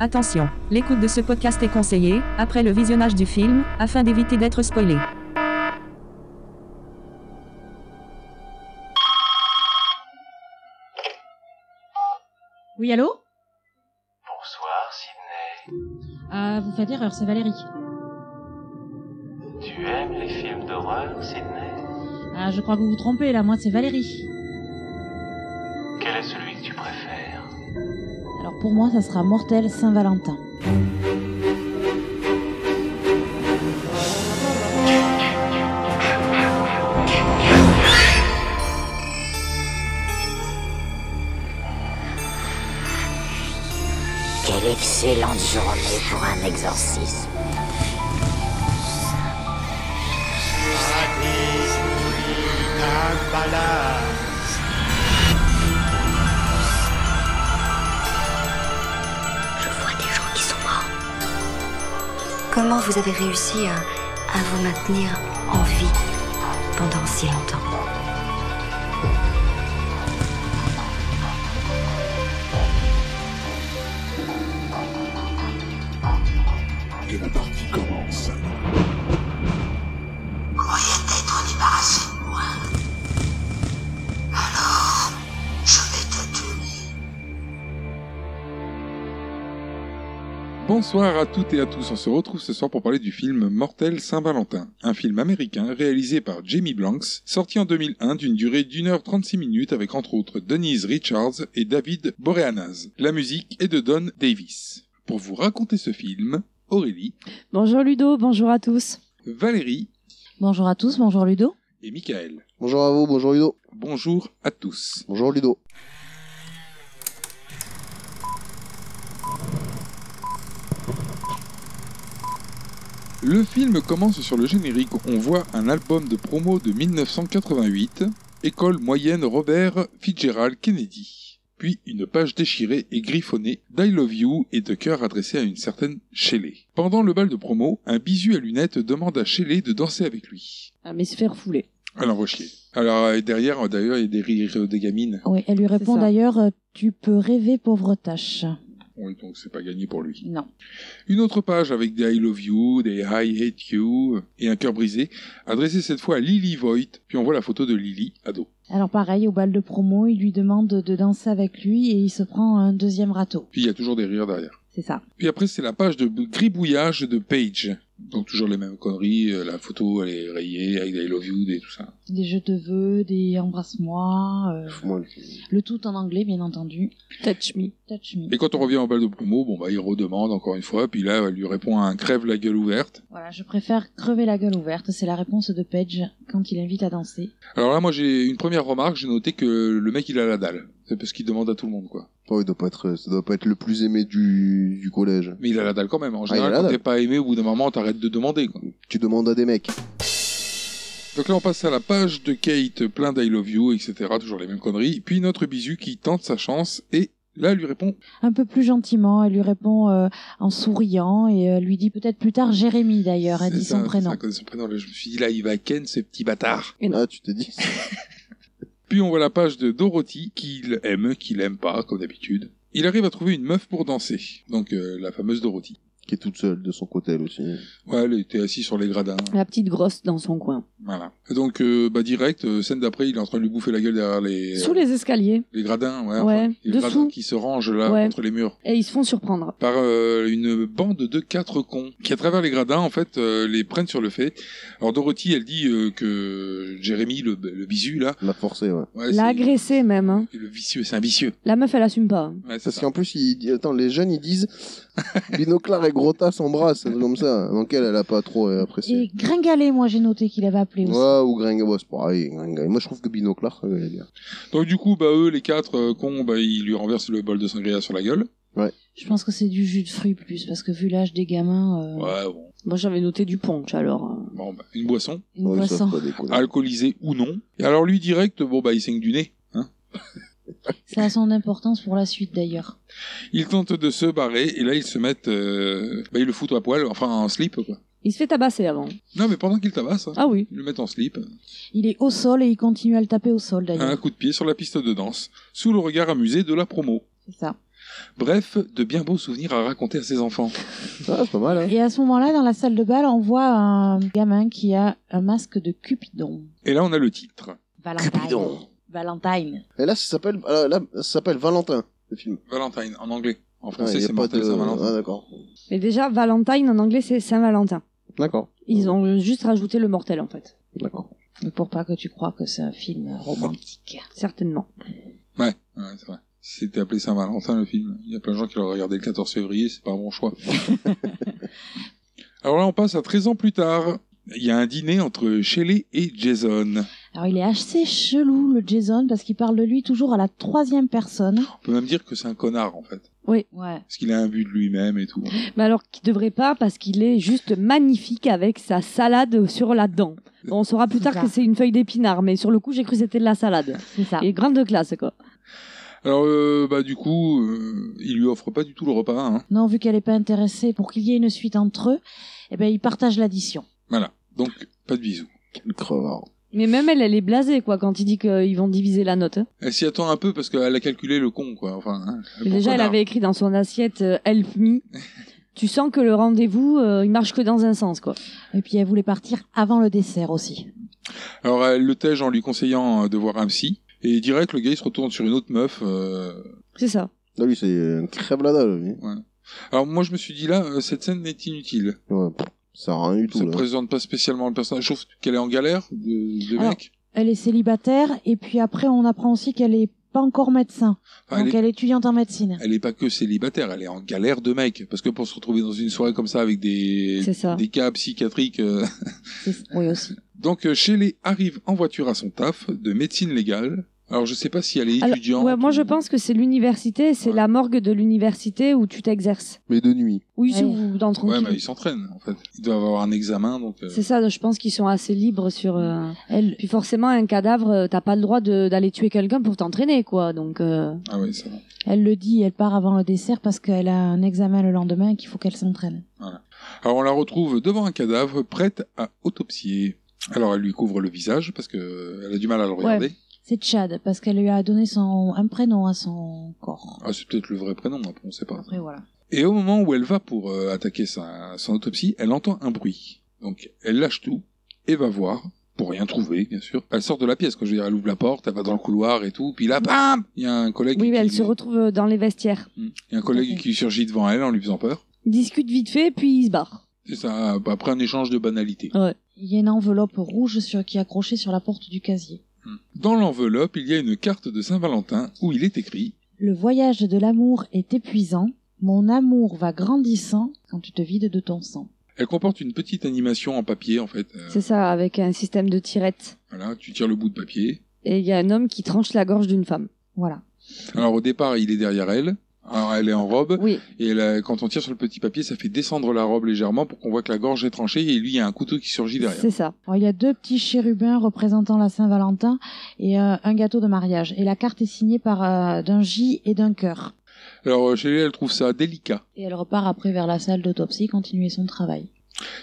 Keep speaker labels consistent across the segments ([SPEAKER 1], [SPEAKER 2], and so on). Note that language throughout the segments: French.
[SPEAKER 1] Attention, l'écoute de ce podcast est conseillée, après le visionnage du film, afin d'éviter d'être spoilé.
[SPEAKER 2] Oui, allô
[SPEAKER 3] Bonsoir Sydney.
[SPEAKER 2] Ah, vous faites erreur, c'est Valérie.
[SPEAKER 3] Tu aimes les films d'horreur, Sydney
[SPEAKER 2] Ah, je crois que vous vous trompez, là, moi, c'est Valérie.
[SPEAKER 3] Quel est celui que tu préfères
[SPEAKER 2] Alors pour moi, ça sera Mortel Saint-Valentin.
[SPEAKER 4] Quelle excellente journée pour un exorcisme. Je vois des gens qui sont morts.
[SPEAKER 5] Comment vous avez réussi à, à vous maintenir en vie pendant si longtemps
[SPEAKER 6] et la partie commence.
[SPEAKER 4] croyais t'être débarrassé de moi. Alors, je vais te tuer.
[SPEAKER 6] Bonsoir à toutes et à tous, on se retrouve ce soir pour parler du film Mortel Saint-Valentin, un film américain réalisé par Jamie Blanks, sorti en 2001 d'une durée d'une heure 36 minutes avec entre autres Denise Richards et David Boreanaz. La musique est de Don Davis. Pour vous raconter ce film, Aurélie,
[SPEAKER 7] Bonjour Ludo, bonjour à tous.
[SPEAKER 6] Valérie
[SPEAKER 2] Bonjour à tous, bonjour Ludo.
[SPEAKER 6] et Michael.
[SPEAKER 8] Bonjour à vous, bonjour Ludo.
[SPEAKER 6] Bonjour à tous.
[SPEAKER 8] Bonjour Ludo.
[SPEAKER 6] Le film commence sur le générique. On voit un album de promo de 1988, École moyenne Robert Fitzgerald Kennedy. Puis une page déchirée et griffonnée d'I Love You et de cœur adressé à une certaine Shelley. Pendant le bal de promo, un bisu à lunettes demande à Shelley de danser avec lui.
[SPEAKER 7] Ah, mais se faire fouler.
[SPEAKER 6] Alors, va chier. Alors, euh, derrière, euh, d'ailleurs, il y a des rires euh, des gamines.
[SPEAKER 2] Oui, elle lui répond
[SPEAKER 7] ça.
[SPEAKER 2] d'ailleurs euh, Tu peux rêver, pauvre tâche.
[SPEAKER 6] Oui, donc c'est pas gagné pour lui.
[SPEAKER 2] Non.
[SPEAKER 6] Une autre page avec des I love you, des I hate you et un cœur brisé, adressé cette fois à Lily Voigt, puis on voit la photo de Lily ado.
[SPEAKER 2] Alors pareil, au bal de promo, il lui demande de danser avec lui et il se prend un deuxième râteau.
[SPEAKER 6] Puis il y a toujours des rires derrière.
[SPEAKER 2] C'est ça.
[SPEAKER 6] Puis après c'est la page de b- gribouillage de Page. Donc toujours les mêmes conneries, euh, la photo elle est rayée avec des I love you et tout ça.
[SPEAKER 2] Des jeux de vœux, des embrasse-moi, euh,
[SPEAKER 8] Moi,
[SPEAKER 2] le tout en anglais, bien entendu.
[SPEAKER 7] Touch me.
[SPEAKER 2] Touch me.
[SPEAKER 6] Et quand on revient en balle de promo, bon bah il redemande encore une fois, puis là elle lui répond à un crève la gueule ouverte.
[SPEAKER 2] Voilà, je préfère crever la gueule ouverte, c'est la réponse de Page quand il invite à danser.
[SPEAKER 6] Alors là moi j'ai une première remarque, j'ai noté que le mec il a la dalle. C'est parce qu'il demande à tout le monde quoi.
[SPEAKER 8] oh, il doit pas être, ça doit pas être le plus aimé du, du collège.
[SPEAKER 6] Mais il a la dalle quand même. En
[SPEAKER 8] Ah, il a
[SPEAKER 6] général
[SPEAKER 8] la
[SPEAKER 6] quand
[SPEAKER 8] dalle.
[SPEAKER 6] t'es pas aimé au bout d'un moment t'arrêtes de demander quoi.
[SPEAKER 8] Tu demandes à des mecs.
[SPEAKER 6] Donc là, on passe à la page de Kate, plein d'I love you, etc. Toujours les mêmes conneries. Puis notre bisu qui tente sa chance et là, elle lui répond
[SPEAKER 2] Un peu plus gentiment, elle lui répond euh, en souriant et euh, lui dit peut-être plus tard Jérémy d'ailleurs, elle
[SPEAKER 6] C'est
[SPEAKER 2] dit
[SPEAKER 6] ça,
[SPEAKER 2] son
[SPEAKER 6] c'est
[SPEAKER 2] prénom.
[SPEAKER 6] ça, quand elle dit son prénom. Là, je me suis dit, là, il va ken ce petit bâtard.
[SPEAKER 8] Ah, tu t'es dit.
[SPEAKER 6] Puis on voit la page de Dorothy, qu'il aime, qu'il aime pas, comme d'habitude. Il arrive à trouver une meuf pour danser. Donc, euh, la fameuse Dorothy.
[SPEAKER 8] Qui est toute seule de son côté, elle aussi.
[SPEAKER 6] Ouais, elle était assise sur les gradins.
[SPEAKER 7] La petite grosse dans son coin.
[SPEAKER 6] Voilà. Donc, euh, bah, direct, euh, scène d'après, il est en train de lui bouffer la gueule derrière les,
[SPEAKER 7] Sous les escaliers.
[SPEAKER 6] les gradins. Ouais.
[SPEAKER 7] Ouais,
[SPEAKER 6] les
[SPEAKER 7] dessous.
[SPEAKER 6] gradins qui se rangent là,
[SPEAKER 7] Ouais.
[SPEAKER 6] entre les murs.
[SPEAKER 7] Et ils se font surprendre.
[SPEAKER 6] par euh, une bande de quatre cons qui à travers les gradins en fait euh, les prennent sur le fait. Alors Dorothy elle dit euh, que Jérémy le, le bisu là,
[SPEAKER 8] La forcée, ouais.
[SPEAKER 6] ouais,
[SPEAKER 7] L'a
[SPEAKER 6] c'est-
[SPEAKER 7] agressée même. hein.
[SPEAKER 6] le vicieux, c'est un vicieux.
[SPEAKER 7] La meuf, elle assume pas.
[SPEAKER 6] Ouais, c'est
[SPEAKER 8] Parce
[SPEAKER 6] ça.
[SPEAKER 8] qu'en plus, il dit- attends, les jeunes, ils disent Binoclar et Grotta s'embrassent, c'est comme ça. Donc elle, elle a pas trop euh,
[SPEAKER 2] Et
[SPEAKER 8] apprécié.
[SPEAKER 2] Gringalet, moi j'ai noté qu'il avait appelé aussi.
[SPEAKER 8] Ouais, ou Gringa, ouais, c'est pareil, Gringa. Moi, je trouve que Binoclar, euh, elle est bien.
[SPEAKER 6] Donc du coup bah eux les quatre euh, cons bah ils lui renversent le bol de sangria sur la gueule.
[SPEAKER 2] Je pense que c'est du jus de fruits plus, parce que vu l'âge des gamins, euh,
[SPEAKER 6] Ouais bon,
[SPEAKER 7] Moi, j'avais noté du punch alors. euh.
[SPEAKER 6] bon bah, une boisson
[SPEAKER 2] une
[SPEAKER 8] Ouais, ça,
[SPEAKER 2] boisson.
[SPEAKER 8] faut pas déconner.
[SPEAKER 6] Ah, alcoolisée ou non. Et alors lui direct bon bah il saigne du nez. Hein.
[SPEAKER 2] Ça a son importance pour la suite d'ailleurs.
[SPEAKER 6] Ils tentent de se barrer et là ils se mettent, euh, bah ils le foutent à poil, enfin en slip quoi.
[SPEAKER 7] Il se fait tabasser avant.
[SPEAKER 6] Non mais pendant qu'ils tabassent, hein,
[SPEAKER 7] Ah oui.
[SPEAKER 6] ils le mettent en slip.
[SPEAKER 2] Il est au sol et il continue à le taper au sol d'ailleurs.
[SPEAKER 6] un coup de pied sur la piste de danse, sous le regard amusé de la promo.
[SPEAKER 2] C'est ça.
[SPEAKER 6] Bref, de bien beaux souvenirs à raconter à ses enfants.
[SPEAKER 8] Ah, c'est pas mal, hein.
[SPEAKER 2] Et à ce moment-là, dans la salle de bal, on voit un gamin qui a un masque de Cupidon.
[SPEAKER 6] Et là, on a le titre.
[SPEAKER 2] Valentine.
[SPEAKER 8] Cupidon.
[SPEAKER 2] Valentine.
[SPEAKER 8] Et là, ça s'appelle, ah, là, ça s'appelle Valentin, le film.
[SPEAKER 6] Valentine, en anglais. En
[SPEAKER 8] Ah,
[SPEAKER 6] français,
[SPEAKER 8] y a
[SPEAKER 6] c'est
[SPEAKER 8] pas
[SPEAKER 6] Mortel
[SPEAKER 8] de-
[SPEAKER 6] Saint-Valentin.
[SPEAKER 8] Ah, d'accord.
[SPEAKER 7] Mais déjà, Valentine en anglais c'est Saint-Valentin.
[SPEAKER 8] D'accord.
[SPEAKER 7] Ils ont juste rajouté le mortel en fait.
[SPEAKER 8] D'accord.
[SPEAKER 2] Mais Pour pas que tu crois que c'est un film romantique.
[SPEAKER 7] Certainement.
[SPEAKER 6] Ouais, ouais, c'est vrai. Si c'était appelé Saint-Valentin, le film, il y a plein de gens qui l'auraient regardé le 14 février, c'est pas un bon choix. Alors là, on passe à 13 ans plus tard. Il y a un dîner entre Shelley et Jason.
[SPEAKER 2] Alors il est assez chelou le Jason parce qu'il parle de lui toujours à la troisième personne.
[SPEAKER 6] On peut même dire que c'est un connard, en fait.
[SPEAKER 2] Ouais.
[SPEAKER 6] Parce qu'il a un but de lui-même et tout.
[SPEAKER 7] Mais alors qu'il devrait pas parce qu'il est juste magnifique avec sa salade sur la dent. Bon, on saura plus
[SPEAKER 2] C'est
[SPEAKER 7] tard
[SPEAKER 2] ça.
[SPEAKER 7] que c'est une feuille d'épinard, mais sur le coup j'ai cru que c'était de la salade.
[SPEAKER 2] C'est ça.
[SPEAKER 7] Et grande classe quoi.
[SPEAKER 6] Alors, euh, bah, du coup, euh, il lui offre pas du tout le repas, hein.
[SPEAKER 2] Non, vu qu'elle n'est pas intéressée pour qu'il y ait une suite entre eux, eh ben ils partagent l'addition.
[SPEAKER 6] Voilà. Donc, pas de bisous.
[SPEAKER 8] Quel crevard.
[SPEAKER 7] Mais même elle, elle est blasée quoi quand il dit qu'ils vont diviser la note. hein.
[SPEAKER 6] Elle s'y attend un peu parce qu'elle a calculé le con, quoi. Enfin, hein, le
[SPEAKER 7] Mais
[SPEAKER 6] bon
[SPEAKER 7] déjà, elle
[SPEAKER 6] connard.
[SPEAKER 7] avait écrit dans son assiette euh, Help me. tu sens que le rendez-vous, euh, il marche que dans un sens quoi.
[SPEAKER 2] Et puis elle voulait partir avant le dessert aussi.
[SPEAKER 6] Alors elle le tège en lui conseillant euh, de voir un psy. Et direct, le gars, il se retourne sur une autre meuf. euh.
[SPEAKER 7] C'est ça.
[SPEAKER 8] Là, lui, Ah c'est euh, un crève la dalle, lui.
[SPEAKER 6] Alors moi, je me suis dit là, euh, cette scène est inutile.
[SPEAKER 8] Ouais, pff, ça sert à rien du tout,
[SPEAKER 6] Ça
[SPEAKER 8] là.
[SPEAKER 6] présente pas spécialement le personnage, sauf qu'elle est en galère de, de
[SPEAKER 2] Alors,
[SPEAKER 6] mec.
[SPEAKER 2] Elle est célibataire et puis après on apprend aussi qu'elle est pas encore médecin. donc
[SPEAKER 6] Enfin, Ah, elle, est,
[SPEAKER 2] elle est étudiante en médecine.
[SPEAKER 6] elle est pas que célibataire, elle est en galère de mec. Parce que pour se retrouver dans une soirée comme ça avec des,
[SPEAKER 7] C'est ça.
[SPEAKER 6] des cas psychiatriques... euh,
[SPEAKER 2] C'est- Oui aussi.
[SPEAKER 6] Donc euh, Shelley arrive en voiture à son taf de médecine légale. Alors je sais pas si elle est
[SPEAKER 7] Alors,
[SPEAKER 6] étudiante.
[SPEAKER 7] ouais, moi
[SPEAKER 6] ou-
[SPEAKER 7] je pense que c'est l'université, c'est
[SPEAKER 6] Ouais.
[SPEAKER 7] la morgue de l'université où tu t'exerces.
[SPEAKER 8] Mais de nuit.
[SPEAKER 7] Ah Oui,
[SPEAKER 2] Ouais.
[SPEAKER 7] c'est ou dans
[SPEAKER 6] Ouais,
[SPEAKER 7] tranquille.
[SPEAKER 6] mais ils s'entraînent en fait. Ils doivent avoir un examen, donc. euh,
[SPEAKER 7] C'est ça, je pense qu'ils sont assez libres sur. euh,
[SPEAKER 2] Elle,
[SPEAKER 7] Puis forcément, un cadavre, euh, t'as pas le droit de- d'aller tuer quelqu'un pour t'entraîner, quoi. Donc, euh,
[SPEAKER 6] Ah ouais, ça va.
[SPEAKER 2] elle le dit, elle part avant le dessert parce qu'elle a un examen le lendemain et qu'il faut qu'elle s'entraîne.
[SPEAKER 6] Alors on la retrouve devant un cadavre, prête à autopsier. Alors elle lui couvre le visage parce que euh, elle a du mal à le regarder.
[SPEAKER 2] C'est Chad parce qu'elle lui a donné son un prénom à son corps.
[SPEAKER 6] Ah, c'est peut-être le vrai prénom, après on sait pas.
[SPEAKER 2] Après voilà.
[SPEAKER 6] Et au moment où elle va pour euh, attaquer sa, son autopsie, elle entend un bruit. Donc elle lâche tout et va voir, pour rien trouver bien sûr. Elle sort de la pièce, quand je veux dire, elle ouvre la porte, elle va dans le couloir et tout, puis là, bam Il y a un collègue,
[SPEAKER 7] oui, mais elle
[SPEAKER 6] qui,
[SPEAKER 7] se retrouve euh, dans les vestiaires.
[SPEAKER 6] Hmm. Il y a un collègue qui surgit devant elle en lui faisant peur.
[SPEAKER 7] Ils discutent vite fait, puis ils se barrent.
[SPEAKER 6] C'est ça, après un échange de banalités.
[SPEAKER 2] Il y a une enveloppe rouge sur, qui est accrochée sur la porte du casier.
[SPEAKER 6] Dans l'enveloppe, il y a une carte de Saint-Valentin où il est écrit
[SPEAKER 2] Le voyage de l'amour est épuisant. Mon amour va grandissant quand tu te vides de ton sang.
[SPEAKER 6] Elle comporte une petite animation en papier, en fait. Euh,
[SPEAKER 7] C'est ça, avec un système de tirette.
[SPEAKER 6] voilà, tu tires le bout de papier.
[SPEAKER 7] Et il y a un homme qui tranche la gorge d'une femme.
[SPEAKER 2] Voilà.
[SPEAKER 6] Alors au départ, il est derrière elle. Alors elle est en robe.
[SPEAKER 7] Oui,
[SPEAKER 6] Et elle a- quand on tire sur le petit papier, ça fait descendre la robe légèrement pour qu'on voit que la gorge est tranchée. Et lui, il y a un couteau qui surgit derrière.
[SPEAKER 7] c'est ça.
[SPEAKER 2] Alors, il y a deux petits chérubins représentant la Saint-Valentin et euh, un gâteau de mariage. Et la carte est signée par euh, d'un J et d'un cœur.
[SPEAKER 6] Alors euh, chez elle, elle trouve ça délicat.
[SPEAKER 2] Et elle repart après vers la salle d'autopsie continuer son travail.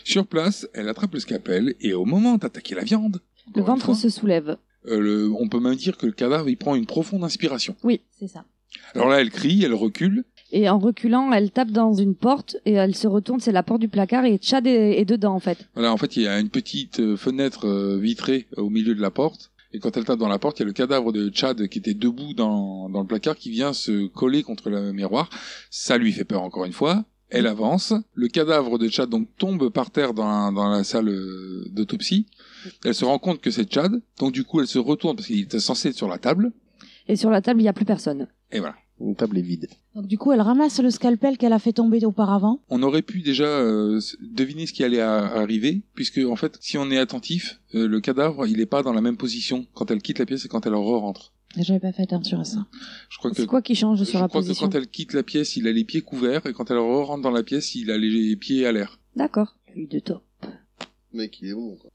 [SPEAKER 6] Sur place, elle attrape le scalpel. Et au moment d'attaquer la viande, encore
[SPEAKER 7] Le
[SPEAKER 6] une
[SPEAKER 7] ventre
[SPEAKER 6] fois,
[SPEAKER 7] se soulève.
[SPEAKER 6] euh, le- on peut même dire que le cadavre, il prend une profonde inspiration.
[SPEAKER 2] C'est ça.
[SPEAKER 6] Alors là, elle crie, elle recule.
[SPEAKER 7] Et en reculant, elle tape dans une porte et elle se retourne, c'est la porte du placard et Chad est, est dedans en fait.
[SPEAKER 6] Voilà, en fait, il y a une petite euh, fenêtre euh, vitrée au milieu de la porte. Et quand elle tape dans la porte, il y a le cadavre de Chad qui était debout dans, dans le placard qui vient se coller contre le miroir. Ça lui fait peur encore une fois. Elle avance. Le cadavre de Chad donc tombe par terre dans la, dans la salle euh, d'autopsie. Elle se rend compte que c'est Chad. Donc du coup, elle se retourne parce qu'il était censé être sur la table.
[SPEAKER 7] Et sur la table, il n'y a plus personne.
[SPEAKER 6] Et voilà.
[SPEAKER 8] Une table est vide.
[SPEAKER 2] Donc du coup, elle ramasse le scalpel qu'elle a fait tomber auparavant.
[SPEAKER 6] On aurait pu déjà euh, s- deviner ce qui allait à- arriver, puisque en fait, si on est attentif, euh, le cadavre, il n'est pas dans la même position quand elle quitte la pièce et quand elle re-rentre.
[SPEAKER 2] Et J'avais pas fait attention à ça.
[SPEAKER 6] Je crois que,
[SPEAKER 7] C'est quoi qui change
[SPEAKER 6] je
[SPEAKER 7] sur la
[SPEAKER 6] crois que
[SPEAKER 7] position
[SPEAKER 6] quand elle quitte la pièce, il a les pieds couverts, et quand elle rentre dans la pièce, il a les pieds à l'air.
[SPEAKER 7] D'accord. Lui de top.
[SPEAKER 8] Mec, il est bon, quoi.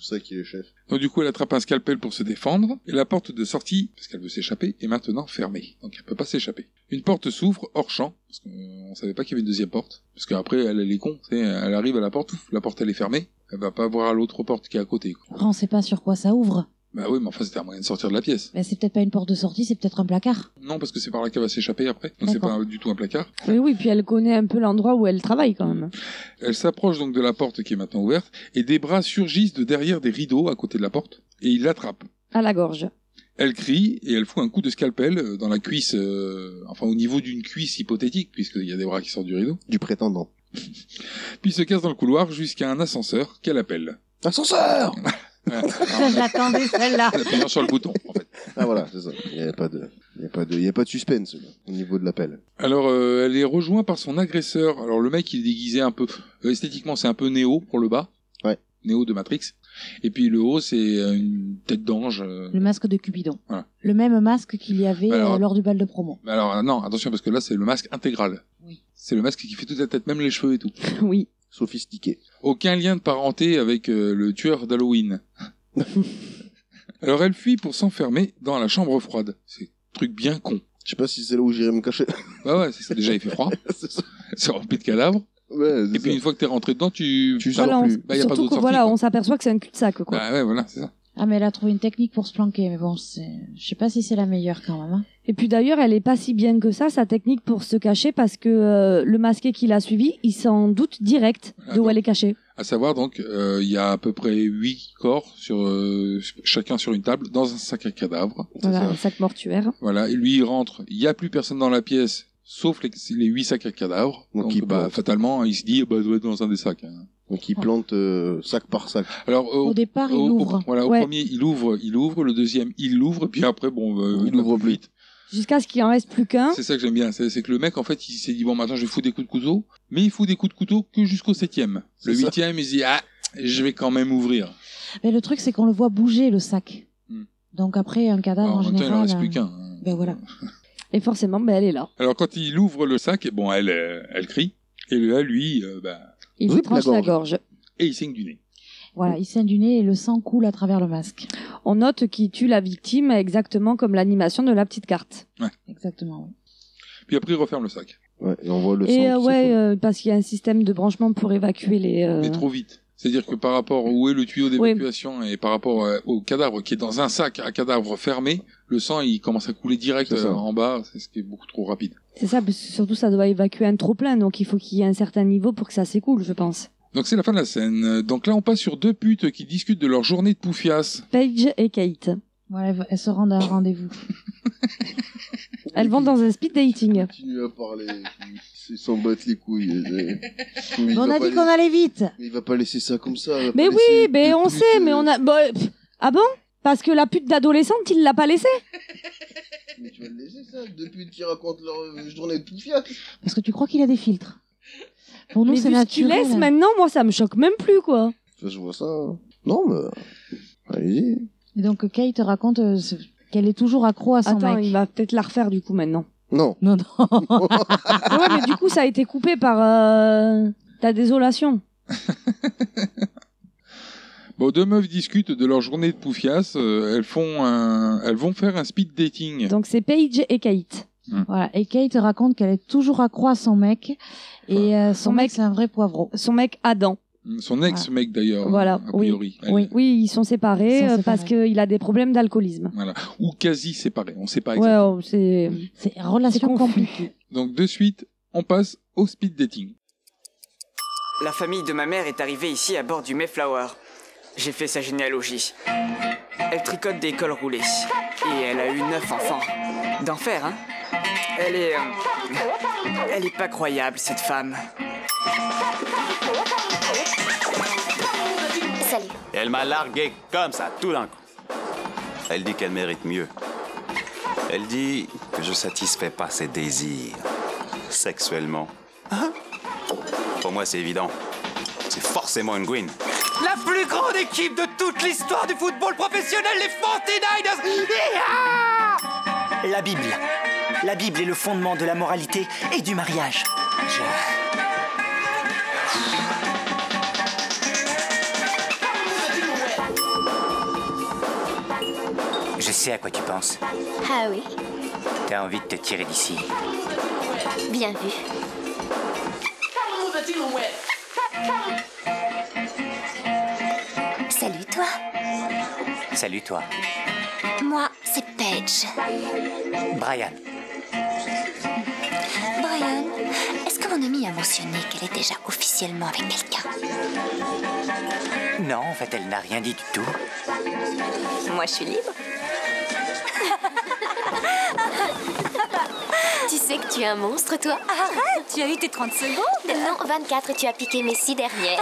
[SPEAKER 8] C'est ça qu'il est chef.
[SPEAKER 6] Donc du coup, elle attrape un scalpel pour se défendre, et la porte de sortie, parce qu'elle veut s'échapper, est maintenant fermée. Donc elle peut pas s'échapper. Une porte s'ouvre hors champ, parce qu'on savait pas qu'il y avait une deuxième porte. Parce qu'après, elle, elle est con, tu sais, elle arrive à la porte, ouf, la porte elle est fermée, elle va pas voir à l'autre porte qui est à côté. quoi.
[SPEAKER 2] Après, on sait pas sur quoi ça ouvre.
[SPEAKER 6] Bah oui, mais enfin, c'était un moyen de sortir de la pièce.
[SPEAKER 2] Ben, c'est peut-être pas une porte de sortie, c'est peut-être un placard.
[SPEAKER 6] Non, parce que c'est par là qu'elle va s'échapper après. Donc c'est pas
[SPEAKER 2] D'accord.
[SPEAKER 6] du tout un placard.
[SPEAKER 7] Oui, oui, puis elle connaît un peu l'endroit où elle travaille quand même.
[SPEAKER 6] Elle s'approche donc de la porte qui est maintenant ouverte et des bras surgissent de derrière des rideaux à côté de la porte et ils l'attrapent.
[SPEAKER 7] À la gorge.
[SPEAKER 6] Elle crie et elle fout un coup de scalpel euh, dans la cuisse, euh, enfin au niveau d'une cuisse hypothétique puisqu'il y a des bras qui sortent du rideau.
[SPEAKER 8] Du prétendant.
[SPEAKER 6] Puis se casse dans le couloir jusqu'à un ascenseur qu'elle appelle.
[SPEAKER 8] Ascenseur
[SPEAKER 6] Ouais.
[SPEAKER 2] Ça, je
[SPEAKER 6] Alors,
[SPEAKER 2] l'attendais, celle-là.
[SPEAKER 6] en appuyant sur le bouton en fait.
[SPEAKER 8] Ah voilà, c'est ça. Il n'y a pas de, il y a pas de, il y a pas de suspense là, au niveau de l'appel.
[SPEAKER 6] Alors, euh, elle est rejointe par son agresseur. Alors, le mec, il est déguisé un peu. euh, esthétiquement, c'est un peu Néo pour le bas.
[SPEAKER 8] Ouais.
[SPEAKER 6] Néo de Matrix. Et puis, le haut, c'est euh, une tête d'ange. euh.
[SPEAKER 2] Le masque de Cupidon.
[SPEAKER 6] Voilà.
[SPEAKER 2] Le même masque qu'il y avait
[SPEAKER 6] Alors-
[SPEAKER 2] euh, lors du bal de promo.
[SPEAKER 6] Alors, euh, non, attention, parce que là, c'est le masque intégral.
[SPEAKER 2] Oui.
[SPEAKER 6] C'est le masque qui fait toute la tête, même les cheveux et tout.
[SPEAKER 7] Oui.
[SPEAKER 8] Sophistiqué.
[SPEAKER 6] Aucun lien de parenté avec euh, le tueur d'Halloween. Alors, elle fuit pour s'enfermer dans la chambre froide. C'est un truc bien con.
[SPEAKER 8] Je sais pas si c'est là où j'irai me cacher.
[SPEAKER 6] Bah ouais, c'est ça. Déjà, il fait froid.
[SPEAKER 8] c'est ça.
[SPEAKER 6] C'est rempli de cadavres.
[SPEAKER 8] Ouais, c'est
[SPEAKER 6] Et puis, une
[SPEAKER 8] ça.
[SPEAKER 6] fois que t'es rentré dedans, tu...
[SPEAKER 8] Tu
[SPEAKER 6] sors
[SPEAKER 8] sors
[SPEAKER 7] Voilà, on...
[SPEAKER 8] plus.
[SPEAKER 6] Bah, y a pas
[SPEAKER 7] Surtout
[SPEAKER 6] d'autre
[SPEAKER 7] que
[SPEAKER 6] sortie,
[SPEAKER 7] voilà,
[SPEAKER 6] quoi.
[SPEAKER 7] on s'aperçoit que c'est un cul-de-sac, quoi.
[SPEAKER 6] Bah ouais, voilà, c'est ça.
[SPEAKER 2] Ah, mais elle a trouvé une technique pour se planquer, mais bon, c'est, je sais pas si c'est la meilleure quand même. hein.
[SPEAKER 7] Et puis d'ailleurs, elle est pas si bien que ça, sa technique pour se cacher, parce que euh, le masqué qui l'a suivi, il s'en doute direct de où elle est cachée.
[SPEAKER 6] À savoir donc, euh, il y a à peu près huit corps sur euh, chacun sur une table dans un sac à cadavres.
[SPEAKER 8] C'est
[SPEAKER 7] Voilà,
[SPEAKER 8] ça.
[SPEAKER 7] un sac mortuaire.
[SPEAKER 6] Voilà, et lui il rentre. Il y a plus personne dans la pièce sauf les, les huit sacs à cadavres.
[SPEAKER 8] Donc,
[SPEAKER 6] Donc,
[SPEAKER 8] il
[SPEAKER 6] bah,
[SPEAKER 8] plante.
[SPEAKER 6] fatalement, il se dit bah doit être dans un des sacs. hein.
[SPEAKER 8] Donc il plante euh, sac par sac.
[SPEAKER 6] Alors euh,
[SPEAKER 2] Au départ, il
[SPEAKER 6] au-
[SPEAKER 2] ouvre.
[SPEAKER 6] au- voilà,
[SPEAKER 7] Ouais.
[SPEAKER 6] au premier il ouvre, il ouvre. Le deuxième il l'ouvre, puis après bon, euh,
[SPEAKER 8] Il
[SPEAKER 6] il va
[SPEAKER 8] ouvre plus.
[SPEAKER 6] vite.
[SPEAKER 7] Jusqu'à ce qu'il en reste plus qu'un.
[SPEAKER 6] C'est ça que j'aime bien, c'est c'est que le mec en fait il s'est dit bon maintenant je vais foutre des coups de couteau, mais il fout des coups de couteau que jusqu'au septième. Le
[SPEAKER 8] C'est ça.
[SPEAKER 6] huitième il se dit ah je vais quand même ouvrir.
[SPEAKER 2] Mais le truc, c'est qu'on le voit bouger, le sac.
[SPEAKER 6] Hmm.
[SPEAKER 2] Donc après, un cadavre,
[SPEAKER 6] Alors, en
[SPEAKER 2] en
[SPEAKER 6] même temps il en
[SPEAKER 2] général...
[SPEAKER 6] reste plus
[SPEAKER 2] euh,
[SPEAKER 6] qu'un. hein.
[SPEAKER 2] Ben voilà.
[SPEAKER 7] Et forcément, ben, elle est là.
[SPEAKER 6] Alors quand il ouvre le sac, bon, elle, euh, elle crie, et là, lui, euh, bah,
[SPEAKER 7] Il lui
[SPEAKER 8] Zoup, la
[SPEAKER 7] tranche la gorge.
[SPEAKER 6] et il saigne du nez.
[SPEAKER 2] Voilà, il saigne du nez et le sang coule à travers le masque.
[SPEAKER 7] On note qu'il tue la victime exactement comme l'animation de la petite carte.
[SPEAKER 2] Exactement, oui.
[SPEAKER 6] Puis après, il referme le sac,
[SPEAKER 8] Ouais, et on voit le sang.
[SPEAKER 7] Et euh,
[SPEAKER 8] qui
[SPEAKER 7] ouais,
[SPEAKER 8] s'écoule.
[SPEAKER 7] euh, parce qu'il y a un système de branchement pour évacuer les. euh,
[SPEAKER 6] mais trop vite. C'est-à-dire que par rapport où est le tuyau
[SPEAKER 7] Oui.
[SPEAKER 6] d'évacuation et par rapport euh, au cadavre qui est dans un sac à cadavre fermé, le sang il commence à couler direct
[SPEAKER 8] C'est ça.
[SPEAKER 6] euh, en bas, c'est ce qui est beaucoup trop rapide.
[SPEAKER 7] C'est ça, parce que surtout ça doit évacuer un trop plein, donc il faut qu'il y ait un certain niveau pour que ça s'écoule, je pense.
[SPEAKER 6] Donc c'est la fin de la scène. Donc là on passe sur deux putes qui discutent de leur journée de poufias.
[SPEAKER 7] Paige et Kate.
[SPEAKER 2] Voilà, elles- elles se rendent à un rendez-vous.
[SPEAKER 7] Elles vont euh, dans un speed dating.
[SPEAKER 8] Continue à parler. C'est s'en battre les couilles. euh, mais il
[SPEAKER 2] on
[SPEAKER 8] va
[SPEAKER 2] a
[SPEAKER 8] pas
[SPEAKER 2] dit
[SPEAKER 8] les-
[SPEAKER 2] qu'on allait vite
[SPEAKER 8] mais Il va pas laisser ça comme ça. il va
[SPEAKER 7] Mais
[SPEAKER 8] pas laisser
[SPEAKER 7] oui,
[SPEAKER 8] deux
[SPEAKER 7] mais on
[SPEAKER 8] putes,
[SPEAKER 7] sait,
[SPEAKER 8] euh,
[SPEAKER 7] mais on a. bon, euh, pff, ah bon Parce que la pute d'adolescente, il l'a pas laissée
[SPEAKER 8] Mais tu vas le laisser ça depuis qu'ils racontent leur euh, journée de poufias.
[SPEAKER 2] Parce que tu crois qu'il a des filtres. Pour nous,
[SPEAKER 7] Mais
[SPEAKER 2] c'est
[SPEAKER 7] vu ce qu'il
[SPEAKER 2] naturel.
[SPEAKER 7] laisse maintenant, moi ça me choque même plus, quoi.
[SPEAKER 8] Enfin, je vois ça. hein. Non, mais. Allez-y.
[SPEAKER 2] Et donc Kate raconte euh, ce- qu'elle est toujours accro à son
[SPEAKER 7] Attends,
[SPEAKER 2] mec.
[SPEAKER 7] il va peut-être la refaire du coup maintenant.
[SPEAKER 8] Non.
[SPEAKER 2] Non, non.
[SPEAKER 7] Ah ouais, mais du coup, ça a été coupé par euh, ta désolation.
[SPEAKER 6] Bon, deux meufs discutent de leur journée de poufias. euh, elles font, un... elles vont faire un speed dating.
[SPEAKER 7] Donc c'est Paige et Kate.
[SPEAKER 2] voilà. Et Kate raconte qu'elle est toujours accro à son mec. Et euh, son,
[SPEAKER 7] Son
[SPEAKER 2] mec,
[SPEAKER 7] mec-
[SPEAKER 2] c'est un vrai poivreau.
[SPEAKER 7] Son mec Adam.
[SPEAKER 6] Son ex mec d'ailleurs.
[SPEAKER 7] Voilà,
[SPEAKER 6] A
[SPEAKER 7] oui.
[SPEAKER 6] priori. Elle-
[SPEAKER 7] Oui, oui, ils sont séparés
[SPEAKER 2] Ils sont
[SPEAKER 7] euh, parce qu'il a des problèmes d'alcoolisme.
[SPEAKER 6] Ou quasi séparés. On sait pas exactement.
[SPEAKER 7] Ouais, oh, c'est
[SPEAKER 2] C'est une
[SPEAKER 7] c'est
[SPEAKER 2] relation
[SPEAKER 7] confus.
[SPEAKER 2] compliquée.
[SPEAKER 6] Donc de suite, on passe au speed dating.
[SPEAKER 9] La famille de ma mère est arrivée ici à bord du Mayflower. J'ai fait sa généalogie. Elle tricote des cols roulés. Et elle a eu neuf enfants. D'enfer, hein Elle est... euh, Elle est pas croyable, cette femme.
[SPEAKER 4] Salut.
[SPEAKER 10] Elle m'a largué comme ça, tout d'un coup. Elle dit qu'elle mérite mieux. Elle dit que je satisfais pas ses désirs sexuellement. Hein? Pour moi, c'est évident. C'est forcément une Gwyn.
[SPEAKER 9] La plus grande équipe de toute l'histoire du football professionnel, les 49ers
[SPEAKER 11] La Bible. La Bible est le fondement de la moralité et du mariage.
[SPEAKER 10] Je sais à quoi tu penses.
[SPEAKER 4] Ah oui,
[SPEAKER 10] T'as envie de te tirer d'ici.
[SPEAKER 4] bien vu. Salut toi.
[SPEAKER 12] Salut toi.
[SPEAKER 4] Moi, c'est Paige.
[SPEAKER 12] Brian.
[SPEAKER 4] Brian, est-ce que mon ami a mentionné qu'elle est déjà officiellement avec quelqu'un
[SPEAKER 12] Non, en fait, elle n'a rien dit du tout.
[SPEAKER 4] Moi, je suis libre.
[SPEAKER 5] Tu sais que tu es un monstre, toi Arrête Tu as eu tes 30 secondes
[SPEAKER 4] Non, 24 et tu as piqué mes six dernières.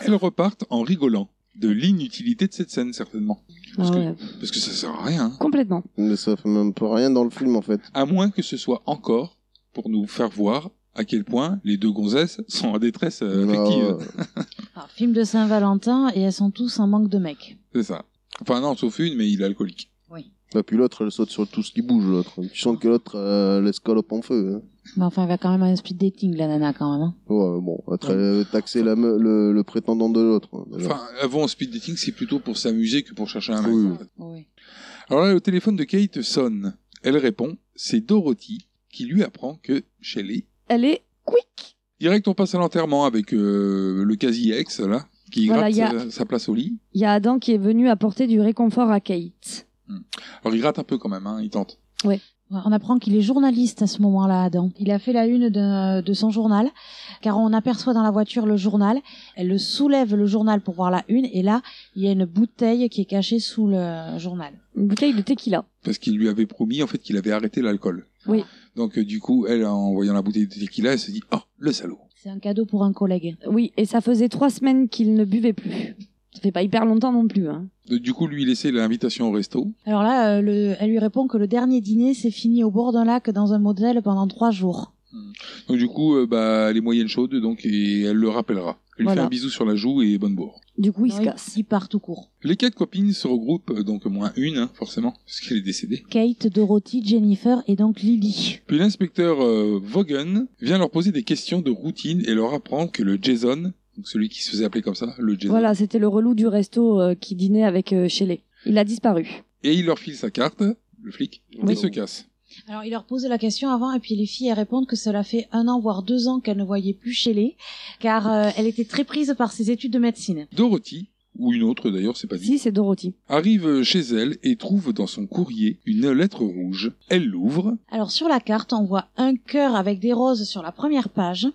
[SPEAKER 6] Elles repartent en rigolant. De l'inutilité de cette scène, certainement. Parce,
[SPEAKER 7] Ah
[SPEAKER 6] que,
[SPEAKER 7] ouais.
[SPEAKER 6] parce que ça sert à rien. hein.
[SPEAKER 7] Complètement.
[SPEAKER 8] Mais ça fait même pas rien dans le film, en fait.
[SPEAKER 6] À moins que ce soit encore pour nous faire voir à quel point les deux gonzesses sont en détresse euh,
[SPEAKER 8] Bah,
[SPEAKER 6] affective.
[SPEAKER 2] Alors, film de Saint-Valentin et elles sont tous en manque de mecs.
[SPEAKER 6] C'est ça. Enfin, non, sauf une, mais il est alcoolique.
[SPEAKER 8] Bah, puis l'autre, elle saute sur tout ce qui bouge, l'autre. Tu sens que l'autre, euh, l'escalope en feu. hein.
[SPEAKER 2] Mais enfin, elle va quand même à un speed dating, la nana, quand même. hein.
[SPEAKER 8] Ouais, bon, être, euh, taxer la me- le, le prétendant de l'autre. hein, déjà.
[SPEAKER 6] Enfin, avant, au speed dating, c'est plutôt pour s'amuser que pour chercher un mec.
[SPEAKER 8] Oui.
[SPEAKER 6] en fait. Alors là, le téléphone de Kate sonne. Elle répond, c'est Dorothy qui lui apprend que Shelley.
[SPEAKER 7] Elle est quick.
[SPEAKER 6] Direct, on passe à l'enterrement avec euh, le quasi-ex, là, qui
[SPEAKER 7] Voilà,
[SPEAKER 6] gratte
[SPEAKER 7] y a-
[SPEAKER 6] sa, sa place au lit.
[SPEAKER 7] Il y a Adam qui est venu apporter du réconfort à Kate.
[SPEAKER 6] Alors, il gratte un peu quand même, hein, il tente.
[SPEAKER 7] Ouais.
[SPEAKER 2] Ouais, On apprend qu'il est journaliste à ce moment-là, Adam. Il a fait la une d'un- de, son journal, car on aperçoit dans la voiture le journal. Elle le soulève le journal pour voir la une, et là, il y a une bouteille qui est cachée sous le journal.
[SPEAKER 7] Une bouteille de tequila.
[SPEAKER 6] Parce qu'il lui avait promis, en fait, qu'il avait arrêté l'alcool.
[SPEAKER 7] Oui.
[SPEAKER 6] Donc, euh, du coup, elle, en voyant la bouteille de tequila, elle se dit, oh, le salaud.
[SPEAKER 2] C'est un cadeau pour un collègue.
[SPEAKER 7] Oui, et ça faisait trois semaines qu'il ne buvait plus. Ça fait pas hyper longtemps non plus. Hein.
[SPEAKER 6] Donc, Du coup, lui laisser l'invitation au resto.
[SPEAKER 2] Alors là, euh, le- elle lui répond que le dernier dîner s'est fini au bord d'un lac dans un modèle pendant trois jours.
[SPEAKER 6] Donc, du coup, euh, bah, elle est moyenne chaude, donc, et elle le rappellera. Elle lui
[SPEAKER 2] Voilà.
[SPEAKER 6] fait un bisou sur la joue et bonne bourre.
[SPEAKER 7] Du coup, il
[SPEAKER 2] Non,
[SPEAKER 7] se casse.
[SPEAKER 2] Il part tout court.
[SPEAKER 6] Les quatre copines se regroupent, euh, donc moins une, hein, forcément, parce qu'elle est décédée.
[SPEAKER 2] Kate, Dorothy, Jennifer et donc Lily.
[SPEAKER 6] Puis l'inspecteur euh, Vaughan vient leur poser des questions de routine et leur apprend que le Jason, donc celui qui se faisait appeler comme ça, le Jason,
[SPEAKER 7] Voilà, c'était le relou du resto euh, qui dînait avec euh, Shelley. Il a disparu.
[SPEAKER 6] et il leur file sa carte, le flic, et se casse.
[SPEAKER 2] Alors, il leur pose la question avant, et puis les filles elles répondent que cela fait un an, voire deux ans qu'elles ne voyaient plus Shelley, car euh, elle était très prise par ses études de médecine.
[SPEAKER 6] Dorothy, ou une autre d'ailleurs, c'est pas dit,
[SPEAKER 7] Si, c'est Dorothy.
[SPEAKER 6] arrive chez elle et trouve dans son courrier une lettre rouge. Elle l'ouvre,
[SPEAKER 2] Alors, sur la carte, on voit un cœur avec des roses sur la première page,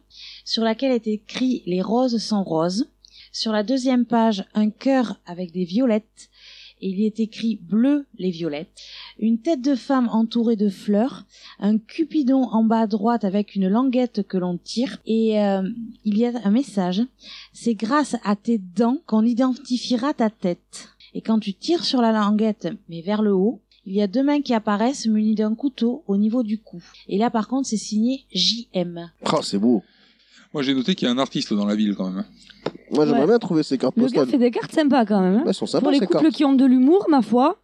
[SPEAKER 2] sur laquelle est écrit Les roses sont roses. Sur la deuxième page, un cœur avec des violettes, et il y est écrit Bleu les violettes. Une tête de femme entourée de fleurs, un cupidon en bas à droite avec une languette que l'on tire, et euh, il y a un message C'est grâce à tes dents qu'on identifiera ta tête. Et quand tu tires sur la languette, mais vers le haut, il y a deux mains qui apparaissent munies d'un couteau au niveau du cou. Et là, par contre, c'est signé JM.
[SPEAKER 8] Ah, c'est beau.
[SPEAKER 6] Moi, j'ai noté qu'il y a un artiste dans la ville quand même. hein.
[SPEAKER 8] Moi, j'aimerais
[SPEAKER 7] Ouais.
[SPEAKER 8] bien trouver ces cartes
[SPEAKER 7] Le gars
[SPEAKER 8] postales.
[SPEAKER 7] fait des cartes sympas quand même. hein.
[SPEAKER 8] Elles sont
[SPEAKER 7] Pour
[SPEAKER 8] sympas,
[SPEAKER 7] les
[SPEAKER 8] ces
[SPEAKER 7] couples
[SPEAKER 8] cartes.
[SPEAKER 7] qui ont de l'humour, ma foi.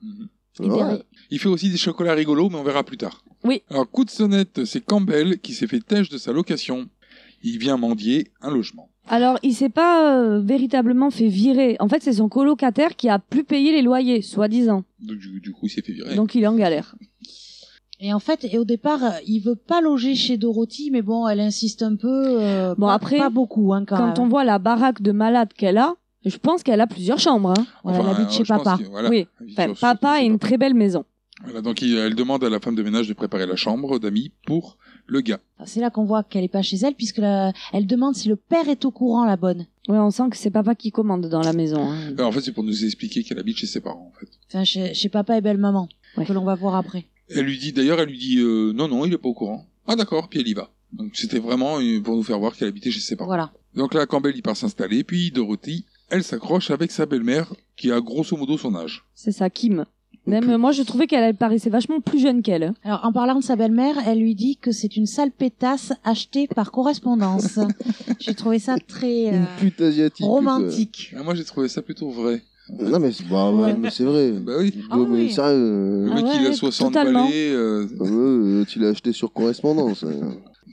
[SPEAKER 8] Ouais.
[SPEAKER 7] libérés.
[SPEAKER 6] Il fait aussi des chocolats rigolos, mais on verra plus tard.
[SPEAKER 7] Oui.
[SPEAKER 6] Alors, coup de sonnette, c'est Campbell qui s'est fait têche de sa location. Il vient mendier un logement.
[SPEAKER 7] Alors, il s'est pas euh, véritablement fait virer. En fait, c'est son colocataire qui a plus payé les loyers, soi-disant.
[SPEAKER 6] Donc, du, du coup, il s'est fait virer.
[SPEAKER 7] Donc, il est en galère.
[SPEAKER 2] Et en fait, et au départ, euh, il veut pas loger chez Dorothy, mais bon, elle insiste un peu. euh,
[SPEAKER 7] Bon,
[SPEAKER 2] pas,
[SPEAKER 7] après,
[SPEAKER 2] pas beaucoup, hein, quand,
[SPEAKER 7] Quand on
[SPEAKER 2] même.
[SPEAKER 7] voit la baraque de malade qu'elle a, je pense qu'elle a plusieurs chambres. hein.
[SPEAKER 2] Ouais, elle habite
[SPEAKER 6] euh,
[SPEAKER 2] chez
[SPEAKER 6] je pense
[SPEAKER 2] papa.
[SPEAKER 6] que, voilà.
[SPEAKER 7] Oui.
[SPEAKER 6] Elle vit
[SPEAKER 7] Enfin,
[SPEAKER 6] sur- sur-
[SPEAKER 7] papa et une très belle maison.
[SPEAKER 6] Voilà, donc il- elle demande à la femme de ménage de préparer la chambre d'amis pour le gars.
[SPEAKER 2] C'est là qu'on voit qu'elle est pas chez elle, puisque la- elle demande si le père est au courant, la bonne.
[SPEAKER 7] Ouais, on sent que c'est papa qui commande dans la maison. hein.
[SPEAKER 6] Alors, Euh, en fait, c'est pour nous expliquer qu'elle habite chez ses parents. En fait.
[SPEAKER 2] Enfin, chez, chez papa et belle-maman,
[SPEAKER 7] Ouais.
[SPEAKER 2] que l'on va voir après.
[SPEAKER 6] Elle lui dit, d'ailleurs, elle lui dit euh, non, non, il est pas au courant. Ah d'accord, puis elle y va. Donc c'était vraiment euh, pour nous faire voir qu'elle habitait chez ses parents.
[SPEAKER 2] Voilà.
[SPEAKER 6] Donc là, Campbell, il part s'installer, puis Dorothy, elle s'accroche avec sa belle-mère, qui a grosso modo son âge.
[SPEAKER 7] C'est ça, Kim. Même euh, moi, je trouvais qu'elle elle paraissait vachement plus jeune qu'elle. hein.
[SPEAKER 2] Alors, en parlant de sa belle-mère, elle lui dit que c'est une sale pétasse achetée par correspondance. J'ai trouvé ça très euh,
[SPEAKER 8] Une pute asiatique.
[SPEAKER 2] romantique.
[SPEAKER 6] Ah, moi, j'ai trouvé ça plutôt vrai.
[SPEAKER 8] quoi. Non, mais c'est bah, ouais,
[SPEAKER 7] Ouais.
[SPEAKER 8] mais c'est vrai.
[SPEAKER 6] Bah oui,
[SPEAKER 2] Ah
[SPEAKER 8] Non, mais
[SPEAKER 2] oui.
[SPEAKER 8] sérieux.
[SPEAKER 6] le
[SPEAKER 8] euh,
[SPEAKER 6] mec,
[SPEAKER 7] Ah ouais,
[SPEAKER 6] il a
[SPEAKER 7] ouais,
[SPEAKER 6] 60
[SPEAKER 7] totalement.
[SPEAKER 6] balais. euh,
[SPEAKER 8] euh, euh, tu l'as acheté sur correspondance. euh.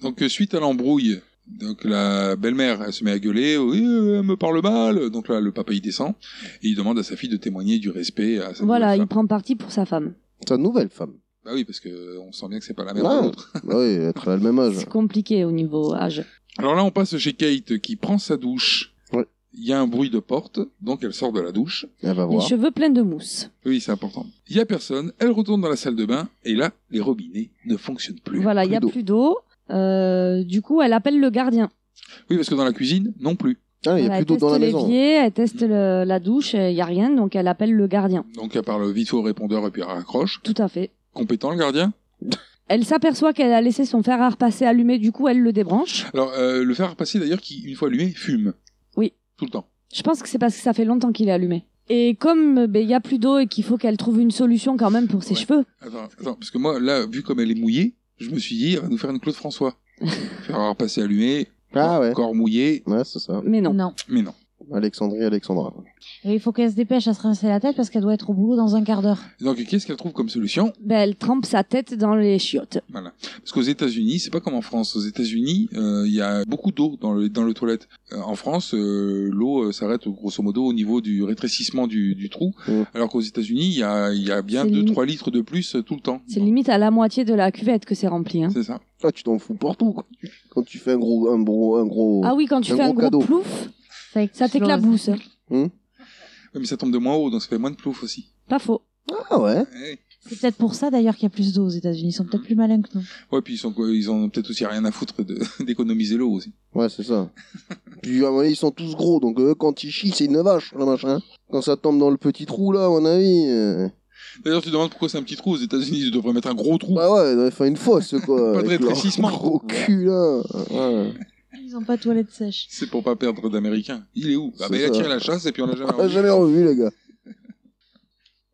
[SPEAKER 6] Donc euh, suite à l'embrouille, donc la belle-mère elle se met à gueuler, oui, euh, elle me parle mal. Donc là le papa il descend et il demande à sa fille de témoigner du respect à sa
[SPEAKER 7] Voilà,
[SPEAKER 6] nouvelle
[SPEAKER 7] il
[SPEAKER 6] femme.
[SPEAKER 7] prend parti pour sa femme.
[SPEAKER 8] Ta nouvelle femme.
[SPEAKER 6] Bah oui parce que euh, on sent bien que c'est pas la mère de
[SPEAKER 8] Ouais.
[SPEAKER 6] l'autre.
[SPEAKER 8] Bah oui, être à le même âge.
[SPEAKER 7] C'est compliqué au niveau âge.
[SPEAKER 6] Alors là on passe chez Kate qui prend sa douche.
[SPEAKER 8] Ouais.
[SPEAKER 6] Il y a un bruit de porte, donc elle sort de la douche.
[SPEAKER 8] Elle va
[SPEAKER 7] Les cheveux pleins de mousse.
[SPEAKER 6] Oui, c'est important. Il y a personne, elle retourne dans la salle de bain, et là, les robinets ne fonctionnent plus.
[SPEAKER 7] voilà, il n'y a
[SPEAKER 6] d'eau.
[SPEAKER 7] plus d'eau. Euh, du coup, elle appelle le gardien.
[SPEAKER 6] Oui, parce que dans la cuisine, non plus.
[SPEAKER 8] Ah,
[SPEAKER 7] Voilà, elle teste l'évier, elle teste le- la douche, il n'y a rien, donc elle appelle le gardien.
[SPEAKER 6] Donc elle parle vite fait au répondeur et puis elle raccroche.
[SPEAKER 7] Tout à fait.
[SPEAKER 6] Compétent le gardien
[SPEAKER 7] Elle s'aperçoit qu'elle a laissé son fer à repasser allumé, du coup, elle le débranche.
[SPEAKER 6] Alors, euh, le fer à repasser d'ailleurs, qui, une fois allumé, fume.
[SPEAKER 7] Oui.
[SPEAKER 6] Tout le temps.
[SPEAKER 7] Je pense que c'est parce que ça fait longtemps qu'il est allumé. Et comme euh, ben, il y a plus d'eau et qu'il faut qu'elle trouve une solution quand même pour ses cheveux,
[SPEAKER 6] Attends, attends, parce que moi, là, vu comme elle est mouillée, je me suis dit, elle va nous faire une Claude François. faire avoir passé allumé,
[SPEAKER 8] Ah ouais.
[SPEAKER 6] corps mouillé.
[SPEAKER 8] Ouais, c'est ça.
[SPEAKER 7] mais non.
[SPEAKER 2] Non.
[SPEAKER 6] Mais non.
[SPEAKER 8] Alexandrie, Alexandra.
[SPEAKER 2] Et il faut qu'elle se dépêche à se rincer la tête parce qu'elle doit être au boulot dans un quart d'heure.
[SPEAKER 6] Donc, qu'est-ce qu'elle trouve comme solution
[SPEAKER 7] Ben, elle trempe sa tête dans les chiottes.
[SPEAKER 6] Voilà. Parce qu'aux États-Unis, c'est pas comme en France. Aux États-Unis, euh, il y a beaucoup d'eau dans le dans le toilette. Euh, en France, euh, l'eau euh, s'arrête grosso modo au niveau du rétrécissement du, du trou,
[SPEAKER 8] Mm.
[SPEAKER 6] alors qu'aux États-Unis, il y a il y a bien
[SPEAKER 7] C'est
[SPEAKER 6] 2
[SPEAKER 7] limite.
[SPEAKER 6] 3 litres de plus euh, tout le temps.
[SPEAKER 7] C'est limite à la moitié de la cuvette que c'est rempli. Hein.
[SPEAKER 6] C'est ça.
[SPEAKER 8] Ah, tu t'en fous partout quand tu, quand tu fais un gros, un gros, un gros.
[SPEAKER 7] Ah oui, quand tu
[SPEAKER 8] un
[SPEAKER 7] fais un
[SPEAKER 8] gros
[SPEAKER 7] gros
[SPEAKER 8] cadeau.
[SPEAKER 7] plouf,
[SPEAKER 2] Ça,
[SPEAKER 7] ça t'éclabousse.
[SPEAKER 6] Ouais, mais ça tombe de moins haut, donc ça fait moins de plouf aussi. Eh,
[SPEAKER 7] Pas faux.
[SPEAKER 8] Ah ouais.
[SPEAKER 6] Ouais.
[SPEAKER 2] C'est peut-être pour ça d'ailleurs qu'il y a plus d'eau aux États-Unis. Ils sont peut-être plus malins que nous.
[SPEAKER 6] Ouais, puis ils sont ils ont peut-être aussi rien à foutre de- d'économiser l'eau aussi.
[SPEAKER 8] Ouais, c'est ça. Puis à mon avis, ils sont tous gros, donc eux, quand ils chient, c'est une vache, le machin. Quand ça tombe dans le petit trou là, à mon avis. euh,
[SPEAKER 6] D'ailleurs, tu te demandes pourquoi c'est un petit trou aux États-Unis, ils devraient mettre un gros trou.
[SPEAKER 8] Bah ouais, ils devraient faire une fosse quoi.
[SPEAKER 6] Pas de
[SPEAKER 8] avec leur
[SPEAKER 6] rétrécissement.
[SPEAKER 8] Gros cul là. Ouais.
[SPEAKER 2] Ils ont pas de toilette sèche.
[SPEAKER 6] C'est pour pas perdre d'Américains. Il est où Ah
[SPEAKER 8] C'est
[SPEAKER 6] bah il a
[SPEAKER 8] ça.
[SPEAKER 6] tiré la chasse et puis on l'a jamais
[SPEAKER 8] On l'a
[SPEAKER 6] revu.
[SPEAKER 8] jamais revu les gars.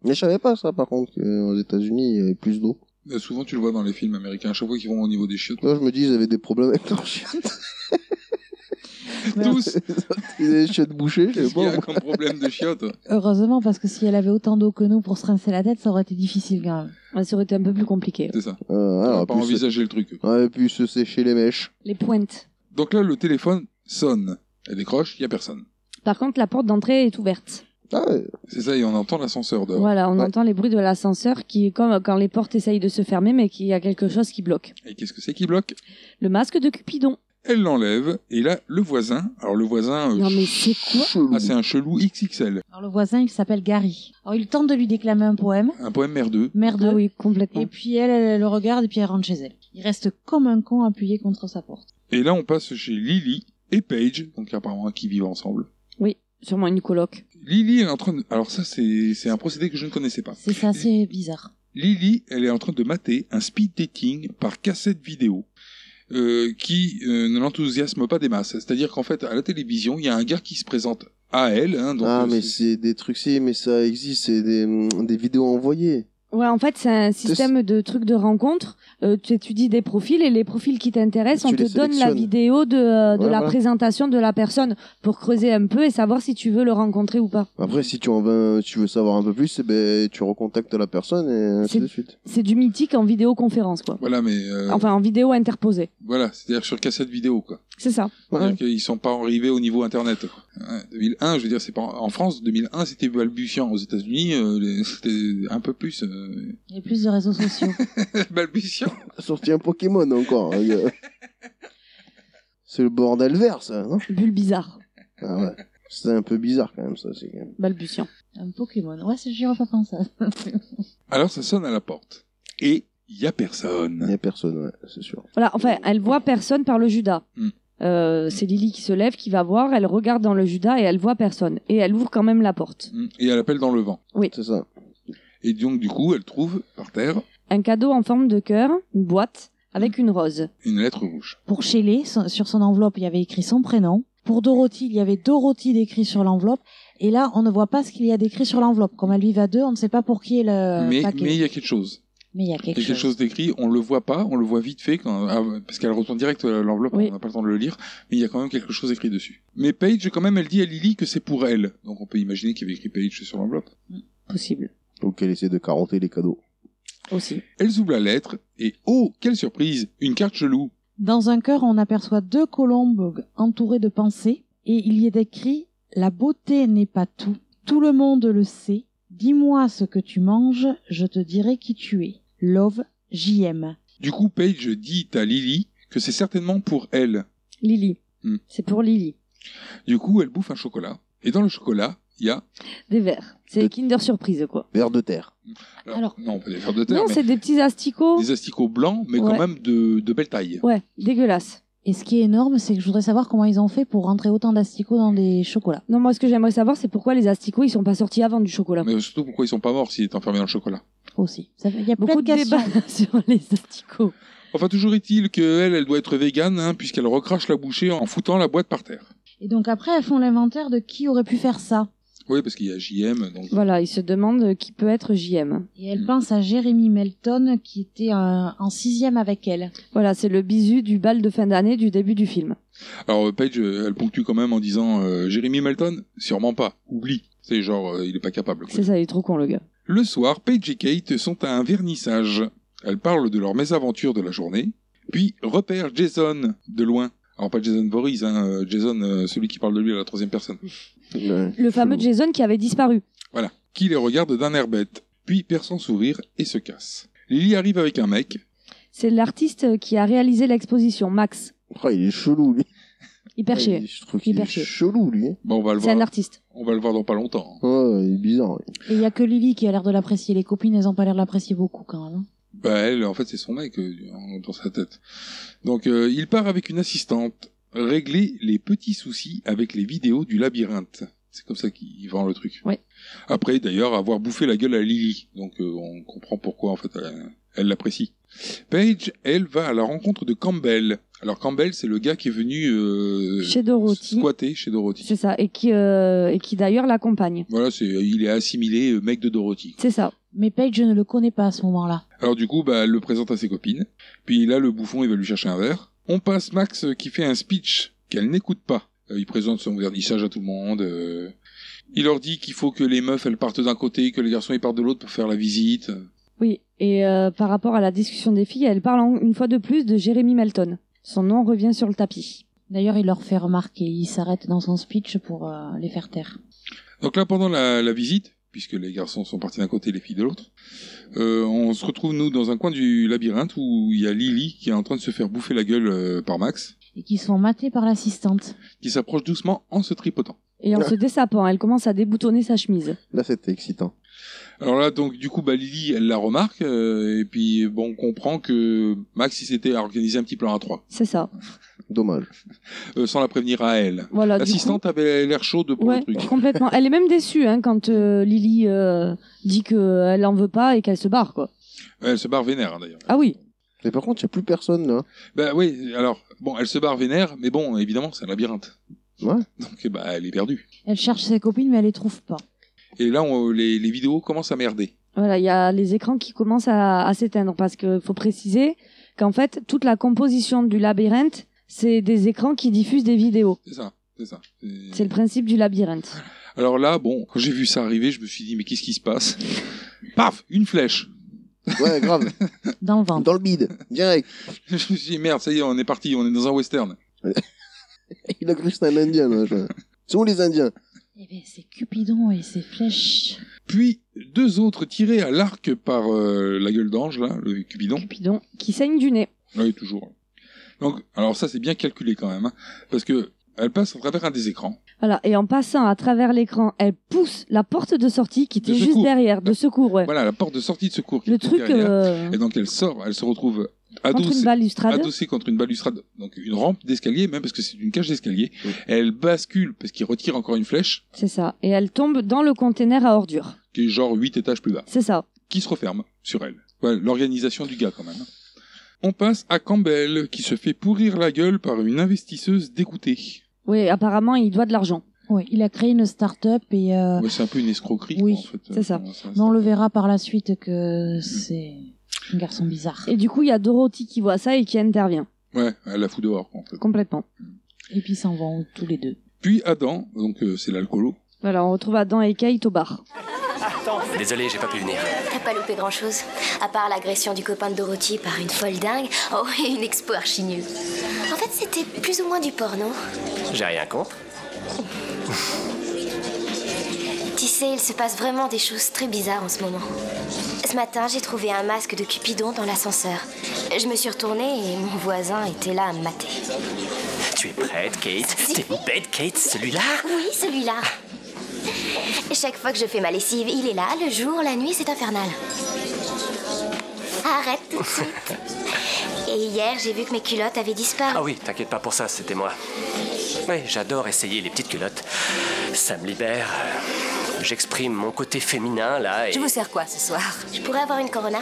[SPEAKER 8] Mais je savais pas ça par contre qu'aux États-Unis il y avait plus d'eau.
[SPEAKER 6] Euh, Souvent, tu le vois dans les films américains. À chaque fois qu'ils vont au niveau des chiottes,
[SPEAKER 8] Là je me dis ils avaient des problèmes avec leurs chiottes.
[SPEAKER 6] tous.
[SPEAKER 8] Ils avaient des chiottes bouchées, je
[SPEAKER 6] Qu'est-ce
[SPEAKER 8] sais
[SPEAKER 6] qu'il y a
[SPEAKER 8] pas.
[SPEAKER 6] comme problème de chiottes
[SPEAKER 2] Heureusement, parce que si elle avait autant d'eau que nous pour se rincer la tête, ça aurait été difficile quand même.
[SPEAKER 7] Ouais, Ça aurait été un peu plus compliqué.
[SPEAKER 6] C'est ça.
[SPEAKER 8] Euh,
[SPEAKER 6] On
[SPEAKER 8] alors,
[SPEAKER 6] n'a pas
[SPEAKER 8] plus-
[SPEAKER 6] envisagé le truc.
[SPEAKER 8] Ouais, et puis se sécher les mèches.
[SPEAKER 7] Les pointes.
[SPEAKER 6] Donc là, le téléphone sonne. Elle décroche, il n'y a personne.
[SPEAKER 7] Par contre, la porte d'entrée est ouverte.
[SPEAKER 8] Ah ouais.
[SPEAKER 6] C'est ça, et on entend l'ascenseur dehors.
[SPEAKER 7] Voilà, on
[SPEAKER 8] Euh, Ouais.
[SPEAKER 7] entend les bruits de l'ascenseur qui est comme quand les portes essayent de se fermer, mais qu'il y a quelque chose qui bloque.
[SPEAKER 6] Et qu'est-ce que c'est qui bloque
[SPEAKER 7] Le masque de Cupidon.
[SPEAKER 6] Elle l'enlève, et là, le voisin. Alors le voisin. euh,
[SPEAKER 7] Non mais c'est quoi
[SPEAKER 8] Chelou.
[SPEAKER 6] Ah, c'est un chelou XXL.
[SPEAKER 2] Alors le voisin, il s'appelle Gary. Alors il tente de lui déclamer un poème,
[SPEAKER 6] Un poème merdeux.
[SPEAKER 2] merdeux.
[SPEAKER 7] Ah oui, complètement.
[SPEAKER 2] Et puis elle, elle le regarde et puis elle rentre chez elle. Il reste comme un con appuyé contre sa porte.
[SPEAKER 6] Et là, on passe chez Lily et Paige, donc apparemment qui vivent ensemble.
[SPEAKER 7] Oui, sûrement une coloc.
[SPEAKER 6] Lily, elle est en train de... Alors ça, c'est c'est un procédé que je ne connaissais pas.
[SPEAKER 2] C'est c'est assez bizarre.
[SPEAKER 6] Lily, elle est en train de mater un speed dating par cassette vidéo euh, qui euh, ne l'enthousiasme pas des masses. C'est-à-dire qu'en fait, à la télévision, il y a un gars qui se présente à elle. Hein, donc,
[SPEAKER 8] ah
[SPEAKER 6] euh,
[SPEAKER 8] mais
[SPEAKER 6] c'est-
[SPEAKER 8] c'est des trucs si mais ça existe, c'est des, mm, des vidéos envoyées.
[SPEAKER 7] Ouais, en fait, c'est un système de trucs de rencontre. Euh, tu étudies des profils et les profils qui t'intéressent,
[SPEAKER 8] Tu
[SPEAKER 7] on te
[SPEAKER 8] les
[SPEAKER 7] donne la
[SPEAKER 8] sélectionnes.
[SPEAKER 7] vidéo de, euh, de
[SPEAKER 8] Ouais,
[SPEAKER 7] la
[SPEAKER 8] voilà.
[SPEAKER 7] présentation de la personne pour creuser un peu et savoir si tu veux le rencontrer ou pas.
[SPEAKER 8] Après si tu en veux, tu veux savoir un peu plus, eh ben tu recontactes la personne et ainsi
[SPEAKER 7] C'est-
[SPEAKER 8] de suite.
[SPEAKER 7] C'est du mythique en vidéoconférence, quoi.
[SPEAKER 6] Voilà, mais euh,
[SPEAKER 7] Enfin, en vidéo interposée.
[SPEAKER 6] voilà, c'est-à-dire sur cassette vidéo, quoi.
[SPEAKER 7] C'est ça.
[SPEAKER 8] Ouais.
[SPEAKER 6] C'est-à-dire qu'ils sont pas arrivés au niveau Internet. quoi. Ouais, 2001, je veux dire, c'est pas en France. 2001, c'était balbutiant. Aux États-Unis, euh, les- c'était un peu plus euh,
[SPEAKER 2] Il y a plus de réseaux sociaux.
[SPEAKER 6] balbutiant.
[SPEAKER 8] Sorti un Pokémon encore. les gars. c'est le bordel vert ça, hein. non
[SPEAKER 7] Bulle bizarre.
[SPEAKER 8] Ah ouais. C'est un peu bizarre quand même ça. C'est... quand même-
[SPEAKER 7] Balbutiant.
[SPEAKER 2] un Pokémon. Ouais, c'est- j'y aurais pas pensé.
[SPEAKER 6] Alors ça sonne à la porte et il y a
[SPEAKER 8] Il n'y
[SPEAKER 6] personne.
[SPEAKER 8] a personne, ouais, c'est sûr.
[SPEAKER 7] Voilà, enfin, elle voit personne par le Judas.
[SPEAKER 8] Mm.
[SPEAKER 6] Hmm.
[SPEAKER 7] Euh, c'est Lily qui se lève, qui va voir, elle regarde dans le Judas et elle voit personne. Et elle ouvre quand même la porte.
[SPEAKER 6] Mm. Et elle appelle dans le vent.
[SPEAKER 8] C'est ça.
[SPEAKER 6] Et donc du coup, elle trouve par terre
[SPEAKER 7] Un cadeau en forme de cœur, une boîte,
[SPEAKER 6] Mm.
[SPEAKER 7] avec une rose.
[SPEAKER 6] une lettre rouge.
[SPEAKER 2] Pour Shelley, son- sur son enveloppe, il y avait écrit son prénom. Pour Dorothy, il y avait Dorothy décrit sur l'enveloppe. Et là, on ne voit pas ce qu'il y a décrit sur l'enveloppe. Comme elles vivent à deux, on ne sait pas pour qui est le
[SPEAKER 6] mais mais
[SPEAKER 2] paquet.
[SPEAKER 6] il y a quelque chose.
[SPEAKER 2] Mais il y a
[SPEAKER 6] Il y a
[SPEAKER 2] Euh, quelque,
[SPEAKER 6] quelque chose d'écrit. On le voit pas. On le voit vite fait quand ah, parce qu'elle retourne direct à l'enveloppe.
[SPEAKER 7] Oui.
[SPEAKER 6] On n'a pas le temps de le lire. Mais il y a quand même quelque chose écrit dessus. Mais Paige, quand même, elle dit à Lily que c'est pour elle. Donc on peut imaginer qu'il y avait écrit Paige sur l'enveloppe.
[SPEAKER 7] Possible.
[SPEAKER 8] Donc elle essaie de carotter les cadeaux.
[SPEAKER 7] Aussi.
[SPEAKER 6] Elles ouvrent la lettre et oh, quelle surprise Une carte chelou.
[SPEAKER 2] Dans un cœur, on aperçoit deux colombes entourées de pensées, et il y est écrit La beauté n'est pas tout, tout le monde le sait. Dis-moi ce que tu manges, je te dirai qui tu es. Love, JM.
[SPEAKER 6] Du coup, Paige dit à Lily que c'est certainement pour elle.
[SPEAKER 7] Lily.
[SPEAKER 6] Hmm.
[SPEAKER 7] C'est pour Lily.
[SPEAKER 6] Du coup, elle bouffe un chocolat. Et dans le chocolat, il y a.
[SPEAKER 7] Des verres. C'est Kinder Surprise, quoi.
[SPEAKER 8] Vers de terre.
[SPEAKER 6] Alors,
[SPEAKER 7] Alors-
[SPEAKER 6] non, pas des vers de terre,
[SPEAKER 7] Non,
[SPEAKER 6] mais
[SPEAKER 7] c'est des petits asticots.
[SPEAKER 6] des asticots blancs, mais quand
[SPEAKER 7] Ouais.
[SPEAKER 6] même de, de belle taille.
[SPEAKER 7] Ouais, dégueulasse.
[SPEAKER 2] Et ce qui est énorme, c'est que je voudrais savoir comment ils ont fait pour rentrer autant d'asticots dans des chocolats.
[SPEAKER 7] Non, moi, ce que j'aimerais savoir, c'est pourquoi les asticots, ils sont pas sortis avant du chocolat.
[SPEAKER 6] Mais surtout, pourquoi ils sont pas morts s'ils étaient enfermés dans le chocolat
[SPEAKER 2] Aussi. Ça fait- Il y a
[SPEAKER 7] Beaucoup
[SPEAKER 2] plein de
[SPEAKER 7] de
[SPEAKER 2] questions.
[SPEAKER 7] débats sur les asticots.
[SPEAKER 6] Enfin, toujours est-il qu'elle, elle doit être végane, hein, puisqu'elle recrache la bouchée en foutant la boîte par terre.
[SPEAKER 2] Et donc après, elles font l'inventaire de qui aurait pu faire ça.
[SPEAKER 6] Oui, parce qu'il y a JM, donc.
[SPEAKER 7] Voilà, ils se demandent qui peut être JM.
[SPEAKER 2] Et elle pense à Jérémy Melton qui était euh, en sixième avec elle.
[SPEAKER 7] Voilà, c'est le bisu du bal de fin d'année du début du film.
[SPEAKER 6] Alors, euh, Paige, euh, elle ponctue quand même en disant euh, Jérémy Melton Sûrement pas, oublie. C'est genre, euh, il est pas capable. quoi.
[SPEAKER 7] C'est ça, il est trop con, le gars.
[SPEAKER 6] Le soir, Paige et Kate sont à un vernissage. Elles parlent de leurs mésaventures de la journée, puis repèrent Jason de loin. Alors pas Jason Voorhees, hein, euh, Jason, euh, celui qui parle de lui à la troisième personne.
[SPEAKER 7] Le fameux Jason qui avait disparu.
[SPEAKER 6] Voilà. Qui les regarde d'un air bête, puis perd son sourire et se casse. Lily arrive avec un mec.
[SPEAKER 7] C'est l'artiste qui a réalisé l'exposition, Max.
[SPEAKER 8] Ah, il est chelou, lui.
[SPEAKER 7] Hyper
[SPEAKER 8] Ah,
[SPEAKER 7] chier.
[SPEAKER 8] il- Je trouve qu'il est
[SPEAKER 7] Hyper chier.
[SPEAKER 8] chelou, lui. hein.
[SPEAKER 6] Bon, on va le
[SPEAKER 7] C'est un
[SPEAKER 6] voir.
[SPEAKER 7] artiste.
[SPEAKER 6] On va le voir dans pas longtemps.
[SPEAKER 8] Ouais, il est bizarre. ouais.
[SPEAKER 2] Et il y a que Lily qui a l'air de l'apprécier. Les copines, elles ont pas l'air de l'apprécier beaucoup quand même. hein.
[SPEAKER 6] Bah elle, en fait, c'est son mec euh, en- dans sa tête. Donc euh, il part avec une assistante régler les petits soucis avec les vidéos du labyrinthe. C'est comme ça qu'il vend le truc.
[SPEAKER 7] Ouais.
[SPEAKER 6] Après, d'ailleurs, avoir bouffé la gueule à Lily. Donc euh, on comprend pourquoi en fait elle elle l'apprécie. Paige, elle va à la rencontre de Campbell. Alors Campbell, c'est le gars qui est venu euh,
[SPEAKER 7] Chez Dorothy.
[SPEAKER 6] squatter chez Dorothy.
[SPEAKER 7] C'est ça. Et qui, euh, et qui d'ailleurs l'accompagne.
[SPEAKER 6] Voilà, c'est il est assimilé euh, mec de Dorothy.
[SPEAKER 7] C'est ça.
[SPEAKER 2] Mais Paige, je ne le connais pas à ce moment-là.
[SPEAKER 6] Alors du coup, bah, elle le présente à ses copines. Puis là, le bouffon, il va lui chercher un verre. On passe Max euh, qui fait un speech qu'elle n'écoute pas. Euh, il présente son vernissage à tout le monde. euh. Il leur dit qu'il faut que les meufs, elles partent d'un côté, que les garçons, ils partent de l'autre pour faire la visite.
[SPEAKER 7] Oui. Et euh, par rapport à la discussion des filles, elle parle en- une fois de plus de Jérémy Melton. Son nom revient sur le tapis.
[SPEAKER 2] D'ailleurs, il leur fait remarquer. Il s'arrête dans son speech pour euh, les faire taire.
[SPEAKER 6] Donc là, pendant la, la visite, puisque les garçons sont partis d'un côté, les filles de l'autre, euh, on se retrouve, nous, dans un coin du labyrinthe où il y a Lily qui est en train de se faire bouffer la gueule euh, par Max,
[SPEAKER 2] Et qui sont matés par l'assistante.
[SPEAKER 6] qui s'approche doucement en se tripotant.
[SPEAKER 7] Et en se dessapant, elle commence à déboutonner sa chemise.
[SPEAKER 8] Là, c'était excitant.
[SPEAKER 6] Alors là, donc du coup, bah, Lily, elle la remarque, euh, et puis bon, on comprend que Max, il s'était organisé un petit plan à trois,
[SPEAKER 7] C'est ça.
[SPEAKER 8] Dommage.
[SPEAKER 6] euh, sans la prévenir à elle.
[SPEAKER 7] Voilà. Bah, du coup-
[SPEAKER 6] L'assistante avait l'air chaude pour
[SPEAKER 7] Ouais,
[SPEAKER 6] le truc.
[SPEAKER 7] complètement. Elle est même déçue hein, quand euh, Lily euh, dit qu'elle en veut pas et qu'elle se barre, quoi.
[SPEAKER 6] Elle se barre vénère, hein, d'ailleurs.
[SPEAKER 7] Ah oui,
[SPEAKER 8] Mais par contre, il n'y a plus personne, là.
[SPEAKER 6] Bah oui, alors, bon, elle se barre vénère, mais bon, évidemment, c'est un labyrinthe.
[SPEAKER 8] Ouais.
[SPEAKER 6] Donc, bah, elle est perdue.
[SPEAKER 2] Elle cherche ses copines, mais elle les trouve pas.
[SPEAKER 6] Et là, on- les, les vidéos commencent à merder.
[SPEAKER 7] voilà, il y a les écrans qui commencent à, à s'éteindre parce que faut préciser qu'en fait, toute la composition du labyrinthe, c'est des écrans qui diffusent des vidéos.
[SPEAKER 6] C'est ça, c'est ça. C'est-
[SPEAKER 7] C'est le principe du labyrinthe.
[SPEAKER 6] Ah. Alors là, bon, quand j'ai vu ça arriver, je me suis dit, mais qu'est-ce qui se passe Paf Une flèche
[SPEAKER 8] Ouais, grave.
[SPEAKER 2] Dans le ventre.
[SPEAKER 8] Dans le bide. Direct.
[SPEAKER 6] Je me suis dit, merde, ça y est, on est parti, on est dans un western.
[SPEAKER 8] Il a cru que c'était un Indien, là. je- C'est où les Indiens
[SPEAKER 2] Eh ben, c'est Cupidon et ses flèches.
[SPEAKER 6] Puis deux autres tirés à l'arc par euh, la gueule d'ange, là, le Cupidon. Ah
[SPEAKER 7] Cupidon qui saigne du nez.
[SPEAKER 6] Oui, toujours. Donc, alors ça, c'est bien calculé quand même, hein, parce que elle passe à travers un des écrans.
[SPEAKER 7] Voilà, et en passant à travers l'écran, elle pousse la porte de sortie qui était
[SPEAKER 6] De
[SPEAKER 7] juste
[SPEAKER 6] secours.
[SPEAKER 7] derrière, de secours, ouais.
[SPEAKER 6] Voilà, la porte de sortie de secours qui
[SPEAKER 7] Euh, Le
[SPEAKER 6] était
[SPEAKER 7] truc
[SPEAKER 6] derrière.
[SPEAKER 7] euh,
[SPEAKER 6] Et donc elle sort, elle se retrouve
[SPEAKER 7] contre une
[SPEAKER 6] adossée,
[SPEAKER 7] balustrade.
[SPEAKER 6] adossée contre une balustrade, donc une rampe d'escalier, même parce que c'est une cage d'escalier. Elle bascule parce qu'il retire encore une flèche,
[SPEAKER 7] C'est ça. Et elle tombe dans le container à ordures.
[SPEAKER 6] qui est genre 8 étages plus bas.
[SPEAKER 7] C'est ça.
[SPEAKER 6] qui se referme sur elle. Voilà, l'organisation du gars quand même. On passe à Campbell, qui se fait pourrir la gueule par une investisseuse dégoûtée.
[SPEAKER 7] Oui, apparemment, il doit de l'argent.
[SPEAKER 2] Oui, il a créé une start-up et euh,
[SPEAKER 6] Ouais, c'est un peu une escroquerie.
[SPEAKER 2] Oui,
[SPEAKER 6] quoi, en fait.
[SPEAKER 7] c'est ça.
[SPEAKER 6] Comment
[SPEAKER 2] mais on le verra par la suite que c'est un garçon bizarre.
[SPEAKER 7] Et du coup, il y a Dorothy qui voit ça et qui intervient
[SPEAKER 6] Ouais, elle la fout dehors. quoi, en fait.
[SPEAKER 7] complètement.
[SPEAKER 2] Et puis ils s'en vont tous les deux.
[SPEAKER 6] Puis Adam, donc euh, c'est l'alcoolo.
[SPEAKER 7] Voilà, on retrouve Adam et Kate au bar.
[SPEAKER 12] Désolé, j'ai pas pu venir.
[SPEAKER 5] T'as pas loupé grand chose, à part l'agression du copain de Dorothy par une folle dingue, oh, et une expo archineuse. En fait, c'était plus ou moins du porno.
[SPEAKER 12] J'ai rien contre.
[SPEAKER 5] Tu sais, il se passe vraiment des choses très bizarres en ce moment. Ce matin, j'ai trouvé un masque de Cupidon dans l'ascenseur. Je me suis retournée et mon voisin était là à me mater.
[SPEAKER 12] Tu es prête, Kate T'es bête, Kate, celui-là
[SPEAKER 5] Oui, celui-là. Chaque fois que je fais ma lessive, il est là, le jour, la nuit, c'est infernal. Arrête tout de suite. Et hier, j'ai vu que mes culottes avaient disparu.
[SPEAKER 12] Ah oui, t'inquiète pas pour ça, c'était moi. Oui, j'adore essayer les petites culottes. Ça me libère. J'exprime mon côté féminin, là, et...
[SPEAKER 5] Je vous sers quoi ce soir Je pourrais avoir une Corona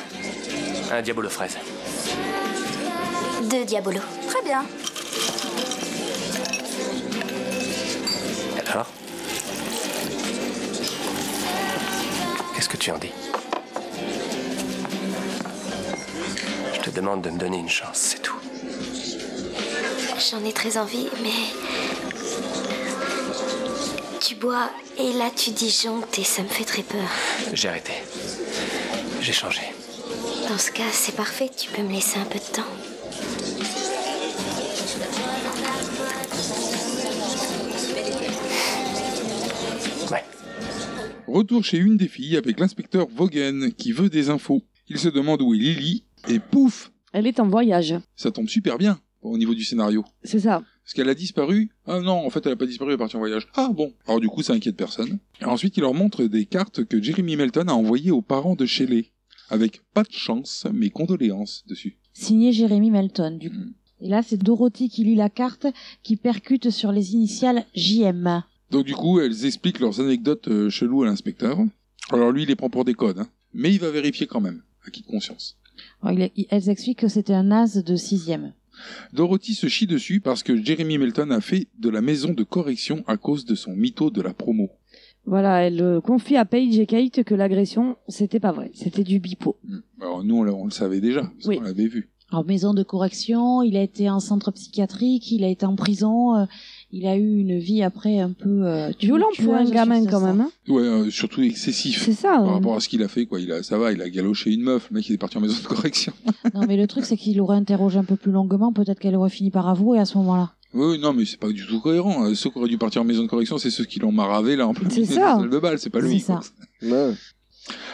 [SPEAKER 12] Un diabolo fraise.
[SPEAKER 5] Deux Diabolo. Très bien.
[SPEAKER 12] Alors Qu'est-ce que tu en dis Je te demande de me donner une chance, c'est tout.
[SPEAKER 5] J'en ai très envie, mais... Tu bois et là tu disjonctes et ça me fait très peur.
[SPEAKER 12] J'ai arrêté. J'ai changé.
[SPEAKER 5] Dans ce cas, c'est parfait, tu peux me laisser un peu de temps.
[SPEAKER 6] Retour chez une des filles avec l'inspecteur Vaughan qui veut des infos. Il se demande où est Lily et pouf,
[SPEAKER 7] Elle est en voyage.
[SPEAKER 6] ça tombe super bien au niveau du scénario.
[SPEAKER 7] C'est ça.
[SPEAKER 6] Parce qu'elle a disparu. Ah non, en fait, elle a pas disparu, elle est partie en voyage. Ah bon. Alors du coup, ça inquiète personne. Et ensuite, il leur montre des cartes que Jeremy Melton a envoyées aux parents de Shelley. Avec pas de chance, mais condoléances dessus.
[SPEAKER 2] Signé Jérémy Melton, du coup. Et là, c'est Dorothy qui lit la carte, qui percute sur les initiales JM.
[SPEAKER 6] Donc du coup, elles expliquent leurs anecdotes euh, cheloues à l'inspecteur. Alors lui, il les prend pour des codes, hein. mais il va vérifier quand même, acquis de conscience.
[SPEAKER 2] Alors, il est- il- elles expliquent que c'était un as de sixième.
[SPEAKER 6] Dorothy se chie dessus parce que Jeremy Melton a fait de la maison de correction à cause de son mytho de la promo.
[SPEAKER 7] Voilà, elle euh, confie à Paige et Kate que l'agression, c'était pas vrai. C'était du bipo.
[SPEAKER 6] Alors nous, on, l'a- on le savait déjà, parce qu'on l'avait vu.
[SPEAKER 2] En maison de correction, il a été en centre psychiatrique, il a été en prison, euh, il a eu une vie après un peu euh,
[SPEAKER 7] Violent pour un
[SPEAKER 2] tumultueuse
[SPEAKER 7] gamin
[SPEAKER 2] sur
[SPEAKER 7] quand
[SPEAKER 2] ça.
[SPEAKER 7] même. hein.
[SPEAKER 6] Ouais, euh, surtout excessif.
[SPEAKER 7] C'est ça,
[SPEAKER 6] Par
[SPEAKER 7] ouais.
[SPEAKER 6] rapport à ce qu'il a fait, quoi. Il a, ça va, il a galoché une meuf. Le mec, il est parti en maison de correction.
[SPEAKER 2] Non, mais le truc, c'est qu'il aurait interrogé un peu plus longuement, peut-être qu'elle aurait fini par avouer à ce moment-là.
[SPEAKER 6] Oui, oui, non, mais c'est pas du tout cohérent. Euh, Ceux qui auraient dû partir en maison de correction, c'est ceux qui l'ont maravé, là, en plein
[SPEAKER 2] C'est
[SPEAKER 6] milieu
[SPEAKER 2] ça.
[SPEAKER 6] de la salle de balle. C'est pas lui.
[SPEAKER 2] C'est ça.
[SPEAKER 6] quoi.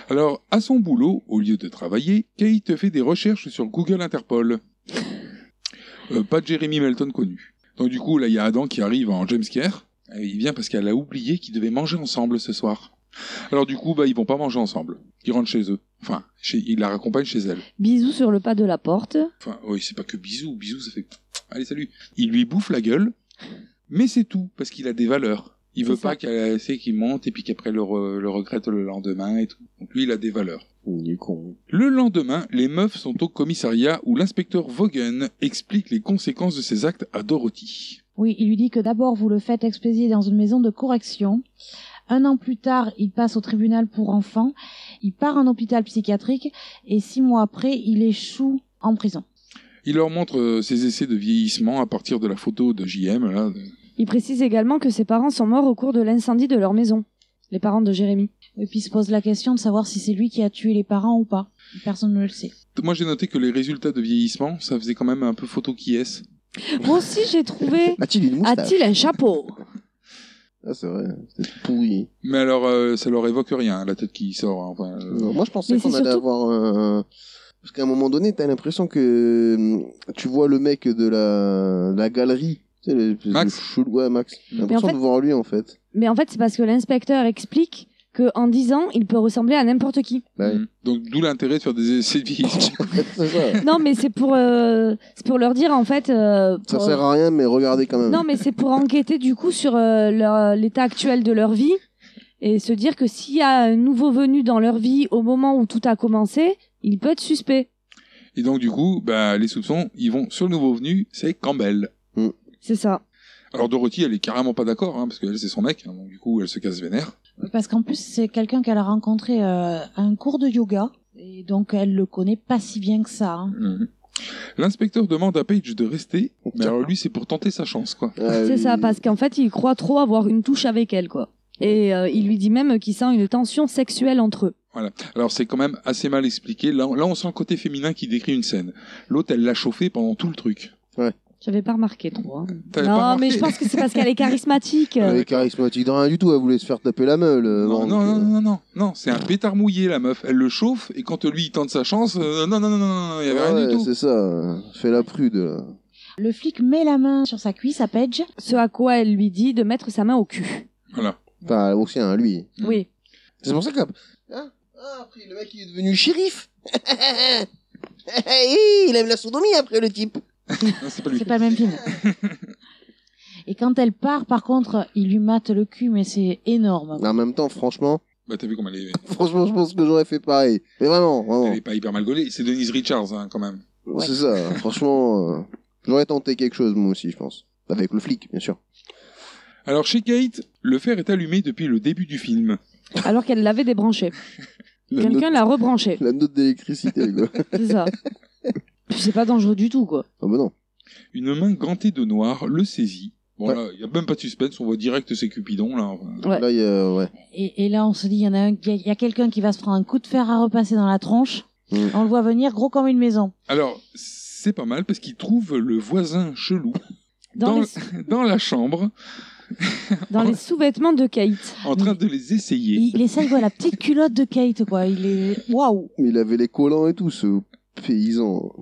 [SPEAKER 6] Alors, à son boulot, au lieu de travailler, Kate fait des recherches sur Google Interpol. Euh, pas de Jeremy Melton connu. Donc, du coup, là, il y a Adam qui arrive en jumpscare. Et il vient parce qu'elle a oublié qu'ils devaient manger ensemble ce soir. Alors, du coup, bah, ils vont pas manger ensemble. Ils rentrent chez eux. Enfin, chez- il la raccompagne chez elle.
[SPEAKER 7] Bisous sur le pas de la porte.
[SPEAKER 6] Enfin, oui, c'est pas que bisous, bisous, ça fait. Allez, salut. Il lui bouffe la gueule, mais c'est tout, parce qu'il a des valeurs. Il veut pas qu'elle sait qu'il monte et puis qu'après le, re- le regrette le lendemain et tout. Donc lui, il a des valeurs.
[SPEAKER 8] Il est con.
[SPEAKER 6] Le lendemain, les meufs sont au commissariat où l'inspecteur Vaughan explique les conséquences de ses actes à Dorothy.
[SPEAKER 2] Oui, il lui dit que d'abord vous le faites expédier dans une maison de correction. Un an plus tard, il passe au tribunal pour enfants. Il part en hôpital psychiatrique et six mois après, il échoue en prison.
[SPEAKER 6] Il leur montre euh, ses essais de vieillissement à partir de la photo de JM, là, de-
[SPEAKER 7] Il précise également que ses parents sont morts au cours de l'incendie de leur maison. Les parents de Jérémy.
[SPEAKER 2] Et puis il se pose la question de savoir si c'est lui qui a tué les parents ou pas. Personne ne le sait.
[SPEAKER 6] Moi, j'ai noté que les résultats de vieillissement, ça faisait quand même un peu photo qui est.
[SPEAKER 7] Moi aussi, j'ai trouvé.
[SPEAKER 8] A-t-il une moustache
[SPEAKER 7] A-t-il un chapeau
[SPEAKER 8] Ah, c'est vrai, c'est tout pourri.
[SPEAKER 6] Mais alors, euh, ça leur évoque rien, la tête qui sort. hein, Enfin, euh,
[SPEAKER 8] Non, moi, je pensais qu'on allait avoir un. Parce qu'à un moment donné, t'as l'impression que hum, tu vois le mec de la, la galerie. Tu sais, le- le
[SPEAKER 6] Max
[SPEAKER 8] chelou- Ouais, Max. J'ai l'impression
[SPEAKER 7] fait-
[SPEAKER 8] de voir lui, en fait.
[SPEAKER 7] Mais en fait, c'est parce que l'inspecteur explique que en 10 ans, il peut ressembler à n'importe qui.
[SPEAKER 8] Mm.
[SPEAKER 6] Mhm. Donc d'où l'intérêt de faire des essais de vieillissement.
[SPEAKER 7] Non, mais c'est pour, euh, c'est pour leur dire en fait. euh,
[SPEAKER 8] Ça
[SPEAKER 7] pour-
[SPEAKER 8] sert à rien, mais regardez quand même.
[SPEAKER 7] Non, mais c'est pour enquêter du coup sur euh, leur- l'état actuel de leur vie et se dire que s'il y a un nouveau venu dans leur vie au moment où tout a commencé, il peut être suspect.
[SPEAKER 6] Et donc du coup, bah, les soupçons, ils vont sur le nouveau venu, c'est Campbell.
[SPEAKER 7] C'est ça.
[SPEAKER 6] Alors Dorothy, elle est carrément pas d'accord, hein, parce qu'elle, c'est son mec, hein, donc du coup, elle se casse vénère.
[SPEAKER 2] Parce qu'en plus, c'est quelqu'un qu'elle a rencontré euh, à un cours de yoga. Et donc, elle le connaît pas si bien que ça. hein.
[SPEAKER 8] Mm-hmm.
[SPEAKER 6] Mhm. L'inspecteur demande à Paige de rester, mais alors lui, c'est pour tenter sa chance, quoi.
[SPEAKER 8] Euh,
[SPEAKER 7] c'est ça, parce qu'en fait, il croit trop avoir une touche avec elle, quoi. Et euh, il lui dit même qu'il sent une tension sexuelle entre eux.
[SPEAKER 6] Voilà. Alors c'est quand même assez mal expliqué. Là, on- là, on sent le côté féminin qui décrit une scène. L'autre, elle l'a chauffé pendant tout le truc.
[SPEAKER 8] Ouais.
[SPEAKER 7] J'avais pas remarqué trop. hein.
[SPEAKER 6] T'avais
[SPEAKER 7] Non,
[SPEAKER 6] pas
[SPEAKER 7] mais
[SPEAKER 6] remarqué
[SPEAKER 7] je pense que c'est parce qu'elle est charismatique.
[SPEAKER 8] Elle est charismatique de rien du tout, elle voulait se faire taper la meule. euh,
[SPEAKER 6] Non,
[SPEAKER 8] bon,
[SPEAKER 6] non,
[SPEAKER 8] donc,
[SPEAKER 6] non,
[SPEAKER 8] euh,
[SPEAKER 6] non, non, non, c'est un pétard mouillé, la meuf. Elle le chauffe, et quand lui, il tente sa chance, euh, non, non, non, non, non, il y avait rien
[SPEAKER 8] ouais,
[SPEAKER 6] du tout.
[SPEAKER 8] C'est ça, euh, fais la prude. là.
[SPEAKER 2] Le flic met la main sur sa cuisse à Page.
[SPEAKER 7] Ce à quoi elle lui dit de mettre sa main au cul.
[SPEAKER 6] Voilà.
[SPEAKER 8] Enfin, au sien, lui.
[SPEAKER 6] Mm.
[SPEAKER 7] Oui.
[SPEAKER 8] C'est pour ça que. Hein ah, après, le mec, il est devenu shérif. il aime la sodomie après, le type.
[SPEAKER 6] c'est pas
[SPEAKER 2] C'est pas le même film. Et quand elle part, par contre, il lui mate le cul, mais c'est énorme.
[SPEAKER 8] Mais en même temps, franchement,
[SPEAKER 6] Bah, t'as vu comment elle est.
[SPEAKER 8] franchement, je pense que j'aurais fait pareil. Mais vraiment,
[SPEAKER 6] Elle
[SPEAKER 8] vraiment.
[SPEAKER 6] est pas hyper mal gaulée. C'est Denise Richards, hein, quand même.
[SPEAKER 8] C'est ça. hein. franchement, euh, j'aurais tenté quelque chose, moi aussi, je pense. Avec le flic, bien sûr.
[SPEAKER 6] Alors, chez Kate, le fer est allumé depuis le début du film.
[SPEAKER 7] Alors qu'elle l'avait débranché. Quelqu'un l'a rebranché.
[SPEAKER 8] La note d'électricité, quoi.
[SPEAKER 7] C'est ça. Puis c'est pas dangereux du tout, quoi.
[SPEAKER 8] Ah bah non.
[SPEAKER 6] Une main gantée de noir le saisit. Bon, là, il y a même pas de suspense. On voit direct que c'est Cupidon, là. Enfin,
[SPEAKER 7] Ouais.
[SPEAKER 8] Là, il y a, ouais.
[SPEAKER 2] Et, et là, on se dit, il y en a un, il y a quelqu'un qui va se prendre un coup de fer à repasser dans la tronche.
[SPEAKER 8] Mm.
[SPEAKER 2] On le voit venir gros comme une maison.
[SPEAKER 6] Alors, c'est pas mal parce qu'il trouve le voisin chelou
[SPEAKER 7] Dans
[SPEAKER 6] dans,
[SPEAKER 7] les-
[SPEAKER 6] dans la chambre
[SPEAKER 7] Dans les sous-vêtements de Kate.
[SPEAKER 6] en train de les essayer.
[SPEAKER 2] Il, il essaye quoi, la petite culotte de Kate, quoi. Il est waouh.
[SPEAKER 8] Mais il avait les collants et tout, ce paysan.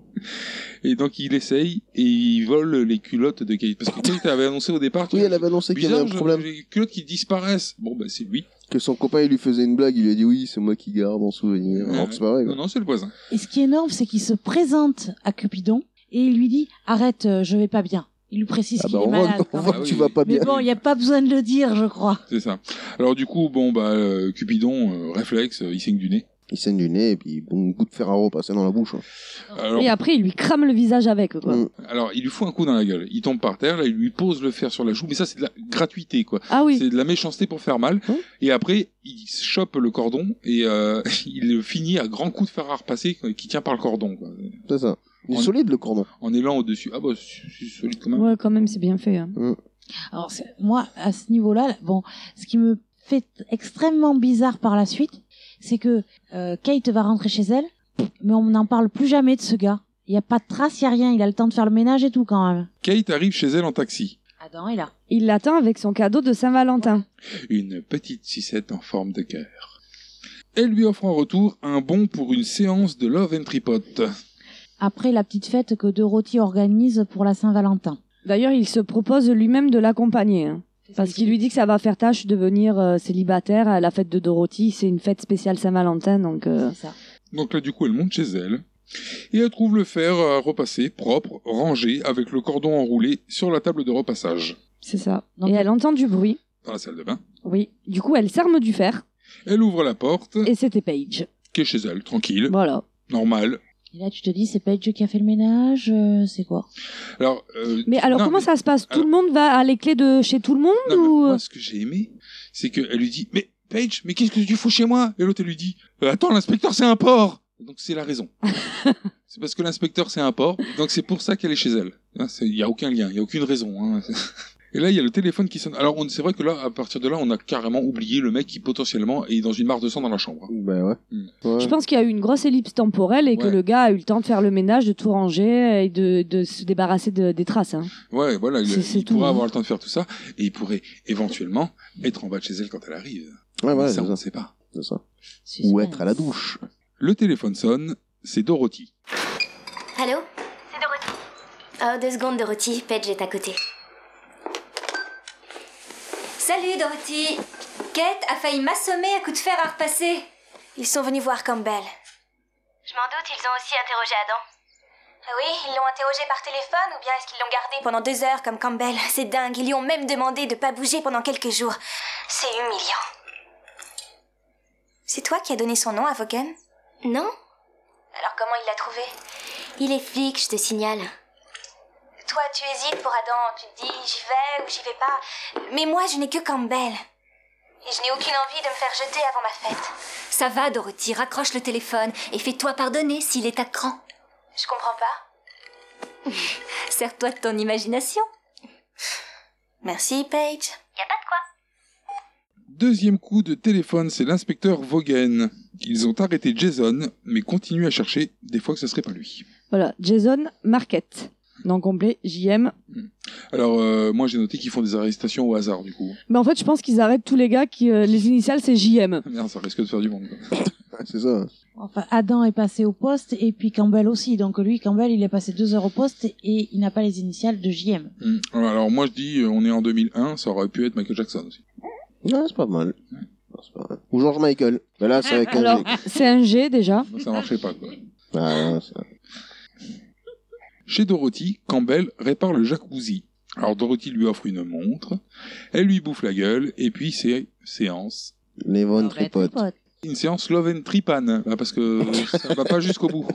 [SPEAKER 6] Et donc, il essaye et il vole les culottes de Kate. Parce que Kate avait annoncé au départ
[SPEAKER 8] Oui,
[SPEAKER 6] qu'il
[SPEAKER 8] elle avait annoncé qu'il y avait un problème.
[SPEAKER 6] les culottes qui disparaissent. Bon, bah, c'est lui.
[SPEAKER 8] Que son copain, il lui faisait une blague, il lui a dit oui, c'est moi qui garde en souvenir.
[SPEAKER 6] Ouais,
[SPEAKER 8] Alors que c'est pas vrai,
[SPEAKER 6] Non,
[SPEAKER 8] quoi.
[SPEAKER 6] non, c'est le voisin.
[SPEAKER 2] Et ce qui est énorme, c'est qu'il se présente à Cupidon et il lui dit, arrête, euh, je vais pas bien. Il lui précise
[SPEAKER 8] Ah
[SPEAKER 2] qu'il
[SPEAKER 8] bah,
[SPEAKER 2] est
[SPEAKER 8] on voit,
[SPEAKER 2] malade.
[SPEAKER 8] on
[SPEAKER 2] quand
[SPEAKER 8] voit
[SPEAKER 2] même.
[SPEAKER 8] que
[SPEAKER 6] Ah
[SPEAKER 8] tu
[SPEAKER 6] oui,
[SPEAKER 8] vas
[SPEAKER 6] oui.
[SPEAKER 8] pas
[SPEAKER 2] Mais
[SPEAKER 8] bien.
[SPEAKER 2] bon, il n'y a pas besoin de le dire, je crois.
[SPEAKER 6] C'est ça. Alors, du coup, bon, bah, euh, Cupidon, euh, réflexe, euh, il saigne du nez.
[SPEAKER 8] Il saigne du nez, et puis bon, goût de fer à repasser dans la bouche. hein.
[SPEAKER 6] Alors,
[SPEAKER 7] Et après, il lui crame le visage avec, quoi.
[SPEAKER 8] Mm.
[SPEAKER 6] alors, il lui fout un coup dans la gueule. Il tombe par terre, là, il lui pose le fer sur la joue. Mais ça, c'est de la gratuité, quoi.
[SPEAKER 7] Ah oui.
[SPEAKER 6] C'est de la méchanceté pour faire mal.
[SPEAKER 8] Hein
[SPEAKER 6] Et après, il chope le cordon et euh, il le finit à grands coups de fer à repasser quoi, qui tient par le cordon, quoi,
[SPEAKER 8] C'est ça. Il est
[SPEAKER 6] On-
[SPEAKER 8] solide, le cordon.
[SPEAKER 6] en élan au-dessus. Ah bah, c'est c'est solide quand même.
[SPEAKER 7] Ouais, quand même, c'est bien fait. hein.
[SPEAKER 2] Alors c'est- moi, à ce niveau-là, bon, ce qui me fait extrêmement bizarre par la suite, c'est que euh, Kate va rentrer chez elle, mais on n'en parle plus jamais de ce gars. Il n'y a pas de trace, il n'y a rien. Il a le temps de faire le ménage et tout quand même.
[SPEAKER 6] Kate arrive chez elle en taxi.
[SPEAKER 2] Adam est là.
[SPEAKER 7] Il l'attend avec son cadeau de Saint-Valentin.
[SPEAKER 6] Une petite sucette en forme de cœur. Elle lui offre en retour un bon pour une séance de love and tripote.
[SPEAKER 2] Après la petite fête que Dorothy organise pour la Saint-Valentin.
[SPEAKER 7] D'ailleurs, il se propose lui-même de l'accompagner. hein. Parce qu'il lui dit que ça va faire tâche de venir euh, célibataire à la fête de Dorothy. C'est une fête spéciale Saint-Valentin, donc... euh,
[SPEAKER 2] C'est ça.
[SPEAKER 6] Donc là, du coup, elle monte chez elle. Et elle trouve le fer à repasser, propre, rangé, avec le cordon enroulé sur la table de repassage.
[SPEAKER 7] C'est ça.
[SPEAKER 2] Donc-
[SPEAKER 7] Et elle entend du bruit.
[SPEAKER 6] Dans la salle de bain.
[SPEAKER 7] Oui. Du coup, elle s'arme du fer.
[SPEAKER 6] Elle ouvre la porte,
[SPEAKER 7] Et c'était Paige.
[SPEAKER 6] qui est chez elle, tranquille,
[SPEAKER 7] Voilà.
[SPEAKER 6] normal.
[SPEAKER 2] Et là, tu te dis, c'est pas Dieu qui a fait le ménage, euh, c'est quoi
[SPEAKER 6] Alors, euh,
[SPEAKER 7] Mais alors,
[SPEAKER 6] non,
[SPEAKER 7] comment
[SPEAKER 6] mais-
[SPEAKER 7] ça se passe Tout
[SPEAKER 6] alors-
[SPEAKER 7] le monde va à les clés de chez tout le monde
[SPEAKER 6] non, mais
[SPEAKER 7] ou... euh,
[SPEAKER 6] Moi, ce que j'ai aimé, c'est qu'elle lui dit Mais Paige, mais qu'est-ce que tu fous chez moi Et l'autre, elle lui dit Euh, Attends, l'inspecteur, c'est un porc Donc, c'est la raison. c'est parce que l'inspecteur, c'est un porc, donc c'est pour ça qu'elle est chez elle. Hein, c'est- Il n'y a aucun lien, il n'y a aucune raison. hein. Et là, il y a le téléphone qui sonne. Alors, on- c'est vrai que là, à partir de là, on a carrément oublié le mec qui potentiellement est dans une mare de sang dans la chambre.
[SPEAKER 8] Ben ouais.
[SPEAKER 6] Mm.
[SPEAKER 8] Ouais.
[SPEAKER 7] Je pense qu'il y a eu une grosse ellipse temporelle et que
[SPEAKER 6] Ouais.
[SPEAKER 7] le gars a eu le temps de faire le ménage, de tout ranger et de, de se débarrasser de- des traces. hein.
[SPEAKER 6] Ouais, voilà, il,
[SPEAKER 7] C'est- c'est
[SPEAKER 6] il
[SPEAKER 7] tout,
[SPEAKER 6] pourrait
[SPEAKER 7] hein.
[SPEAKER 6] avoir le temps de faire tout ça, et il pourrait éventuellement être en bas de chez elle quand elle arrive.
[SPEAKER 8] Ouais,
[SPEAKER 6] Mais
[SPEAKER 8] Ah ouais,
[SPEAKER 6] ça,
[SPEAKER 8] c'est
[SPEAKER 6] on ne
[SPEAKER 8] ça.
[SPEAKER 6] sait pas.
[SPEAKER 8] C'est ça.
[SPEAKER 2] Suspense.
[SPEAKER 8] Ou être à la douche.
[SPEAKER 6] Le téléphone sonne, c'est Dorothy.
[SPEAKER 5] Allô C'est Dorothy. Oh, deux secondes, Dorothy. Paige est à côté. Salut, Dorothy. Kate a failli m'assommer à coups de fer à repasser. Ils sont venus voir Campbell.
[SPEAKER 13] Je m'en doute, ils ont aussi interrogé Adam.
[SPEAKER 5] Ah oui, ils l'ont interrogé par téléphone ou bien est-ce qu'ils l'ont gardé pendant deux heures comme Campbell C'est dingue, ils lui ont même demandé de pas bouger pendant quelques jours. C'est humiliant. C'est toi qui as donné son nom à Vaughan Non.
[SPEAKER 13] Alors comment il l'a trouvé
[SPEAKER 5] Il est flic, je te signale.
[SPEAKER 13] Toi, tu hésites pour Adam, tu te dis j'y vais ou j'y vais pas,
[SPEAKER 5] Mais moi, je n'ai que Campbell.
[SPEAKER 13] et je n'ai aucune envie de me faire jeter avant ma fête.
[SPEAKER 5] Ça va, Dorothy, raccroche le téléphone et fais-toi pardonner s'il est à cran.
[SPEAKER 13] Je comprends pas.
[SPEAKER 5] Sers-toi de ton imagination. Merci, Paige.
[SPEAKER 13] Y a pas de quoi.
[SPEAKER 6] Deuxième coup de téléphone, c'est l'inspecteur Vaughan. Ils ont arrêté Jason, mais continuent à chercher, des fois que ce serait pas lui.
[SPEAKER 7] Voilà, Jason Marquette. Nom complet, JM.
[SPEAKER 6] Alors, euh, moi, j'ai noté qu'ils font des arrestations au hasard, du coup.
[SPEAKER 7] Mais en fait, je pense qu'ils arrêtent tous les gars qui. euh, les initiales, c'est JM.
[SPEAKER 6] Merde, ça risque de faire du monde. quoi.
[SPEAKER 8] Ouais, c'est ça.
[SPEAKER 2] Enfin, Adam est passé au poste et puis Campbell aussi. Donc lui, Campbell, il est passé deux heures au poste et il n'a pas les initiales de JM.
[SPEAKER 6] Hmm. Alors moi je dis, euh, on est en 2001, ça aurait pu être Michael Jackson aussi.
[SPEAKER 8] Non, c'est pas mal. Non, c'est pas mal. Ou George Michael. Mais là, c'est avec un
[SPEAKER 7] Alors,
[SPEAKER 8] G.
[SPEAKER 7] c'est un G déjà.
[SPEAKER 6] Ça marchait pas quoi.
[SPEAKER 8] Ah, non, ça-
[SPEAKER 6] Chez Dorothy, Campbell répare le jacuzzi. Alors Dorothy lui offre une montre, elle lui bouffe la gueule, et puis c'est séance.
[SPEAKER 8] Les bonnes tripotes.
[SPEAKER 6] Une séance love and tripane, là, parce que ça va pas jusqu'au bout.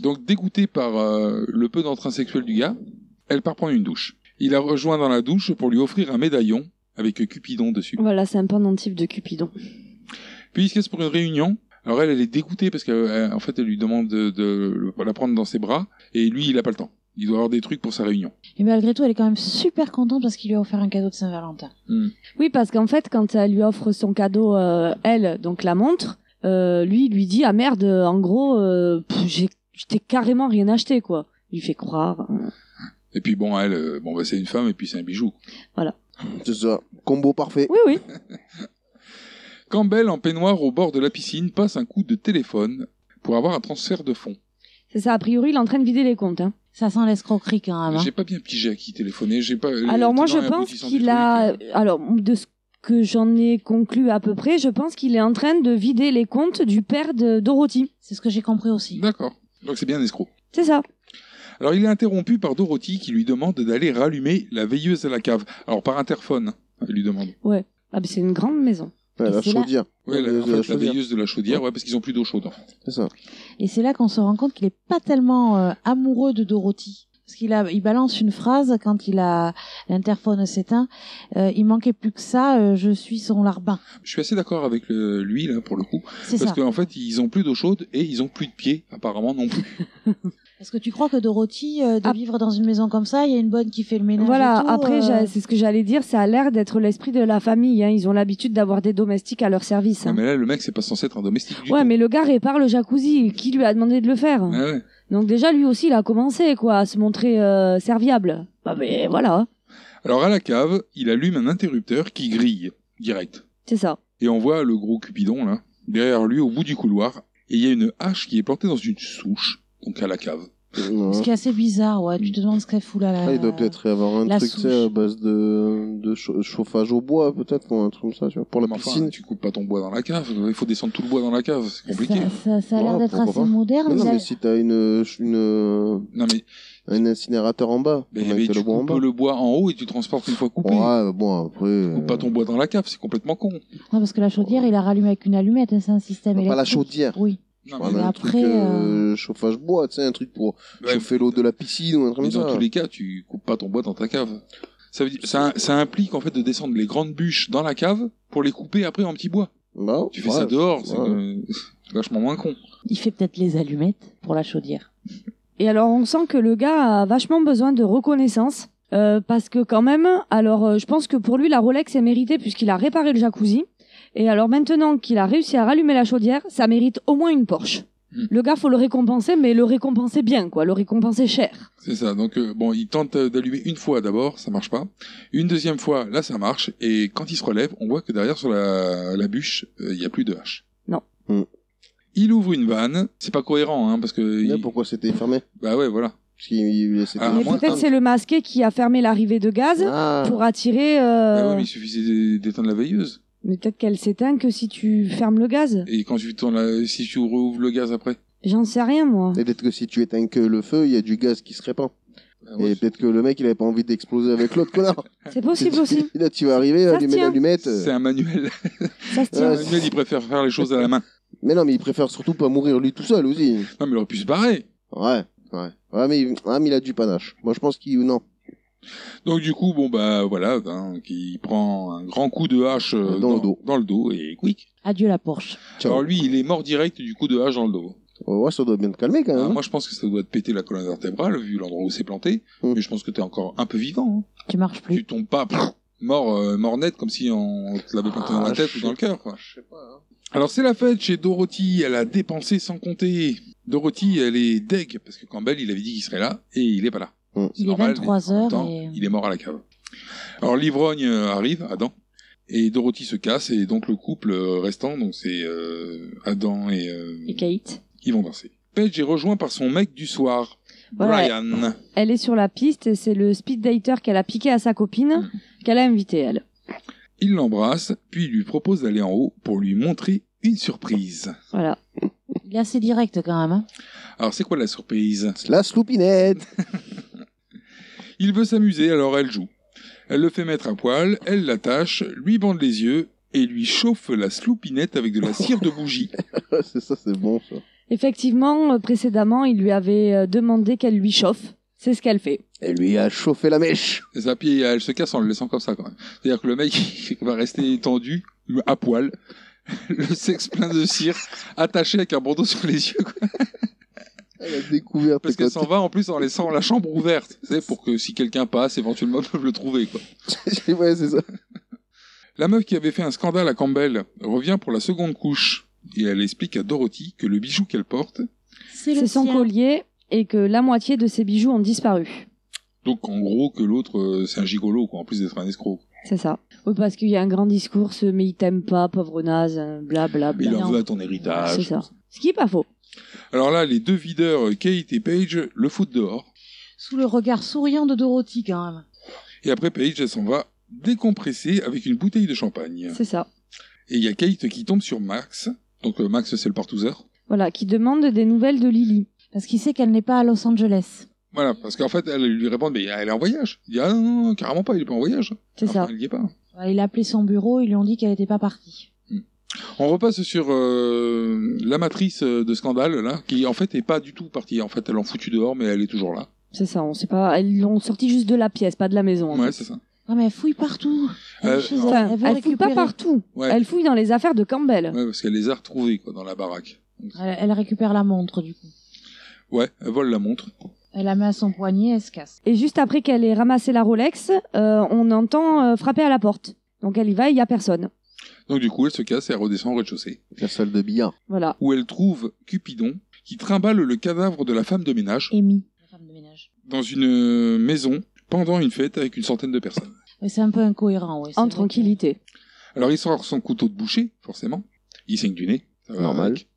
[SPEAKER 6] Donc dégoûtée par euh, le peu d'entrain sexuel du gars, elle part prendre une douche. Il la rejoint dans la douche pour lui offrir un médaillon avec Cupidon dessus.
[SPEAKER 7] Voilà, c'est un pendentif de Cupidon.
[SPEAKER 6] Puis ils se cassent pour une réunion. Alors elle, elle est dégoûtée parce qu'en fait, elle lui demande de, de la prendre dans ses bras, et lui, il a pas le temps. Il doit avoir des trucs pour sa réunion.
[SPEAKER 2] Et malgré tout, elle est quand même super contente parce qu'il lui a offert un cadeau de Saint-Valentin.
[SPEAKER 6] Hmm.
[SPEAKER 7] Oui, parce qu'en fait, quand elle lui offre son cadeau, euh, elle, donc la montre, euh, lui, il lui dit Ah merde, euh, en gros, euh, pff, j'ai- je t'ai carrément rien acheté, quoi. Il lui fait croire. euh,
[SPEAKER 6] Et puis bon, elle, euh, bon, bah, c'est une femme et puis c'est un bijou.
[SPEAKER 7] Voilà.
[SPEAKER 8] C'est ça. Combo parfait.
[SPEAKER 7] Oui, oui.
[SPEAKER 6] Campbell, en peignoir au bord de la piscine, passe un coup de téléphone pour avoir un transfert de fonds.
[SPEAKER 7] C'est ça, a priori, il est en train de vider les comptes. Hein.
[SPEAKER 2] Ça sent l'escroquerie quand même. hein.
[SPEAKER 6] J'ai pas bien pigé à qui téléphoner. J'ai pas.
[SPEAKER 7] Ah Alors moi, je
[SPEAKER 6] tenant et
[SPEAKER 7] pense
[SPEAKER 6] aboutissant du hein.
[SPEAKER 7] qu'il a. euh, Alors de ce que j'en ai conclu à peu près, je pense qu'il est en train de vider les comptes du père de Dorothy.
[SPEAKER 2] C'est ce que j'ai compris aussi.
[SPEAKER 6] D'accord. truc. Donc c'est bien un escroc.
[SPEAKER 7] C'est ça.
[SPEAKER 6] Alors il est interrompu par Dorothy qui lui demande d'aller rallumer la veilleuse à la cave. Alors par interphone, elle lui demande.
[SPEAKER 7] Ouais. Ah, mais c'est une grande maison.
[SPEAKER 8] Ouais,
[SPEAKER 7] Et
[SPEAKER 8] la
[SPEAKER 7] c'est là-
[SPEAKER 8] chaudière.
[SPEAKER 6] Ouais, la,
[SPEAKER 8] La
[SPEAKER 6] en
[SPEAKER 8] veilleuse de la
[SPEAKER 6] fait, la
[SPEAKER 8] chaudière.
[SPEAKER 6] veilleuse de la chaudière, ouais, parce qu'ils ont plus d'eau chaude. en fait.
[SPEAKER 8] C'est ça.
[SPEAKER 2] Et c'est là qu'on se rend compte qu'il est pas tellement euh, amoureux de Dorothy. Parce qu'il a, il balance une phrase quand il a l'interphone s'éteint. euh, il manquait plus que ça. euh, je suis son larbin.
[SPEAKER 6] Je suis assez d'accord avec le- lui là pour le coup,
[SPEAKER 2] C'est
[SPEAKER 6] parce
[SPEAKER 2] ça.
[SPEAKER 6] qu'en fait ils ont plus d'eau chaude et ils ont plus de pieds apparemment non plus.
[SPEAKER 2] Est-ce que tu crois que Dorothy, euh, de vivre dans une maison comme ça, il y a une bonne qui fait le ménage
[SPEAKER 7] Voilà,
[SPEAKER 2] et tout,
[SPEAKER 7] après,
[SPEAKER 2] euh,
[SPEAKER 7] j'a- c'est ce que j'allais dire, ça a l'air d'être l'esprit de la famille. hein. Ils ont l'habitude d'avoir des domestiques à leur service.
[SPEAKER 6] Ouais,
[SPEAKER 7] hein.
[SPEAKER 6] mais là le mec c'est pas censé être un domestique du
[SPEAKER 7] Ouais, mais le gars répare le jacuzzi. Qui lui a demandé de le faire
[SPEAKER 6] tout. Ouais, ouais.
[SPEAKER 7] Donc déjà, lui aussi, il a commencé quoi, à se montrer euh, serviable. Bah, mais voilà,
[SPEAKER 6] Alors à la cave, il allume un interrupteur qui grille direct.
[SPEAKER 7] c'est ça.
[SPEAKER 6] Et on voit le gros Cupidon là, derrière lui au bout du couloir, et il y a une hache qui est plantée dans une souche, donc à la cave.
[SPEAKER 2] Ce qui est assez bizarre, ouais. Tu te demandes ce qu'elle fout là. là.
[SPEAKER 8] Ah, il doit peut-être y avoir un
[SPEAKER 2] euh, la
[SPEAKER 8] truc, tu sais,
[SPEAKER 2] souche.
[SPEAKER 8] à base de, de cha- chauffage au bois, peut-être, pour un truc comme ça, tu vois, pour la
[SPEAKER 6] Mais enfin,
[SPEAKER 8] piscine.
[SPEAKER 6] tu coupes pas ton bois dans la cave, il faut descendre tout le bois dans la cave, c'est compliqué.
[SPEAKER 2] Ça, ça, ça a l'air
[SPEAKER 8] Ouais,
[SPEAKER 2] d'être
[SPEAKER 8] Ah, pourquoi
[SPEAKER 2] assez
[SPEAKER 8] pas.
[SPEAKER 2] moderne.
[SPEAKER 8] Mais non,
[SPEAKER 2] il a-
[SPEAKER 8] mais si t'as une, une,
[SPEAKER 6] Non, mais,
[SPEAKER 8] un incinérateur en bas,
[SPEAKER 6] Mais-
[SPEAKER 8] pour
[SPEAKER 6] mais
[SPEAKER 8] mettre
[SPEAKER 6] tu
[SPEAKER 8] le bois en
[SPEAKER 6] coupes
[SPEAKER 8] bas.
[SPEAKER 6] le bois en haut et tu transportes une fois coupé.
[SPEAKER 8] Ouais, bon, après. euh,
[SPEAKER 6] Tu coupes pas ton bois dans la cave, c'est complètement con.
[SPEAKER 2] Non, parce que la chaudière, il a rallumé avec une allumette. hein, c'est un système
[SPEAKER 8] Pas
[SPEAKER 2] électrique.
[SPEAKER 8] la chaudière.
[SPEAKER 2] Oui.
[SPEAKER 6] Non,
[SPEAKER 8] Ouais,
[SPEAKER 6] mais
[SPEAKER 8] mais un
[SPEAKER 2] après,
[SPEAKER 8] truc, euh, chauffage bois, tu sais, un truc pour
[SPEAKER 6] Ouais,
[SPEAKER 8] chauffer l'eau de la piscine ou un truc
[SPEAKER 6] mais
[SPEAKER 8] comme
[SPEAKER 6] dans
[SPEAKER 8] ça.
[SPEAKER 6] tous les cas, tu coupes pas ton bois dans ta cave. Ça, veut dire- ça, ça implique en fait de descendre les grandes bûches dans la cave pour les couper après en petits bois.
[SPEAKER 8] Bah,
[SPEAKER 6] Tu fais
[SPEAKER 8] ouais,
[SPEAKER 6] ça dehors, c'est
[SPEAKER 8] ouais.
[SPEAKER 6] euh, vachement moins con.
[SPEAKER 2] Il fait peut-être les allumettes pour la chaudière.
[SPEAKER 7] Et alors, on sent que le gars a vachement besoin de reconnaissance. euh, parce que quand même, alors euh, je pense que pour lui la Rolex est méritée puisqu'il a réparé le jacuzzi. Et alors maintenant qu'il a réussi à rallumer la chaudière, ça mérite au moins une Porsche. Le gars faut le récompenser, mais le récompenser bien quoi, le récompenser cher.
[SPEAKER 6] C'est ça. Donc euh, bon, il tente euh, d'allumer une fois d'abord, ça marche pas. Une deuxième fois, là ça marche. Et quand il se relève, on voit que derrière sur la, la bûche, euh, il y a plus de hache.
[SPEAKER 7] Non.
[SPEAKER 8] Hmm.
[SPEAKER 6] Il ouvre une vanne. C'est pas cohérent, hein, parce que. il-
[SPEAKER 8] Pourquoi c'était fermé
[SPEAKER 6] Bah ouais, voilà.
[SPEAKER 8] Parce qu'il laissait
[SPEAKER 6] Ah,
[SPEAKER 7] mais
[SPEAKER 6] moi,
[SPEAKER 7] peut-être
[SPEAKER 6] ah,
[SPEAKER 7] c'est le masqué qui a fermé l'arrivée de gaz
[SPEAKER 8] Ah.
[SPEAKER 7] pour attirer. euh,
[SPEAKER 6] bah ouais, mais il suffisait d'é- d'éteindre la veilleuse.
[SPEAKER 7] Mais peut-être qu'elle s'éteint que si tu fermes le gaz.
[SPEAKER 6] Et quand tu tournes la- si tu rouvres le gaz après.
[SPEAKER 7] J'en sais rien moi.
[SPEAKER 8] Et Peut-être que si tu éteins que le feu, il y a du gaz qui se répand.
[SPEAKER 6] Ah,
[SPEAKER 8] Et peut-être que le mec, il avait pas envie d'exploser avec l'autre connard.
[SPEAKER 7] C'est possible aussi.
[SPEAKER 8] Là, tu vas arriver,
[SPEAKER 7] Ça
[SPEAKER 8] allumer
[SPEAKER 7] tient.
[SPEAKER 8] l'allumette.
[SPEAKER 6] C'est un manuel.
[SPEAKER 7] Ça se
[SPEAKER 6] C'est un
[SPEAKER 7] tient.
[SPEAKER 6] manuel, il préfère faire les choses à la main.
[SPEAKER 8] Mais non, mais il préfère surtout pas mourir lui tout seul aussi.
[SPEAKER 6] Non, mais il aurait pu se barrer.
[SPEAKER 8] Ouais, ouais. Ouais, mais, il- ah, mais il a du panache. Moi, je pense qu'il. Non.
[SPEAKER 6] Donc du coup, bon bah voilà, hein, il prend un grand coup de hache euh,
[SPEAKER 8] Dans le dos.
[SPEAKER 6] dans le dos et quick.
[SPEAKER 2] Adieu la Porsche.
[SPEAKER 6] Alors lui, il est mort direct du coup de hache dans le dos.
[SPEAKER 8] Ouais, ça doit bien te calmer quand
[SPEAKER 6] Ah,
[SPEAKER 8] même. hein.
[SPEAKER 6] moi, je pense que ça doit te péter la colonne vertébrale vu l'endroit où c'est planté.
[SPEAKER 8] Mm.
[SPEAKER 6] Mais je pense que t'es encore un peu vivant. hein.
[SPEAKER 2] Tu marches plus.
[SPEAKER 6] Tu tombes pas pff, mort, euh, mort net comme si on te l'avait planté dans la
[SPEAKER 8] Ah,
[SPEAKER 6] tête
[SPEAKER 8] je hein.
[SPEAKER 6] ou dans le cœur. Quoi. Alors c'est la fête chez Dorothy. Elle a dépensé sans compter. Dorothy, elle est deg parce que Campbell, il avait dit qu'il serait là et il est pas là.
[SPEAKER 8] Hum.
[SPEAKER 6] C'est
[SPEAKER 2] Il est
[SPEAKER 6] normal,
[SPEAKER 2] 23
[SPEAKER 6] en même
[SPEAKER 2] heures
[SPEAKER 6] temps,
[SPEAKER 2] et-
[SPEAKER 6] Il est mort à la cave. Alors l'ivrogne euh, arrive, Adam, Et Dorothy se casse et donc le couple euh, restant, donc c'est euh, Adam et, euh,
[SPEAKER 7] Et Kate.
[SPEAKER 6] ils vont danser. Paige est rejoint par son mec du soir,
[SPEAKER 7] Voilà.
[SPEAKER 6] Brian.
[SPEAKER 7] Elle est sur la piste et c'est le speed dater qu'elle a piqué à sa copine qu'elle a invité elle.
[SPEAKER 6] Il l'embrasse, puis lui propose d'aller en haut pour lui montrer une surprise.
[SPEAKER 7] Voilà.
[SPEAKER 2] Il est assez direct quand même. hein.
[SPEAKER 6] Alors c'est quoi la surprise
[SPEAKER 8] La sloupinette
[SPEAKER 6] Il veut s'amuser, alors elle joue. Elle le fait mettre à poil, elle l'attache, lui bande les yeux et lui chauffe la sloupinette avec de la cire de bougie.
[SPEAKER 8] c'est ça, c'est bon ça.
[SPEAKER 7] Effectivement, euh, précédemment, il lui avait euh, demandé qu'elle lui chauffe. C'est ce qu'elle fait.
[SPEAKER 8] Elle lui a chauffé la mèche.
[SPEAKER 6] Et ça, puis elle se casse en le laissant comme ça quand même. C'est-à-dire que le mec il va rester tendu, à poil, le sexe plein de cire, attaché avec un bandeau sur les yeux. quoi.
[SPEAKER 8] Elle a découvert.
[SPEAKER 6] Parce qu'elle s'en va en plus en laissant la chambre ouverte, tu sais, pour que si quelqu'un passe, éventuellement, ils peuvent le trouver. Quoi.
[SPEAKER 8] ouais, c'est ça.
[SPEAKER 6] La meuf qui avait fait un scandale à Campbell revient pour la seconde couche et elle explique à Dorothy que le bijou qu'elle porte,
[SPEAKER 7] C'est son collier et que la moitié de ses bijoux ont disparu.
[SPEAKER 6] donc en gros que l'autre euh, c'est un gigolo quoi, en plus d'être un escroc.
[SPEAKER 7] C'est ça. Oui, parce qu'il y a un grand discours, ce mais il t'aime pas, pauvre naze, euh, bla bla
[SPEAKER 6] Mais
[SPEAKER 7] bla.
[SPEAKER 6] il en veut à
[SPEAKER 7] Non.
[SPEAKER 6] ton
[SPEAKER 7] C'est
[SPEAKER 6] héritage.
[SPEAKER 7] ça. Ce qui est pas faux.
[SPEAKER 6] Alors là, les deux videurs, euh, Kate et Paige, le foutent dehors.
[SPEAKER 2] Sous le regard souriant de Dorothy quand même.
[SPEAKER 6] Et après, Paige, elle s'en va décompresser avec une bouteille de champagne.
[SPEAKER 7] C'est ça.
[SPEAKER 6] Et il y a Kate qui tombe sur Max. Donc euh, Max, c'est le partouzeur.
[SPEAKER 7] Voilà, qui demande des nouvelles de Lily.
[SPEAKER 2] Parce qu'il sait qu'elle n'est pas à Los Angeles.
[SPEAKER 6] Voilà, parce qu'en fait, elle lui répond, mais elle est en voyage. Il dit, ah non, non, non, carrément pas, il est pas en voyage.
[SPEAKER 2] C'est
[SPEAKER 6] Enfin,
[SPEAKER 2] ça.
[SPEAKER 6] Elle y est pas.
[SPEAKER 2] Voilà, Il a appelé son bureau, ils lui ont dit qu'elle n'était pas partie.
[SPEAKER 6] On repasse sur euh, la matrice euh, de scandale, là, qui en fait est pas du tout partie. En fait, elle en foutu dehors, mais elle est toujours là.
[SPEAKER 7] C'est ça, on sait pas. Elles l'ont sorti juste de la pièce, pas de la maison. en
[SPEAKER 6] Ouais,
[SPEAKER 7] fait.
[SPEAKER 6] c'est ça.
[SPEAKER 2] Non mais elle fouille partout. Elle, est
[SPEAKER 6] Euh,
[SPEAKER 2] chez elle,
[SPEAKER 7] Enfin,
[SPEAKER 2] elle veut
[SPEAKER 7] elle fouille pas
[SPEAKER 2] récupérer.
[SPEAKER 7] partout.
[SPEAKER 6] Ouais.
[SPEAKER 7] Elle fouille dans les affaires de Campbell.
[SPEAKER 6] Ouais, parce qu'elle les a retrouvés, quoi, dans la baraque.
[SPEAKER 2] Elle, elle récupère la montre du coup.
[SPEAKER 6] Ouais, elle vole la montre.
[SPEAKER 2] Elle la met à son poignet, elle se casse.
[SPEAKER 7] Et juste après qu'elle ait ramassé la Rolex, euh, on entend euh, frapper à la porte. Donc elle y va, il y a personne.
[SPEAKER 6] Donc du coup, elle se casse et elle redescend au rez-de-chaussée.
[SPEAKER 8] La salle de billard.
[SPEAKER 7] Voilà.
[SPEAKER 6] Où elle trouve Cupidon, qui trimballe le cadavre de la femme de ménage
[SPEAKER 2] Amy.
[SPEAKER 6] dans une euh, maison pendant une fête avec une centaine de personnes.
[SPEAKER 2] Ouais, C'est un peu incohérent, oui.
[SPEAKER 7] En tranquillité.
[SPEAKER 6] Alors il sort son couteau de boucher, forcément. Il saigne du nez. ça va
[SPEAKER 8] Normal.
[SPEAKER 6] avec.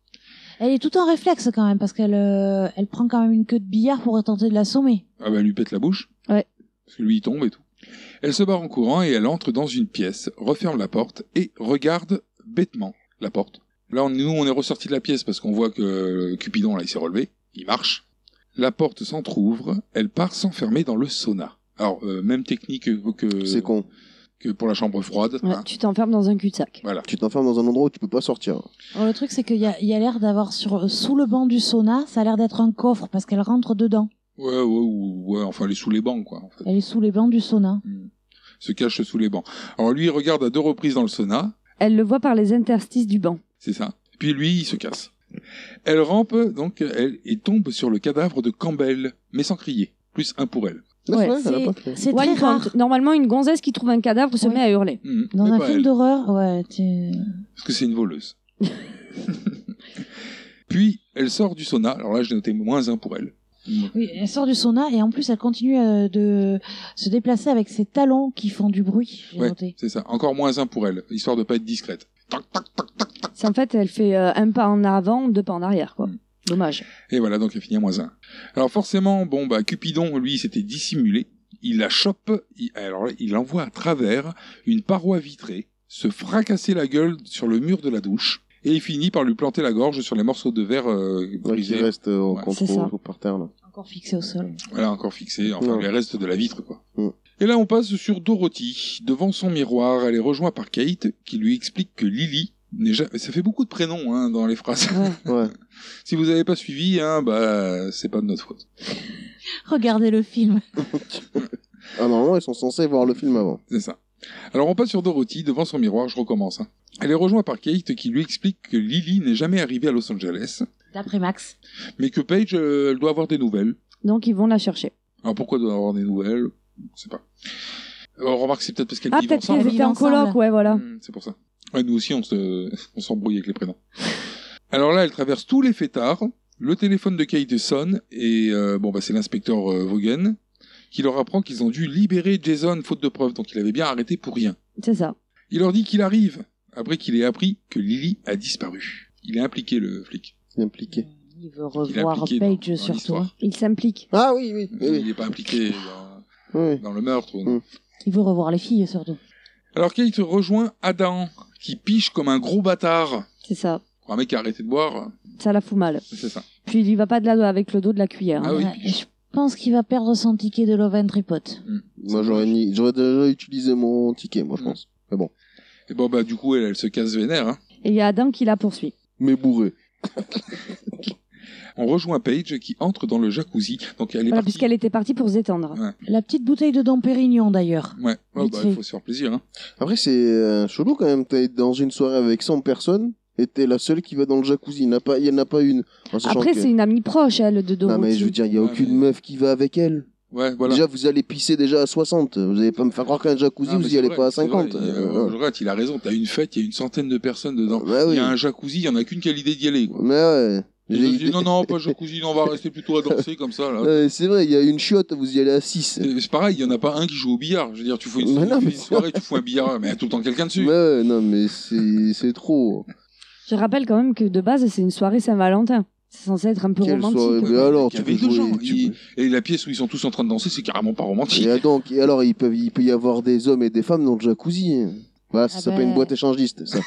[SPEAKER 2] Elle est tout en réflexe quand même, parce qu'elle euh, elle prend quand même une queue de billard pour tenter de l'assommer.
[SPEAKER 6] Ah bah, elle lui pète la bouche.
[SPEAKER 7] Ouais.
[SPEAKER 6] Parce que lui, il tombe et tout. Elle se barre en courant et elle entre dans une pièce, referme la porte et regarde bêtement la porte. Là, on- nous, on est ressorti de la pièce parce qu'on voit que Cupidon, là, il s'est relevé. Il marche. La porte s'entrouvre. Elle part s'enfermer dans le sauna. Alors, euh, même technique que, que,
[SPEAKER 8] C'est con.
[SPEAKER 6] que pour la chambre froide.
[SPEAKER 7] Ouais,
[SPEAKER 6] hein.
[SPEAKER 7] tu t'enfermes dans un cul-de-sac.
[SPEAKER 6] Voilà.
[SPEAKER 8] Tu t'enfermes dans un endroit où tu peux pas sortir.
[SPEAKER 2] Alors, le truc, c'est qu'il y a, il y a l'air d'avoir sur, euh, sous le banc du sauna, ça a l'air d'être un coffre, parce qu'elle rentre dedans.
[SPEAKER 6] Ouais, ouais, ouais, ouais, enfin, elle est sous les bancs, quoi. en fait.
[SPEAKER 2] Elle est sous les bancs du sauna.
[SPEAKER 6] Se cache sous les bancs. Alors, lui, il regarde à deux reprises dans le sauna.
[SPEAKER 7] Elle le voit par les interstices du banc.
[SPEAKER 6] C'est ça. Puis lui, il se casse. Elle rampe, donc, elle, et tombe sur le cadavre de Campbell, mais sans crier. Plus un pour elle.
[SPEAKER 7] Ouais,
[SPEAKER 8] vrai, ça l'a
[SPEAKER 7] c'est-
[SPEAKER 8] pas fait.
[SPEAKER 2] C'est
[SPEAKER 7] One
[SPEAKER 2] très
[SPEAKER 7] point.
[SPEAKER 2] rare.
[SPEAKER 7] Normalement, une gonzesse qui trouve un cadavre se
[SPEAKER 2] Oui.
[SPEAKER 7] met à hurler.
[SPEAKER 6] Mhm.
[SPEAKER 2] Dans
[SPEAKER 6] Mais
[SPEAKER 2] un
[SPEAKER 6] pas
[SPEAKER 2] film
[SPEAKER 6] elle,
[SPEAKER 2] d'horreur, ouais, tu-
[SPEAKER 6] Parce que c'est une voleuse. Puis, elle sort du sauna. Alors là, j'ai noté moins un pour elle.
[SPEAKER 2] Oui, elle sort du sauna et en plus elle continue euh, de se déplacer avec ses talons qui font du bruit, j'ai
[SPEAKER 6] Ouais,
[SPEAKER 2] noté.
[SPEAKER 6] c'est ça. Encore moins un pour elle, histoire de pas être discrète.
[SPEAKER 7] C'est en fait, elle fait euh, un pas en avant, deux pas en arrière, quoi. Mm. Dommage.
[SPEAKER 6] Et voilà, donc elle finit à moins un. Alors forcément, bon, bah, Cupidon, lui, il s'était dissimulé. Il la chope, il, alors là, il envoie à travers une paroi vitrée, se fracasser la gueule sur le mur de la douche, et il finit par lui planter la gorge sur les morceaux de verre euh,
[SPEAKER 8] Ouais, qui
[SPEAKER 6] brisés.
[SPEAKER 8] reste euh, en
[SPEAKER 6] Ouais.
[SPEAKER 7] C'est ça.
[SPEAKER 8] contrôle ou par terre là.
[SPEAKER 2] Encore fixé au sol.
[SPEAKER 6] Voilà, encore fixé, enfin
[SPEAKER 8] Non.
[SPEAKER 6] les restes de la vitre, quoi.
[SPEAKER 8] Mm.
[SPEAKER 6] Et là, on passe sur Dorothy. Devant son miroir, elle est rejointe par Kate, qui lui explique que Lily n'est jamais... Ça fait beaucoup de prénoms hein, dans les phrases.
[SPEAKER 8] Ouais.
[SPEAKER 6] si vous n'avez pas suivi, hein, bah, c'est pas de notre faute.
[SPEAKER 2] Regardez le film.
[SPEAKER 8] Ah normalement ils sont censés voir le film avant.
[SPEAKER 6] C'est ça. Alors on passe sur Dorothy devant son miroir, je recommence. hein. Elle est rejointe par Kate qui lui explique que Lily n'est jamais arrivée à Los Angeles,
[SPEAKER 2] D'après Max.
[SPEAKER 6] mais que Paige, euh, elle doit avoir des nouvelles.
[SPEAKER 7] Donc, ils vont la chercher.
[SPEAKER 6] Alors pourquoi elle doit avoir des nouvelles Je sais pas. Alors, remarque, c'est peut-être parce qu'elles
[SPEAKER 7] Ah,
[SPEAKER 6] vivent
[SPEAKER 7] peut-être
[SPEAKER 6] ensemble.
[SPEAKER 7] qu'ils étaient en
[SPEAKER 2] ensemble.
[SPEAKER 7] coloc, ouais, voilà.
[SPEAKER 6] Hmm, C'est pour ça. Ouais, nous aussi, on se- on s'embrouille avec les prénoms. Alors là, elle traverse tous les fêtards. Le téléphone de Kate sonne et euh, bon, bah, c'est l'inspecteur euh, Vaughan qui leur apprend qu'ils ont dû libérer Jason faute de preuves, donc il avait bien arrêté pour rien.
[SPEAKER 7] C'est ça.
[SPEAKER 6] Il leur dit qu'il arrive, après qu'il ait appris que Lily a disparu. Il est impliqué, le flic.
[SPEAKER 8] Il est impliqué.
[SPEAKER 2] Il veut
[SPEAKER 6] Il est
[SPEAKER 2] revoir
[SPEAKER 6] impliqué dans-
[SPEAKER 2] Paige
[SPEAKER 6] dans
[SPEAKER 2] surtout.
[SPEAKER 6] l'histoire.
[SPEAKER 7] Il s'implique.
[SPEAKER 8] Ah oui, oui.
[SPEAKER 6] Il n'est pas impliqué dans, dans le meurtre. non.
[SPEAKER 2] Il veut revoir les filles surtout.
[SPEAKER 6] Alors Kate rejoint Adam, qui piche comme un gros bâtard.
[SPEAKER 7] C'est ça.
[SPEAKER 6] Pour un mec qui a arrêté de boire,
[SPEAKER 7] Ça la fout mal.
[SPEAKER 6] c'est ça.
[SPEAKER 7] Puis il y va pas de la avec le dos de la cuillère. hein.
[SPEAKER 6] Ah oui.
[SPEAKER 2] Ouais, et je pense qu'il va perdre son ticket de Love and Tripod.
[SPEAKER 8] Moi, j'aurais ni- j'aurais déjà utilisé mon ticket, moi, je pense. Mais bon.
[SPEAKER 6] Et bon, bah, du coup, elle, elle se casse vénère. hein.
[SPEAKER 7] Et il y a Adam qui la poursuit.
[SPEAKER 8] Mais bourré.
[SPEAKER 6] On rejoint Paige qui entre dans le jacuzzi. Donc elle est
[SPEAKER 7] Voilà,
[SPEAKER 6] partie.
[SPEAKER 7] puisqu'elle était partie pour s'étendre.
[SPEAKER 6] Ouais.
[SPEAKER 2] La petite bouteille de Dom Pérignon d'ailleurs.
[SPEAKER 6] Ouais, Ouais,
[SPEAKER 2] Vite
[SPEAKER 6] bah,
[SPEAKER 2] fait.
[SPEAKER 6] il faut se faire plaisir. Hein.
[SPEAKER 8] Après, c'est euh, chelou quand même. T'es dans une soirée avec 100 personnes et t'es la seule qui va dans le jacuzzi. Il n'y en a pas- il y en a pas une. En sachant
[SPEAKER 7] Après,
[SPEAKER 8] que-
[SPEAKER 7] c'est une amie proche, elle, de Dorothy.
[SPEAKER 8] Non, mais je veux dire, il n'y a
[SPEAKER 6] Ouais,
[SPEAKER 8] aucune meuf qui va avec elle.
[SPEAKER 6] Ouais, voilà.
[SPEAKER 8] Déjà, vous allez pisser déjà à 60. Vous n'allez pas me faire croire qu'un jacuzzi,
[SPEAKER 6] Ah, mais
[SPEAKER 8] vous
[SPEAKER 6] c'est
[SPEAKER 8] y allez
[SPEAKER 6] vrai,
[SPEAKER 8] pas à
[SPEAKER 6] c'est vrai.
[SPEAKER 8] 50.
[SPEAKER 6] Il, euh,
[SPEAKER 8] Euh,
[SPEAKER 6] Jurette, il a raison. T'as une fête, il y a une centaine de personnes dedans.
[SPEAKER 8] Bah oui.
[SPEAKER 6] Il y a un jacuzzi, il n'y en a qu'une qui a l'idée d'y aller. quoi.
[SPEAKER 8] Mais ouais.
[SPEAKER 6] Ils
[SPEAKER 8] J'ai
[SPEAKER 6] ont
[SPEAKER 8] eu
[SPEAKER 6] dit,
[SPEAKER 8] des-
[SPEAKER 6] non, non, pas jacuzzi, non, on va rester plutôt à danser comme ça. là.
[SPEAKER 8] Ouais, c'est vrai, il y a une chiotte, vous y allez à 6.
[SPEAKER 6] C'est c'est pareil, il n'y en a pas un qui joue au billard. Je veux dire, tu fais une,
[SPEAKER 8] Mais non,
[SPEAKER 6] tu fais
[SPEAKER 8] mais
[SPEAKER 6] une
[SPEAKER 8] c'est
[SPEAKER 6] soirée, tu fous un billard, mais il y a tout le temps quelqu'un dessus.
[SPEAKER 8] Mais ouais, non, mais c'est c'est trop.
[SPEAKER 7] Je rappelle quand même que de base, c'est une soirée Saint-Valentin. C'est censé être un peu
[SPEAKER 8] Quelle
[SPEAKER 7] romantique. hein.
[SPEAKER 8] soirée.
[SPEAKER 6] Ouais,
[SPEAKER 8] Mais
[SPEAKER 6] mais il
[SPEAKER 8] alors,
[SPEAKER 6] y
[SPEAKER 8] tu
[SPEAKER 6] avait
[SPEAKER 8] peux
[SPEAKER 6] deux
[SPEAKER 8] jouer.
[SPEAKER 6] gens.
[SPEAKER 8] tu
[SPEAKER 6] Il- Et la pièce où ils sont tous en train de danser, c'est carrément pas romantique.
[SPEAKER 8] Et donc, et alors, il peut, il peut y avoir des hommes et des femmes dans le jacuzzi. Voilà, ça
[SPEAKER 2] Ah
[SPEAKER 8] s'appelle
[SPEAKER 2] ben.
[SPEAKER 8] une boîte échangiste, ça.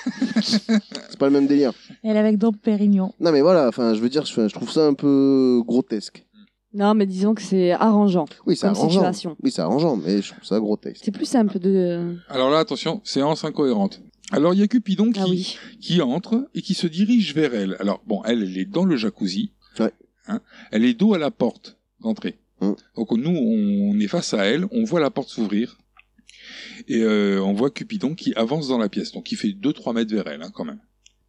[SPEAKER 8] c'est pas le même délire.
[SPEAKER 2] Elle est avec Dom Pérignon.
[SPEAKER 8] Non, mais voilà, enfin, je veux dire, je, je trouve ça un peu grotesque.
[SPEAKER 7] Non, mais disons que c'est arrangeant.
[SPEAKER 8] Oui, c'est
[SPEAKER 7] Comme
[SPEAKER 8] arrangeant.
[SPEAKER 7] situation.
[SPEAKER 8] Oui, c'est arrangeant, mais je trouve ça grotesque.
[SPEAKER 7] C'est plus simple de.
[SPEAKER 6] Alors là, attention, séance incohérente. Alors il y a Cupidon qui,
[SPEAKER 7] Ah oui.
[SPEAKER 6] qui entre et qui se dirige vers elle. Alors bon, elle, elle est dans le jacuzzi.
[SPEAKER 8] Ouais.
[SPEAKER 6] Hein, elle est dos à la porte d'entrée.
[SPEAKER 8] Hum.
[SPEAKER 6] Donc nous, on est face à elle, on voit la porte s'ouvrir et euh, on voit Cupidon qui avance dans la pièce. Donc il fait 2-3 mètres vers elle hein, quand même.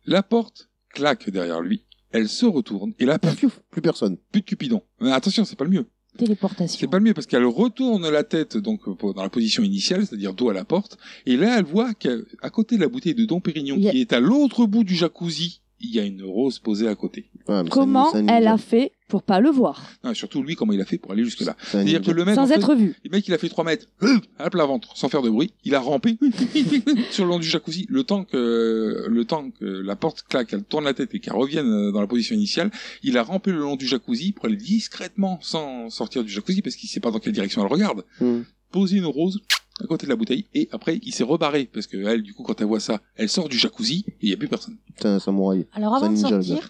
[SPEAKER 6] La porte claque derrière lui. Elle se retourne et là, plus
[SPEAKER 8] Piouf, plus personne.
[SPEAKER 6] de Cupidon. Mais attention, c'est pas le mieux. C'est
[SPEAKER 2] Téléportation.
[SPEAKER 6] pas le mieux parce qu'elle retourne la tête donc pour- dans la position initiale, c'est-à-dire dos à la porte, et là elle voit qu'à à côté de la bouteille de Dom Pérignon
[SPEAKER 7] Il y a-
[SPEAKER 6] qui est à l'autre bout du jacuzzi, il y a une rose posée à côté.
[SPEAKER 8] Ouais, mais c'est un-
[SPEAKER 7] Comment
[SPEAKER 8] c'est un
[SPEAKER 7] elle
[SPEAKER 8] ninja.
[SPEAKER 7] a fait pour pas le voir
[SPEAKER 6] Non, et surtout lui comment il a fait pour aller jusque là.
[SPEAKER 8] C'est un
[SPEAKER 6] C'est-à-dire que
[SPEAKER 8] ninja.
[SPEAKER 6] le mec, en
[SPEAKER 7] Sans
[SPEAKER 6] fait,
[SPEAKER 7] être vue.
[SPEAKER 6] le mec il a fait 3 mètres euh, à plat ventre sans faire de bruit, il a rampé sur le long du jacuzzi le temps que le temps que la porte claque, elle tourne la tête et qu'elle revienne euh, dans la position initiale, il a rampé le long du jacuzzi pour aller discrètement sans sortir du jacuzzi parce qu'il sait pas dans quelle direction elle regarde.
[SPEAKER 8] Hmm.
[SPEAKER 6] poser une rose à côté de la bouteille et après il s'est rebarré parce que elle du coup quand elle voit ça elle sort du jacuzzi et il y a plus personne
[SPEAKER 8] C'est un
[SPEAKER 7] Euh,
[SPEAKER 8] samouraï.
[SPEAKER 2] Alors
[SPEAKER 8] C'est un
[SPEAKER 2] avant de
[SPEAKER 8] ninja, le
[SPEAKER 2] sortir,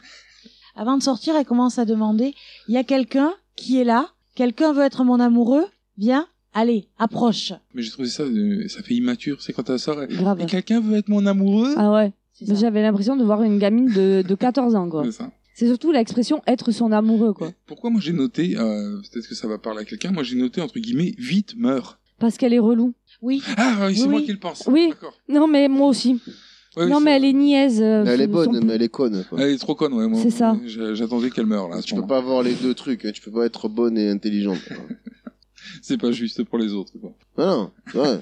[SPEAKER 2] avant de sortir, elle commence à demander il y a quelqu'un qui est là Quelqu'un veut être mon amoureux Viens, allez, approche.
[SPEAKER 6] mais j'ai trouvé ça euh, ça fait immature c'est quand elle sort elle-
[SPEAKER 7] Grave.
[SPEAKER 6] et quelqu'un veut être mon amoureux
[SPEAKER 7] Ah ouais.
[SPEAKER 2] C'est
[SPEAKER 7] Mais
[SPEAKER 2] ça.
[SPEAKER 7] J'avais l'impression de voir une gamine de, de 14 ans, quoi.
[SPEAKER 6] C'est ça.
[SPEAKER 7] C'est surtout l'expression être son amoureux, quoi.
[SPEAKER 6] Et pourquoi moi j'ai noté euh, peut-être que ça va parler à quelqu'un moi j'ai noté entre guillemets vite meurt
[SPEAKER 7] Parce qu'elle est relou.
[SPEAKER 2] Oui,
[SPEAKER 6] ah oui, c'est
[SPEAKER 2] Oui,
[SPEAKER 6] moi
[SPEAKER 2] oui.
[SPEAKER 6] qui le pense
[SPEAKER 7] Oui.
[SPEAKER 6] d'accord
[SPEAKER 7] Non, mais moi aussi.
[SPEAKER 6] Ouais,
[SPEAKER 7] non,
[SPEAKER 6] oui,
[SPEAKER 7] mais
[SPEAKER 6] c'est-
[SPEAKER 7] elle est niaise. euh,
[SPEAKER 8] Elle est
[SPEAKER 7] son-
[SPEAKER 8] bonne,
[SPEAKER 7] son-
[SPEAKER 8] mais elle est conne. quoi.
[SPEAKER 6] elle est trop conne ouais moi
[SPEAKER 7] C'est ça.
[SPEAKER 6] j'a- j'attendais qu'elle meure là à ce
[SPEAKER 8] Tu peux
[SPEAKER 6] moment.
[SPEAKER 8] pas avoir les deux trucs. hein. Tu peux pas être bonne et intelligente.
[SPEAKER 6] c'est pas juste pour les autres quoi.
[SPEAKER 8] Ah non, ouais.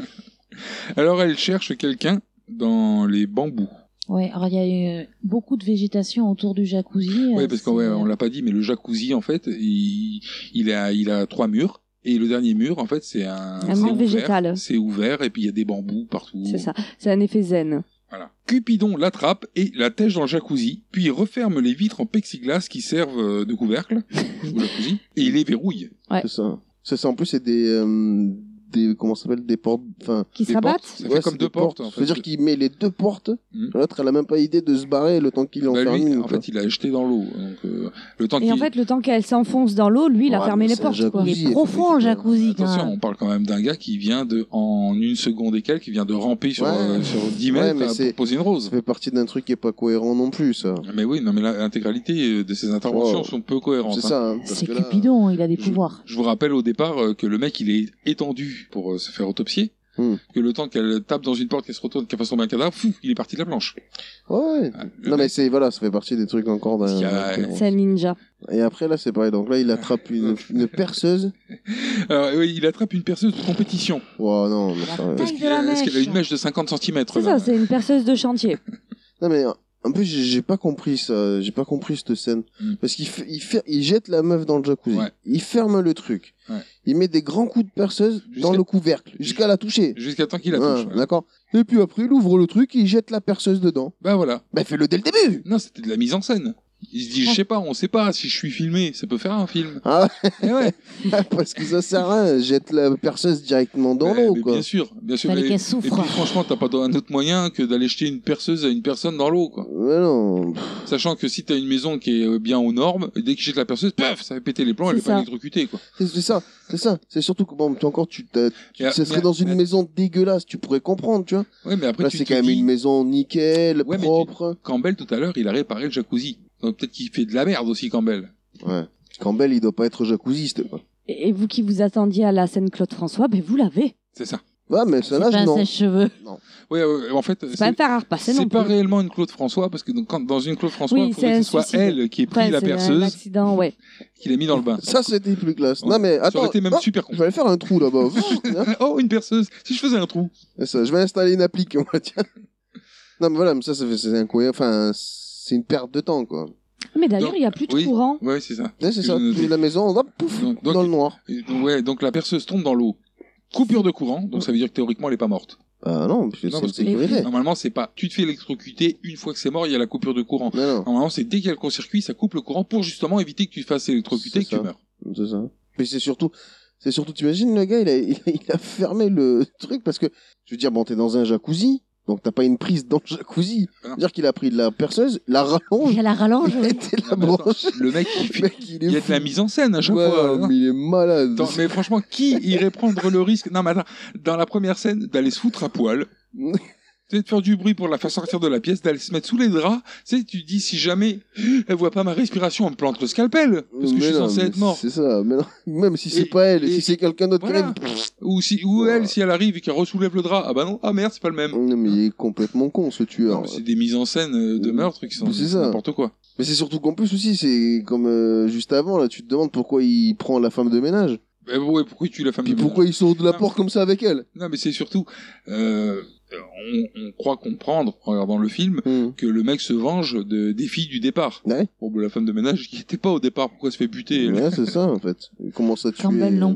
[SPEAKER 6] alors elle cherche quelqu'un dans les bambous
[SPEAKER 2] ouais, alors il y a eu euh, beaucoup de végétation autour du jacuzzi.
[SPEAKER 6] Oui,
[SPEAKER 2] euh,
[SPEAKER 6] parce
[SPEAKER 2] c'est-
[SPEAKER 6] qu'on ouais, on l'a pas dit, mais le jacuzzi, en fait, il, il a, il a trois murs. Et le dernier mur, en fait, c'est un,
[SPEAKER 7] Un
[SPEAKER 6] c'est
[SPEAKER 7] mur
[SPEAKER 6] ouvert,
[SPEAKER 7] végétal.
[SPEAKER 6] C'est ouvert, et puis il y a des bambous partout.
[SPEAKER 7] C'est ça. C'est un effet zen.
[SPEAKER 6] Voilà. Cupidon l'attrape et l'attèche dans le jacuzzi, puis il referme les vitres en plexiglas qui servent euh, de couvercle au jacuzzi, et il les verrouille.
[SPEAKER 7] Ouais.
[SPEAKER 8] C'est ça. C'est ça. En plus, c'est des, euh, des, comment ça s'appelle, des portes, enfin.
[SPEAKER 7] Qui se
[SPEAKER 6] Des portes,
[SPEAKER 7] rabattent
[SPEAKER 6] Ça
[SPEAKER 8] ouais,
[SPEAKER 6] fait comme
[SPEAKER 8] c'est
[SPEAKER 6] deux
[SPEAKER 8] des
[SPEAKER 6] portes, en fait.
[SPEAKER 8] C'est-à-dire qu'il met les deux portes.
[SPEAKER 6] Mm.
[SPEAKER 8] L'autre, elle a même pas idée de se barrer le temps qu'il en
[SPEAKER 6] Bah,
[SPEAKER 8] ferme
[SPEAKER 6] lui,
[SPEAKER 8] une.
[SPEAKER 6] en
[SPEAKER 8] quoi.
[SPEAKER 6] fait, il a jeté dans l'eau. Donc, euh, le temps
[SPEAKER 7] Et en
[SPEAKER 6] qu'il-
[SPEAKER 7] fait, le temps qu'elle s'enfonce dans l'eau, lui, il a
[SPEAKER 8] Ouais,
[SPEAKER 7] fermé
[SPEAKER 8] mais
[SPEAKER 7] les
[SPEAKER 8] c'est un
[SPEAKER 7] portes, quoi.
[SPEAKER 8] jacuzzi.
[SPEAKER 2] Il est profond le jacuzzi quand
[SPEAKER 6] Attention,
[SPEAKER 2] même.
[SPEAKER 6] on parle quand même d'un gars qui vient de, en une seconde et quelques, qui vient de ramper sur,
[SPEAKER 8] Ouais.
[SPEAKER 6] euh, sur 10
[SPEAKER 8] Ouais,
[SPEAKER 6] mètres
[SPEAKER 8] mais
[SPEAKER 6] euh,
[SPEAKER 8] c'est-
[SPEAKER 6] pour poser une rose.
[SPEAKER 8] Ça fait partie d'un truc qui est pas cohérent non plus, ça.
[SPEAKER 6] Mais oui, non, mais la- l'intégralité euh, de ces interventions
[SPEAKER 8] Wow.
[SPEAKER 6] sont peu cohérentes.
[SPEAKER 8] Oh. C'est
[SPEAKER 6] hein.
[SPEAKER 8] ça. hein, parce
[SPEAKER 2] C'est
[SPEAKER 8] que là,
[SPEAKER 2] Cupidon, il a des
[SPEAKER 6] je-
[SPEAKER 2] pouvoirs.
[SPEAKER 6] Je vous rappelle au départ euh, que le mec, il est étendu pour euh, se faire autopsier.
[SPEAKER 8] Hmm.
[SPEAKER 6] Que le temps qu'elle tape dans une porte, qu'elle se retourne, qu'elle fasse tomber un cadavre, fou, il est parti de la planche.
[SPEAKER 8] Ouais, ouais.
[SPEAKER 6] Ah, le
[SPEAKER 8] Non, mais
[SPEAKER 6] mec,
[SPEAKER 8] c'est, voilà, ça fait partie des trucs encore d'un.
[SPEAKER 6] Parce qu'il y a-
[SPEAKER 8] d'un-
[SPEAKER 7] C'est un ninja.
[SPEAKER 8] Et après, là, c'est pareil. Donc là, il attrape une, une perceuse.
[SPEAKER 6] Alors, oui, il attrape une perceuse de compétition.
[SPEAKER 8] Oh, non, mais ça, ouais.
[SPEAKER 2] Taille
[SPEAKER 6] Parce
[SPEAKER 2] de
[SPEAKER 6] qu'il
[SPEAKER 2] la
[SPEAKER 6] a, parce
[SPEAKER 2] mèche.
[SPEAKER 6] qu'elle a une mèche de 50 cm.
[SPEAKER 7] C'est ça, c'est une perceuse de chantier.
[SPEAKER 8] Non, mais En plus, j'ai j'ai pas compris ça. J'ai pas compris cette scène.
[SPEAKER 6] Hmm.
[SPEAKER 8] Parce qu'il f- il fer- il jette la meuf dans le jacuzzi. Il ferme le truc.
[SPEAKER 6] Ouais.
[SPEAKER 8] Il met des grands coups de perceuse dans le couvercle jusqu'à la toucher.
[SPEAKER 6] Jusqu'à temps qu'il la
[SPEAKER 8] Ouais,
[SPEAKER 6] touche, ouais.
[SPEAKER 8] D'accord. Et puis après, il ouvre le truc, il jette la perceuse dedans.
[SPEAKER 6] Bah voilà.
[SPEAKER 8] Bah fais-le dès le début.
[SPEAKER 6] Non, c'était de la mise en scène. Il se dit, je sais pas, on sait pas si je suis filmé, ça peut faire un film. Eh
[SPEAKER 8] Ah
[SPEAKER 6] ouais.
[SPEAKER 8] Parce que ça sert à rien. Jette la perceuse directement dans
[SPEAKER 6] Ouais,
[SPEAKER 8] l'eau,
[SPEAKER 6] mais
[SPEAKER 8] quoi.
[SPEAKER 6] Bien sûr, bien
[SPEAKER 2] Bah,
[SPEAKER 6] sûr.
[SPEAKER 8] Fallait
[SPEAKER 6] mais-
[SPEAKER 8] qu'elle souffre.
[SPEAKER 6] Et puis franchement, t'as pas un autre moyen que d'aller jeter une perceuse à une personne dans l'eau, quoi.
[SPEAKER 8] non.
[SPEAKER 6] Sachant que si t'as une maison qui est euh, bien aux normes, dès que jette la perceuse, paf, ça fait péter les plombs, elle
[SPEAKER 8] C'est
[SPEAKER 6] est pas
[SPEAKER 8] ça.
[SPEAKER 6] électrocutée, quoi.
[SPEAKER 8] C'est c'est ça, c'est ça. C'est surtout que, bon, tu encore, tu, t'as- tu-
[SPEAKER 6] Et a-
[SPEAKER 8] ça serait
[SPEAKER 6] mais-
[SPEAKER 8] dans une maison dégueulasse, tu pourrais comprendre, tu vois.
[SPEAKER 6] Ouais, mais après,
[SPEAKER 8] Là,
[SPEAKER 6] tu
[SPEAKER 8] c'est
[SPEAKER 6] te
[SPEAKER 8] quand même
[SPEAKER 6] dis-
[SPEAKER 8] une maison nickel,
[SPEAKER 6] Ouais, mais tu-
[SPEAKER 8] propre.
[SPEAKER 6] Campbell, tout à l'heure, il a réparé le jacuzzi. Donc peut-être qu'il fait de la merde aussi, Campbell.
[SPEAKER 8] Ouais. Campbell, il doit pas être jacuzziste, quoi.
[SPEAKER 7] Et et vous qui vous attendiez à la scène Claude François, ben vous l'avez.
[SPEAKER 6] C'est ça.
[SPEAKER 8] Ouais, mais ça, là, non.
[SPEAKER 7] sèche-cheveux.
[SPEAKER 8] Non.
[SPEAKER 6] Ouais, euh, en fait,
[SPEAKER 7] pas faire à repasser non
[SPEAKER 6] c'est pas
[SPEAKER 7] plus.
[SPEAKER 6] réellement une Claude François, parce que donc, quand, dans une Claude François, il faudrait
[SPEAKER 7] un
[SPEAKER 6] que ce soit
[SPEAKER 7] suicide.
[SPEAKER 6] elle qui ait pris
[SPEAKER 7] Ouais,
[SPEAKER 6] la
[SPEAKER 7] c'est Un
[SPEAKER 6] perceuse,
[SPEAKER 7] accident, ouais.
[SPEAKER 6] qui l'ait mis dans le bain.
[SPEAKER 8] Ça, c'était plus classe.
[SPEAKER 6] Ouais.
[SPEAKER 8] Non, mais
[SPEAKER 6] Ça aurait
[SPEAKER 8] attends.
[SPEAKER 6] été même
[SPEAKER 8] non, Hein
[SPEAKER 6] super con.
[SPEAKER 8] Je vais aller faire un trou, là-bas.
[SPEAKER 6] oh, une perceuse. Si je faisais un trou.
[SPEAKER 8] Ça, je vais installer une appli, on va dire. Non, mais voilà, mais ça, ça fait- c'est incroyable. Enfin, c'est une perte de temps, quoi.
[SPEAKER 7] Mais d'ailleurs, il n'y a plus de
[SPEAKER 6] Oui.
[SPEAKER 7] courant.
[SPEAKER 6] Ouais, c'est ça.
[SPEAKER 8] Ouais, c'est ça. Tu mets la maison, on va pouf, dans le noir.
[SPEAKER 6] Ouais, donc la perceuse tombe dans l'eau. Coupure de courant, donc ça veut dire que théoriquement elle est pas morte.
[SPEAKER 8] Ah non, parce que c'est une
[SPEAKER 6] parce que
[SPEAKER 8] sécurité.
[SPEAKER 6] Normalement, c'est pas tu te fais électrocuter, une fois que c'est mort, il y a la coupure de courant. Normalement, c'est dès qu'il y a le court-circuit, ça coupe le courant pour justement éviter que tu te fasses électrocuter et que tu meurs.
[SPEAKER 8] C'est ça. Mais c'est surtout, c'est surtout, t'imagines le gars, il a, il, a, il a fermé le truc parce que, je veux dire, bon, t'es dans un jacuzzi, donc t'as pas une prise dans le jacuzzi.
[SPEAKER 6] Ah non.
[SPEAKER 8] C'est-à-dire qu'il a pris de la perceuse, la
[SPEAKER 2] Oh,
[SPEAKER 8] rallonge.
[SPEAKER 7] Il a la rallonge.
[SPEAKER 8] la branche.
[SPEAKER 6] Ah, Le mec, il,
[SPEAKER 8] il,
[SPEAKER 6] y a de la mise en scène à chaque
[SPEAKER 8] Ouais,
[SPEAKER 6] fois.
[SPEAKER 8] mais il est malade.
[SPEAKER 6] Attends, mais franchement, qui irait prendre le risque Non, mais attends, dans la première scène, d'aller se foutre à poil. tu sais, de faire du bruit pour la faire sortir de la pièce, d'aller se mettre sous les draps. Tu sais, tu te dis, si jamais elle voit pas ma respiration, on me plante le scalpel. Parce que
[SPEAKER 8] Mais
[SPEAKER 6] je suis
[SPEAKER 8] non,
[SPEAKER 6] censé
[SPEAKER 8] mais
[SPEAKER 6] être mort.
[SPEAKER 8] C'est ça, mais non, même si c'est
[SPEAKER 6] Et-
[SPEAKER 8] pas elle,
[SPEAKER 6] et-
[SPEAKER 8] si c'est quelqu'un d'autre
[SPEAKER 6] Voilà.
[SPEAKER 8] quand même.
[SPEAKER 6] Ou, si, ou elle, si elle arrive et qu'elle ressoulève le drap, ah bah non, ah merde, c'est pas le même.
[SPEAKER 8] Non, mais il est complètement con ce tueur.
[SPEAKER 6] Non, mais c'est des mises en scène euh, de meurtre qui sont
[SPEAKER 8] Mais c'est ça.
[SPEAKER 6] n'importe quoi.
[SPEAKER 8] Mais c'est surtout qu'en plus aussi, c'est comme euh, juste avant, là, tu te demandes pourquoi il prend la femme de ménage.
[SPEAKER 6] Mais Eh, ouais, pourquoi tu la femme
[SPEAKER 8] Puis
[SPEAKER 6] de
[SPEAKER 8] pourquoi il sort de la
[SPEAKER 6] Non.
[SPEAKER 8] porte comme ça avec elle
[SPEAKER 6] Non, mais c'est surtout, euh, on, on croit comprendre, en regardant le film,
[SPEAKER 8] Hmm.
[SPEAKER 6] que le mec se venge de, des filles du départ. Bon, bah, la femme de ménage qui n'était pas au départ, pourquoi elle se fait buter elle
[SPEAKER 8] Ah Ouais, c'est ça en fait. Il commence à tuer.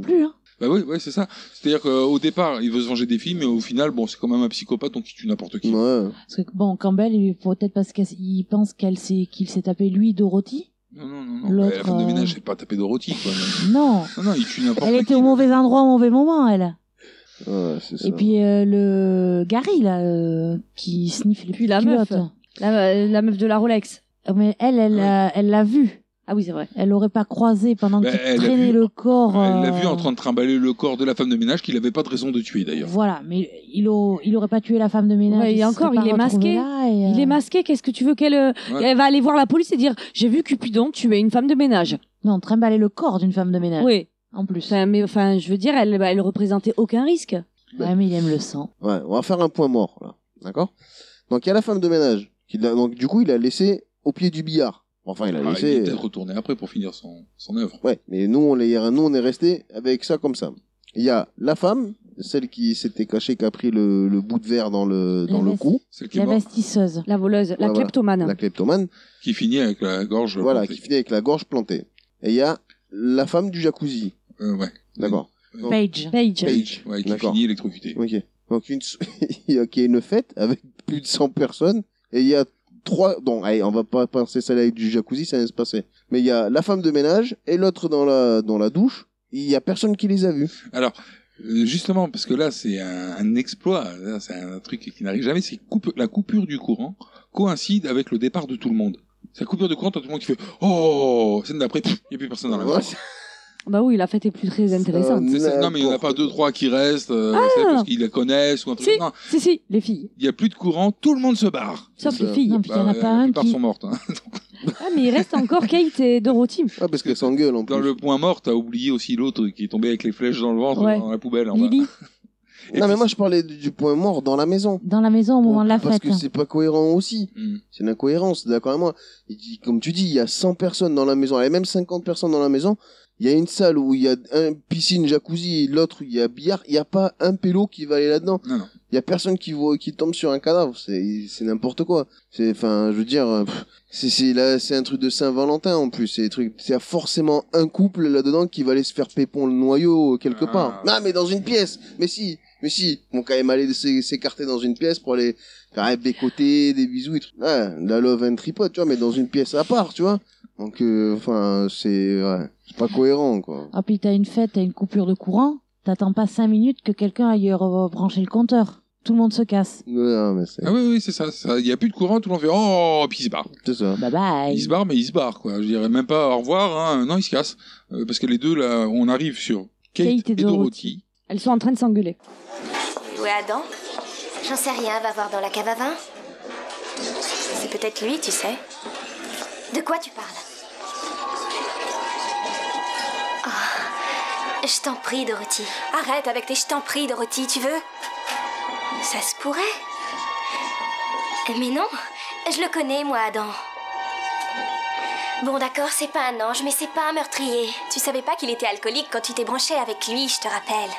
[SPEAKER 2] plus. Hein.
[SPEAKER 6] Bah oui, ouais, c'est ça. C'est-à-dire qu'au départ, il veut se venger des filles, mais au final, bon, c'est quand même un psychopathe, donc il tue n'importe qui.
[SPEAKER 8] Ouais.
[SPEAKER 2] Parce que bon, Campbell, il- peut-être parce qu'il pense qu'elle s'est, qu'il s'est tapé lui Dorothy.
[SPEAKER 6] Non, non, non, non.
[SPEAKER 2] L'autre,
[SPEAKER 6] Bah, la femme de
[SPEAKER 2] euh,
[SPEAKER 6] ménage, elle pas tapé Dorothy, quoi.
[SPEAKER 2] Non.
[SPEAKER 6] Non, non, il tue n'importe
[SPEAKER 2] Elle était au mauvais endroit au mauvais moment, elle.
[SPEAKER 8] qui. Ouais, c'est ça.
[SPEAKER 2] Et puis euh, le Gary là, euh, qui sniffe les
[SPEAKER 7] Puis la meuf.
[SPEAKER 2] culottes.
[SPEAKER 7] La, la meuf de la Rolex.
[SPEAKER 2] Euh, Mais elle, elle, l'a- elle l'a vu.
[SPEAKER 7] Ah oui, c'est vrai.
[SPEAKER 2] Elle l'aurait pas croisé pendant
[SPEAKER 6] Bah,
[SPEAKER 2] qu'il
[SPEAKER 6] elle l'a
[SPEAKER 2] traînait
[SPEAKER 6] vu.
[SPEAKER 2] le corps.
[SPEAKER 6] Elle l'a
[SPEAKER 2] euh,
[SPEAKER 6] vu en train de trimballer le corps de la femme de ménage qu'il n'avait pas de raison de tuer d'ailleurs.
[SPEAKER 2] Voilà, mais il, au- il aurait pas tué la femme de ménage.
[SPEAKER 7] Ouais, et
[SPEAKER 2] se
[SPEAKER 7] encore,
[SPEAKER 2] serait pas
[SPEAKER 7] il est masqué.
[SPEAKER 2] retrouvé là, et, euh,
[SPEAKER 7] Il est masqué. Qu'est-ce que tu veux qu'elle euh,
[SPEAKER 6] Ouais.
[SPEAKER 7] elle va aller voir la police et dire j'ai vu Cupidon tuer une femme de ménage.
[SPEAKER 2] Non, trimballer le corps d'une femme de ménage.
[SPEAKER 7] Oui.
[SPEAKER 2] En plus.
[SPEAKER 7] Enfin, mais enfin, je veux dire, elle, bah, elle représentait aucun risque.
[SPEAKER 2] Ouais, Ah, mais il aime le sang.
[SPEAKER 8] Ouais, on va faire un point mort, là. D'accord Donc il y a la femme de ménage. qui l'a- Donc du coup, il a laissé au pied du billard. Enfin, il a
[SPEAKER 6] Ah, il
[SPEAKER 8] laissé.
[SPEAKER 6] est peut-être retourné après pour finir son, son œuvre.
[SPEAKER 8] Ouais, mais nous, on, est- nous, on est resté avec ça comme ça. Il y a la femme, celle qui s'était cachée, qui a pris le, le bout de verre dans le, dans
[SPEAKER 2] La
[SPEAKER 8] le
[SPEAKER 2] veste-
[SPEAKER 8] cou.
[SPEAKER 2] La
[SPEAKER 6] Oh.
[SPEAKER 2] vestisseuse.
[SPEAKER 7] La voleuse.
[SPEAKER 8] Ouais, voilà. La kleptomane.
[SPEAKER 6] Qui finit avec la gorge.
[SPEAKER 8] Voilà,
[SPEAKER 6] plantée.
[SPEAKER 8] qui finit avec la gorge plantée. Et il y a la femme du jacuzzi.
[SPEAKER 6] Euh, ouais.
[SPEAKER 8] D'accord. Donc-
[SPEAKER 2] Page.
[SPEAKER 7] Page.
[SPEAKER 8] Page.
[SPEAKER 6] Ouais, qui
[SPEAKER 8] D'accord.
[SPEAKER 6] finit électrocuté.
[SPEAKER 8] Ok. Donc une... s- il y a- qu'il y a une fête avec plus de 100 personnes et il y a trois. Donc allez, on va pas passer ça avec du jacuzzi, ça va se passer. Mais il y a la femme de ménage et l'autre dans la dans la douche. Il y a personne qui les a vus.
[SPEAKER 6] Alors, euh, justement, parce que là, c'est un, un exploit, là, c'est un truc qui n'arrive jamais, c'est coupe- la coupure du courant coïncide avec le départ de tout le monde. C'est la coupure de courant, t'as tout le monde qui fait Oh Scène d'après, pff, il n'y a plus personne dans la maison.
[SPEAKER 7] Bah oui, la fête est plus très
[SPEAKER 8] Euh,
[SPEAKER 7] intéressante.
[SPEAKER 6] C'est ça, non, mais il n'y en a pas deux, trois qui restent, euh, c'est parce qu'ils la connaissent ou un truc.
[SPEAKER 7] Ah. Si,
[SPEAKER 6] Non,
[SPEAKER 7] si, si, les filles.
[SPEAKER 6] il n'y a plus de courant, tout le monde se barre.
[SPEAKER 7] Sauf
[SPEAKER 6] C'est
[SPEAKER 7] les
[SPEAKER 6] ça.
[SPEAKER 7] filles. Non, puis
[SPEAKER 6] Bah,
[SPEAKER 7] il y en a
[SPEAKER 6] euh,
[SPEAKER 7] pas
[SPEAKER 6] la
[SPEAKER 7] un
[SPEAKER 6] plupart
[SPEAKER 7] qui-
[SPEAKER 6] sont mortes. hein.
[SPEAKER 7] Ah, mais il reste encore Kate et Dorothy.
[SPEAKER 8] Ah, parce que ça engueule en
[SPEAKER 6] Dans le point mort, t'as oublié aussi l'autre qui est tombé avec les flèches dans le ventre,
[SPEAKER 7] Ouais.
[SPEAKER 6] dans la poubelle. en bas.
[SPEAKER 7] Lily.
[SPEAKER 8] non mais moi je parlais du, du point mort dans la maison.
[SPEAKER 2] Dans la maison au moment de la
[SPEAKER 8] Parce
[SPEAKER 2] fête.
[SPEAKER 8] que c'est pas cohérent aussi.
[SPEAKER 6] Mm.
[SPEAKER 8] C'est une incohérence, d'accord avec moi. Il dit- Comme tu dis, il y a 100 personnes dans la maison, et même 50 personnes dans la maison. Il y a une salle où il y a un piscine, jacuzzi, et l'autre où il y a billard. Il n'y a pas un pélo qui va aller là-dedans.
[SPEAKER 6] Non, non.
[SPEAKER 8] Il y a personne qui voit, qui tombe sur un cadavre. C'est, c'est n'importe quoi. C'est, enfin, je veux dire, euh, pff, c'est, c'est là, c'est un truc de Saint-Valentin en plus. C'est des trucs, c'est forcément un couple là-dedans qui va aller se faire pépon le noyau euh, quelque part. Non, mais dans une pièce. Mais si, mais si, ils vont quand même aller s'é- s'écarter dans une pièce pour aller faire un bécoter, des bisous et tout. Ouais, la love and tripote, tu vois, mais dans une pièce à part, tu vois. Donc, euh, enfin, c'est, ouais, c'est pas cohérent, quoi.
[SPEAKER 2] Ah, puis t'as une fête, t'as une coupure de courant, t'attends pas cinq minutes que quelqu'un aille re- brancher le compteur. Tout le monde se casse.
[SPEAKER 8] Non, mais c'est,
[SPEAKER 6] Ah oui, oui, c'est ça. c'est ça. Il n'y a plus de courant, tout le monde fait Oh, puis il se barre.
[SPEAKER 8] C'est ça.
[SPEAKER 2] Bye bye.
[SPEAKER 6] Il se barre, mais il se barre, quoi. Je dirais même pas au revoir, hein. Non, il se casse. Euh, parce que les deux, là, on arrive sur Kate,
[SPEAKER 7] Kate et
[SPEAKER 6] et Dorothy.
[SPEAKER 7] Elles sont en train de s'engueuler.
[SPEAKER 5] Jouer à Adam J'en sais rien, va voir dans la cave à vin. C'est peut-être lui, tu sais. De quoi tu parles Oh, Je t'en prie, Dorothy. Arrête avec tes je t'en prie, Dorothy, tu veux Ça se pourrait. Mais non, je le connais, moi, Adam. Bon, d'accord, c'est pas un ange, mais c'est pas un meurtrier. Tu savais pas qu'il était alcoolique quand tu t'es branché avec lui, je te rappelle.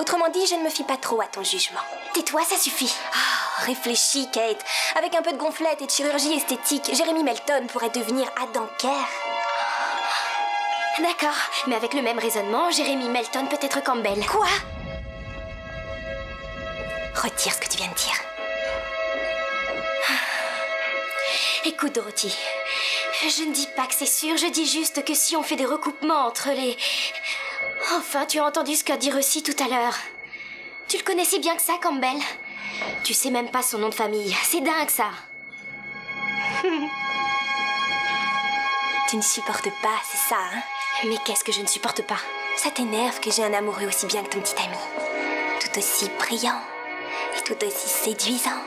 [SPEAKER 5] Autrement dit, je ne me fie pas trop à ton jugement. Tais-toi, ça suffit. Ah, réfléchis, Kate. Avec un peu de gonflette et de chirurgie esthétique, Jérémy Melton pourrait devenir Adam Kerr. D'accord, mais avec le même raisonnement, Jérémy Melton peut être Campbell. Quoi Retire ce que tu viens de dire. Ah. Écoute, Dorothy, je ne dis pas que c'est sûr, je dis juste que si on fait des recoupements entre les... Enfin, tu as entendu ce qu'a dit Russie tout à l'heure. Tu le connais si bien que ça, Campbell Tu sais même pas son nom de famille. C'est dingue, ça. tu ne supportes pas, c'est ça, hein Mais qu'est-ce que je ne supporte pas Ça t'énerve que j'ai un amoureux aussi bien que ton petit ami. Tout aussi brillant et tout aussi séduisant.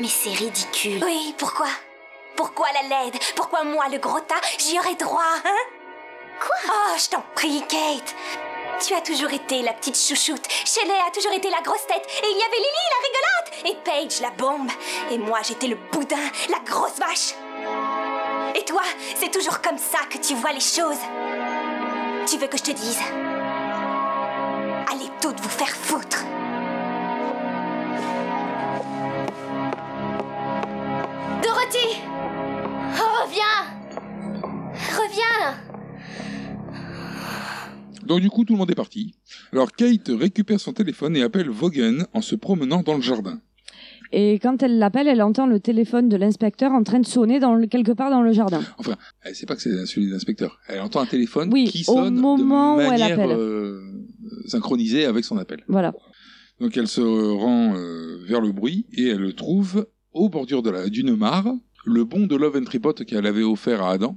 [SPEAKER 5] Mais c'est ridicule. Oui, pourquoi Pourquoi la laide Pourquoi moi, le gros tas J'y aurais droit, hein Quoi Oh, je t'en prie, Kate Tu as toujours été la petite chouchoute. Shelley a toujours été la grosse tête. Et il y avait Lily, la rigolote. Et Paige, la bombe. Et moi, j'étais le boudin, la grosse vache. Et toi, c'est toujours comme ça que tu vois les choses. Tu veux que je te dise Allez toutes vous faire foutre. Dorothy Oh, reviens Reviens
[SPEAKER 6] Donc, du coup, tout le monde est parti. Alors, Kate récupère son téléphone et appelle Vaughan en se promenant dans le jardin.
[SPEAKER 7] Et quand elle l'appelle, elle entend le téléphone de l'inspecteur en train de sonner dans le- quelque part dans le jardin.
[SPEAKER 6] Enfin, elle sait pas que Eh, c'est celui de l'inspecteur. Elle entend un téléphone
[SPEAKER 7] Oui,
[SPEAKER 6] qui
[SPEAKER 7] au
[SPEAKER 6] sonne
[SPEAKER 7] moment où
[SPEAKER 6] de
[SPEAKER 7] elle
[SPEAKER 6] manière
[SPEAKER 7] appelle.
[SPEAKER 6] euh, synchronisée avec son appel.
[SPEAKER 7] Voilà.
[SPEAKER 6] Donc elle se rend euh, vers le bruit et elle le trouve aux bordures de la d'une mare, le bon de Love and Tripot qu'elle avait offert à Adam,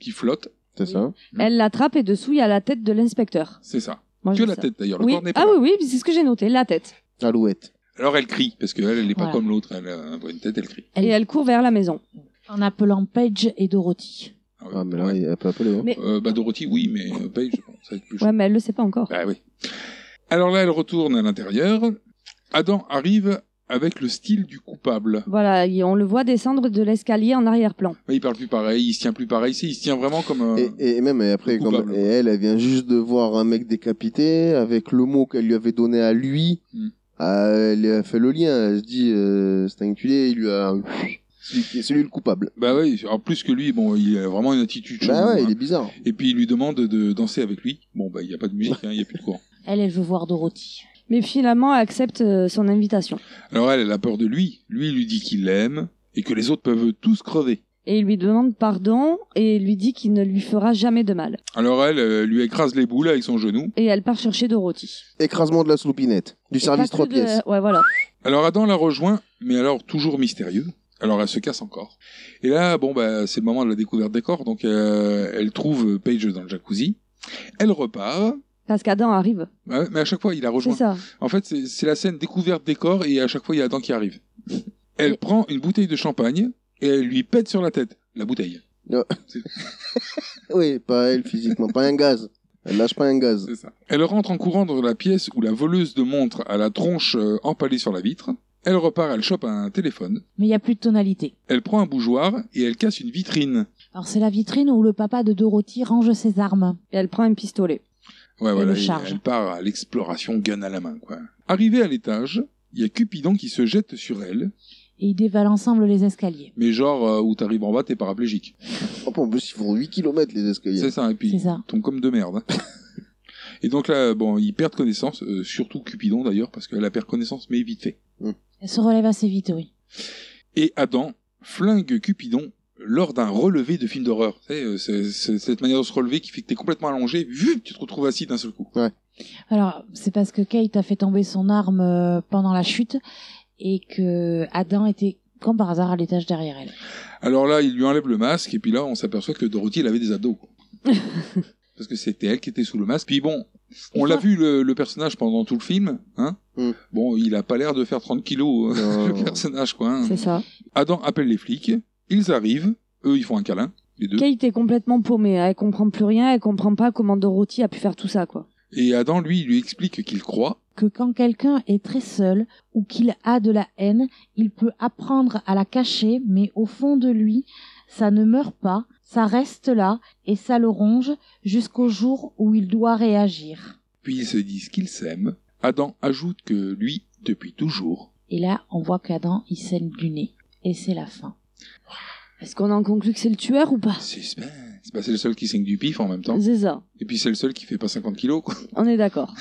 [SPEAKER 6] qui flotte.
[SPEAKER 8] C'est ça.
[SPEAKER 7] Elle l'attrape et dessous, il y a la tête de l'inspecteur.
[SPEAKER 6] C'est ça.
[SPEAKER 7] Moi,
[SPEAKER 6] que
[SPEAKER 7] j'ai
[SPEAKER 6] la
[SPEAKER 7] ça.
[SPEAKER 6] tête d'ailleurs, le
[SPEAKER 7] Oui.
[SPEAKER 6] corps n'est pas.
[SPEAKER 7] Ah oui, oui, c'est ce que j'ai noté, la tête.
[SPEAKER 8] Alouette.
[SPEAKER 6] Alors elle crie parce qu'elle, elle n'est pas
[SPEAKER 2] Voilà.
[SPEAKER 6] comme l'autre, elle a un vrai- une tête, elle crie.
[SPEAKER 7] Et elle court vers la maison.
[SPEAKER 2] En appelant Paige et Dorothy.
[SPEAKER 8] Ah, mais là, elle peut appeler. hein.
[SPEAKER 7] Mais-
[SPEAKER 6] Euh, bah Dorothy, oui, mais euh, Paige, bon, ça va être plus chaud.
[SPEAKER 7] Ouais, mais elle le sait pas encore.
[SPEAKER 6] Bah oui. Alors là, elle retourne à l'intérieur. Adam arrive avec le style du coupable.
[SPEAKER 7] Voilà, et on le voit descendre de l'escalier en arrière-plan.
[SPEAKER 6] Mais Il parle plus pareil, il se tient plus pareil, si, il se tient vraiment comme. euh,
[SPEAKER 8] Et, et- et même et après,
[SPEAKER 6] coupable,
[SPEAKER 8] comme, et elle, elle vient juste de voir un mec décapité avec le mot qu'elle lui avait donné à lui.
[SPEAKER 6] Hmm.
[SPEAKER 8] Euh, elle a fait le lien. Elle se dit, euh, c'est un enculé, il lui a. C'est lui qui- c'est lui le coupable.
[SPEAKER 6] Bah oui, en plus que lui, bon, il a vraiment une attitude.
[SPEAKER 8] Bah
[SPEAKER 6] chelou,
[SPEAKER 8] ouais,
[SPEAKER 6] hein.
[SPEAKER 8] il est bizarre.
[SPEAKER 6] Et puis il lui demande de danser avec lui. Bon, bah il n'y a pas de musique, hein, il n'y a plus de courant.
[SPEAKER 2] Elle, elle veut voir Dorothy.
[SPEAKER 7] Mais finalement, elle accepte euh, son invitation.
[SPEAKER 6] Alors elle, elle a peur de lui. Lui, il lui dit qu'il l'aime et que les autres peuvent tous crever.
[SPEAKER 7] Et il lui demande pardon et il lui dit qu'il ne lui fera jamais de mal.
[SPEAKER 6] Alors elle, euh, lui écrase les boules avec son genou.
[SPEAKER 7] Et elle part chercher Dorothy.
[SPEAKER 8] Écrasement de la sloupinette. Du service
[SPEAKER 7] Pas que
[SPEAKER 8] 3
[SPEAKER 7] de-
[SPEAKER 8] pièces.
[SPEAKER 7] Ouais, voilà.
[SPEAKER 6] Alors Adam la rejoint, mais alors toujours mystérieux. Alors elle se casse encore. Et là, bon, bah c'est le moment de la découverte des corps. Donc euh, elle trouve Paige dans le jacuzzi. Elle repart.
[SPEAKER 7] Parce qu'Adam arrive.
[SPEAKER 6] Ouais, Mais à chaque fois, il la
[SPEAKER 7] C'est
[SPEAKER 6] rejoint.
[SPEAKER 7] ça.
[SPEAKER 6] En fait, c'est c'est la scène découverte des corps et à chaque fois, il y a Adam qui arrive. Elle prend une bouteille de champagne et elle lui pète sur la tête. La bouteille.
[SPEAKER 8] Ouais. oui, pas elle physiquement, pas un gaz. Elle lâche pas un gaz.
[SPEAKER 6] Elle rentre en courant dans la pièce où la voleuse de montre a la tronche euh, empalée sur la vitre. Elle repart, elle chope un téléphone.
[SPEAKER 2] Mais il n'y a plus de tonalité.
[SPEAKER 6] Elle prend un bougeoir et elle casse une vitrine.
[SPEAKER 2] Alors c'est la vitrine où le papa de Dorothy range ses armes.
[SPEAKER 7] Et elle prend un pistolet.
[SPEAKER 6] Ouais, voilà,
[SPEAKER 2] le
[SPEAKER 6] et
[SPEAKER 2] charge.
[SPEAKER 6] Elle part à l'exploration, gun à la main, quoi. Arrivé à l'étage, il y a Cupidon qui se jette sur elle,
[SPEAKER 2] Et ils dévalent ensemble les escaliers.
[SPEAKER 6] mais genre euh, où t'arrives en bas, t'es paraplégique.
[SPEAKER 8] Oh, en plus, ils font 8 km les escaliers.
[SPEAKER 6] C'est ça, et puis
[SPEAKER 2] C'est
[SPEAKER 6] ils
[SPEAKER 2] ça.
[SPEAKER 6] tombent comme de merde. hein. et donc là, bon, ils perdent connaissance, euh, surtout Cupidon d'ailleurs, parce qu'elle a perdu connaissance, mais vite fait.
[SPEAKER 2] Elle se relève assez vite, oui.
[SPEAKER 6] Et Adam flingue Cupidon lors d'un relevé de film d'horreur. Tu sais, euh, C'est c'est cette manière de se relever qui fait que t'es complètement allongé, vu, tu te retrouves assis d'un seul coup.
[SPEAKER 2] Alors, c'est parce que Kate a fait tomber son arme euh, pendant la chute et que Adam était comme par hasard à l'étage derrière elle.
[SPEAKER 6] Alors là, il lui enlève le masque, et puis là, on s'aperçoit que Dorothy, elle avait des abdos. quoi. Parce que c'était elle qui était sous le masque. Puis bon, on l'a vu, le, le personnage, pendant tout le film. Hein
[SPEAKER 7] Mm.
[SPEAKER 6] Bon, il a pas l'air de faire 30 kilos, euh, le personnage, quoi.
[SPEAKER 8] Hmm.
[SPEAKER 6] hein.
[SPEAKER 7] Oh. C'est ça.
[SPEAKER 6] Adam appelle les flics, ils arrivent, eux, ils font un câlin, les deux.
[SPEAKER 7] Kate est complètement paumée. hein. Elle comprend plus rien. Elle comprend pas comment Dorothy a pu faire tout ça, quoi.
[SPEAKER 6] Et Adam, lui, il lui explique qu'il croit.
[SPEAKER 2] Que quand quelqu'un est très seul ou qu'il a de la haine, il peut apprendre à la cacher, mais au fond de lui, ça ne meurt pas, ça reste là et ça le ronge jusqu'au jour où il doit réagir.
[SPEAKER 6] Puis ils se disent qu'ils s'aiment. Adam ajoute que lui, depuis toujours,
[SPEAKER 2] Et là, on voit qu'Adam, il saigne du nez. Et c'est la fin.
[SPEAKER 7] Est-ce qu'on en conclut que c'est le tueur ou pas
[SPEAKER 6] c'est bah, c'est le seul qui saigne du pif en même temps.
[SPEAKER 7] Ah. C'est ça.
[SPEAKER 6] Et puis c'est le seul qui fait pas 50 kilos, quoi.
[SPEAKER 7] On est d'accord.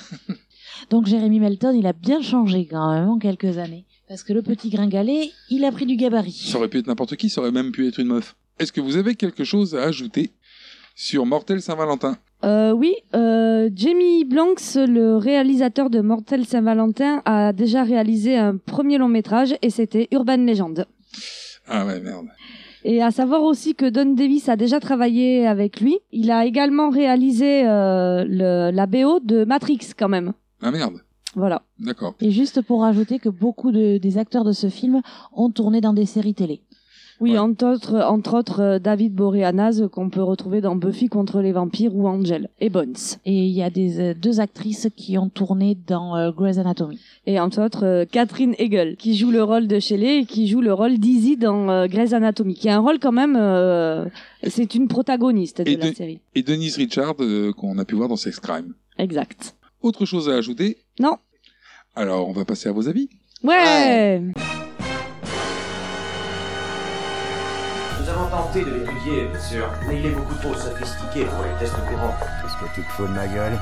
[SPEAKER 2] Donc Jérémy Melton, il a bien changé quand même en quelques années. Parce que le petit gringalet, il a pris du gabarit.
[SPEAKER 6] Ça aurait pu être n'importe qui, ça aurait même pu être une meuf. Est-ce que vous avez quelque chose à ajouter sur Mortel Saint-Valentin
[SPEAKER 7] Euh, oui, euh, Jamie Blanks, le réalisateur de Mortel Saint-Valentin, a déjà réalisé un premier long métrage et c'était Urban Legend.
[SPEAKER 6] Ah ouais, merde.
[SPEAKER 7] Et à savoir aussi que Don Davis a déjà travaillé avec lui. Il a également réalisé euh, le- la BO de Matrix quand même.
[SPEAKER 6] Ah merde,
[SPEAKER 7] Voilà.
[SPEAKER 6] d'accord.
[SPEAKER 2] Et juste pour rajouter que beaucoup de- des acteurs de ce film ont tourné dans des séries télé.
[SPEAKER 7] Oui, entre autres, entre autres euh, David Boreanaz euh, qu'on peut retrouver dans Buffy contre les vampires ou Angel et Bones.
[SPEAKER 2] Et il y a des euh, deux actrices qui ont tourné dans euh, Grey's Anatomy.
[SPEAKER 7] Et entre autres euh, Catherine Hegel qui joue le rôle de Shelley et qui joue le rôle d'Izzy dans euh, Grey's Anatomy, qui a un rôle quand même. euh, c'est une protagoniste de
[SPEAKER 6] Et
[SPEAKER 7] la
[SPEAKER 6] de-
[SPEAKER 7] série.
[SPEAKER 6] Et Denise Richard, euh, qu'on a pu voir dans Sex Crime.
[SPEAKER 7] Exact.
[SPEAKER 6] Autre chose à ajouter
[SPEAKER 7] Non.
[SPEAKER 6] Alors, on va passer à vos avis.
[SPEAKER 7] Ouais.
[SPEAKER 14] Nous avons tenté de l'étudier, bien sûr, mais il est beaucoup trop sophistiqué pour les tests courants. Qu'est-ce que tu te fous de ma gueule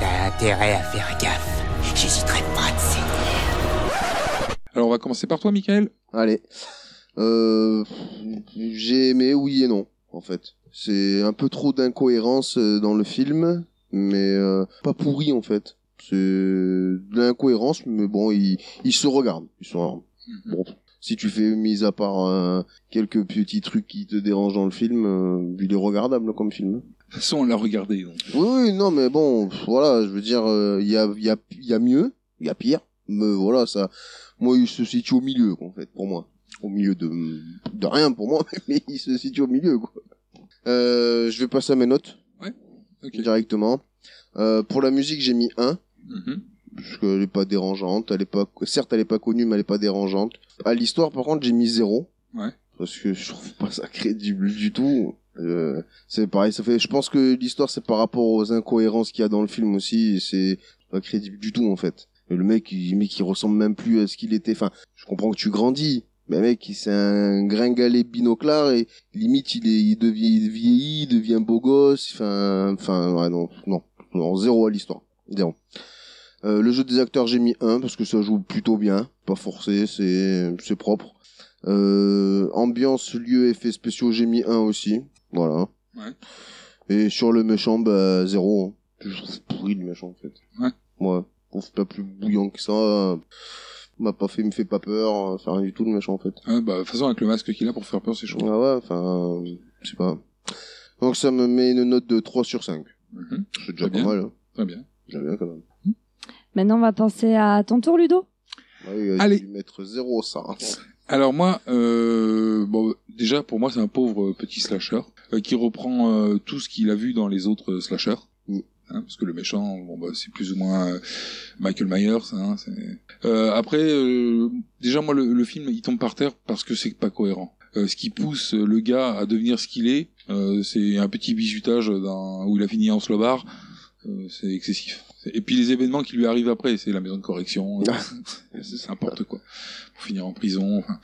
[SPEAKER 15] T'as intérêt à faire gaffe. J'hésiterai pas de
[SPEAKER 6] Alors, on va commencer par toi, Michael.
[SPEAKER 8] Allez. Euh, j'ai aimé, oui et non, en fait. C'est un peu trop d'incohérence euh, dans le film, mais euh, pas pourri, en fait. C'est de l'incohérence, mais bon, ils, ils se regardent. Ils sont... Bon, si tu fais, mis à part euh, quelques petits trucs qui te dérangent dans le film, euh, il est regardable comme film.
[SPEAKER 6] De toute façon, on l'a regardé. Donc.
[SPEAKER 8] Oui, oui, non, mais bon, pff, voilà, je veux dire, il y, a, y, a, y a mieux, il y a pire, mais voilà, ça, moi, il se situe au milieu, quoi, en fait, pour moi. Au milieu de, de rien pour moi, mais il se situe au milieu, quoi. Euh, je vais passer à mes notes.
[SPEAKER 6] Ouais,
[SPEAKER 8] Directement. Euh, pour la musique, j'ai mis 1
[SPEAKER 6] Mhm.
[SPEAKER 8] parce qu'elle est pas dérangeante, elle est pas, certes elle est pas connue mais elle est pas dérangeante. À l'histoire par contre j'ai mis zéro,
[SPEAKER 6] Ouais.
[SPEAKER 8] parce que je trouve pas ça crédible du tout. Euh, c'est pareil, ça fait, je pense que l'histoire c'est par rapport aux incohérences qu'il y a dans le film aussi, et c'est pas crédible du tout en fait. Et le mec, il, mec, il ressemble même plus à ce qu'il était. Enfin, je comprends que tu grandis, mais mec, il- c'est un gringalet binoclard et limite il est, il devient, il vieillit, il devient beau gosse. Enfin, enfin, ouais, non, non, non, zéro à l'histoire, zéro. Euh, le jeu des acteurs, j'ai mis 1 parce que ça joue plutôt bien, pas forcé, c'est c'est propre. Euh, ambiance, lieu, effets spéciaux, j'ai mis 1 aussi. Voilà.
[SPEAKER 6] Ouais.
[SPEAKER 8] Et sur le méchant, bah, 0. Je trouve pourri le méchant en fait.
[SPEAKER 6] Ouais.
[SPEAKER 8] Ouais. Je trouve pas plus bouillant que ça. M'a pas fait, me fait pas peur, enfin rien du tout le méchant en fait.
[SPEAKER 6] Ah, bah, de toute façon, avec le masque qu'il a pour faire peur, c'est chaud.
[SPEAKER 8] Ah ouais, enfin, euh, je sais pas. Donc ça me met une note de 3 sur 5.
[SPEAKER 6] Mhm.
[SPEAKER 8] C'est déjà
[SPEAKER 6] Très bien.
[SPEAKER 8] pas mal. Hein.
[SPEAKER 6] Très bien.
[SPEAKER 8] J'aime bien quand même.
[SPEAKER 7] Maintenant, on va penser à ton tour, Ludo.
[SPEAKER 8] Ouais,
[SPEAKER 6] Allez.
[SPEAKER 8] Allez. Dû mettre 0 ça.
[SPEAKER 6] Alors moi, euh, bon, déjà pour moi c'est un pauvre euh, petit slasher euh, qui reprend euh, tout ce qu'il a vu dans les autres euh, slashers. Hein, parce que le méchant, bon, bah, c'est plus ou moins euh, Michael Myers. Hein, c'est- Euh, après, euh, déjà moi le, le film il tombe par terre parce que c'est pas cohérent. Euh, ce qui pousse euh, le gars à devenir ce qu'il est, euh, c'est un petit bizutage d'un- où il a fini en slobard. Euh, c'est excessif. Et puis les événements qui lui arrivent après, c'est la maison de correction, euh, c'est c'est n'importe quoi. Pour finir en prison. enfin.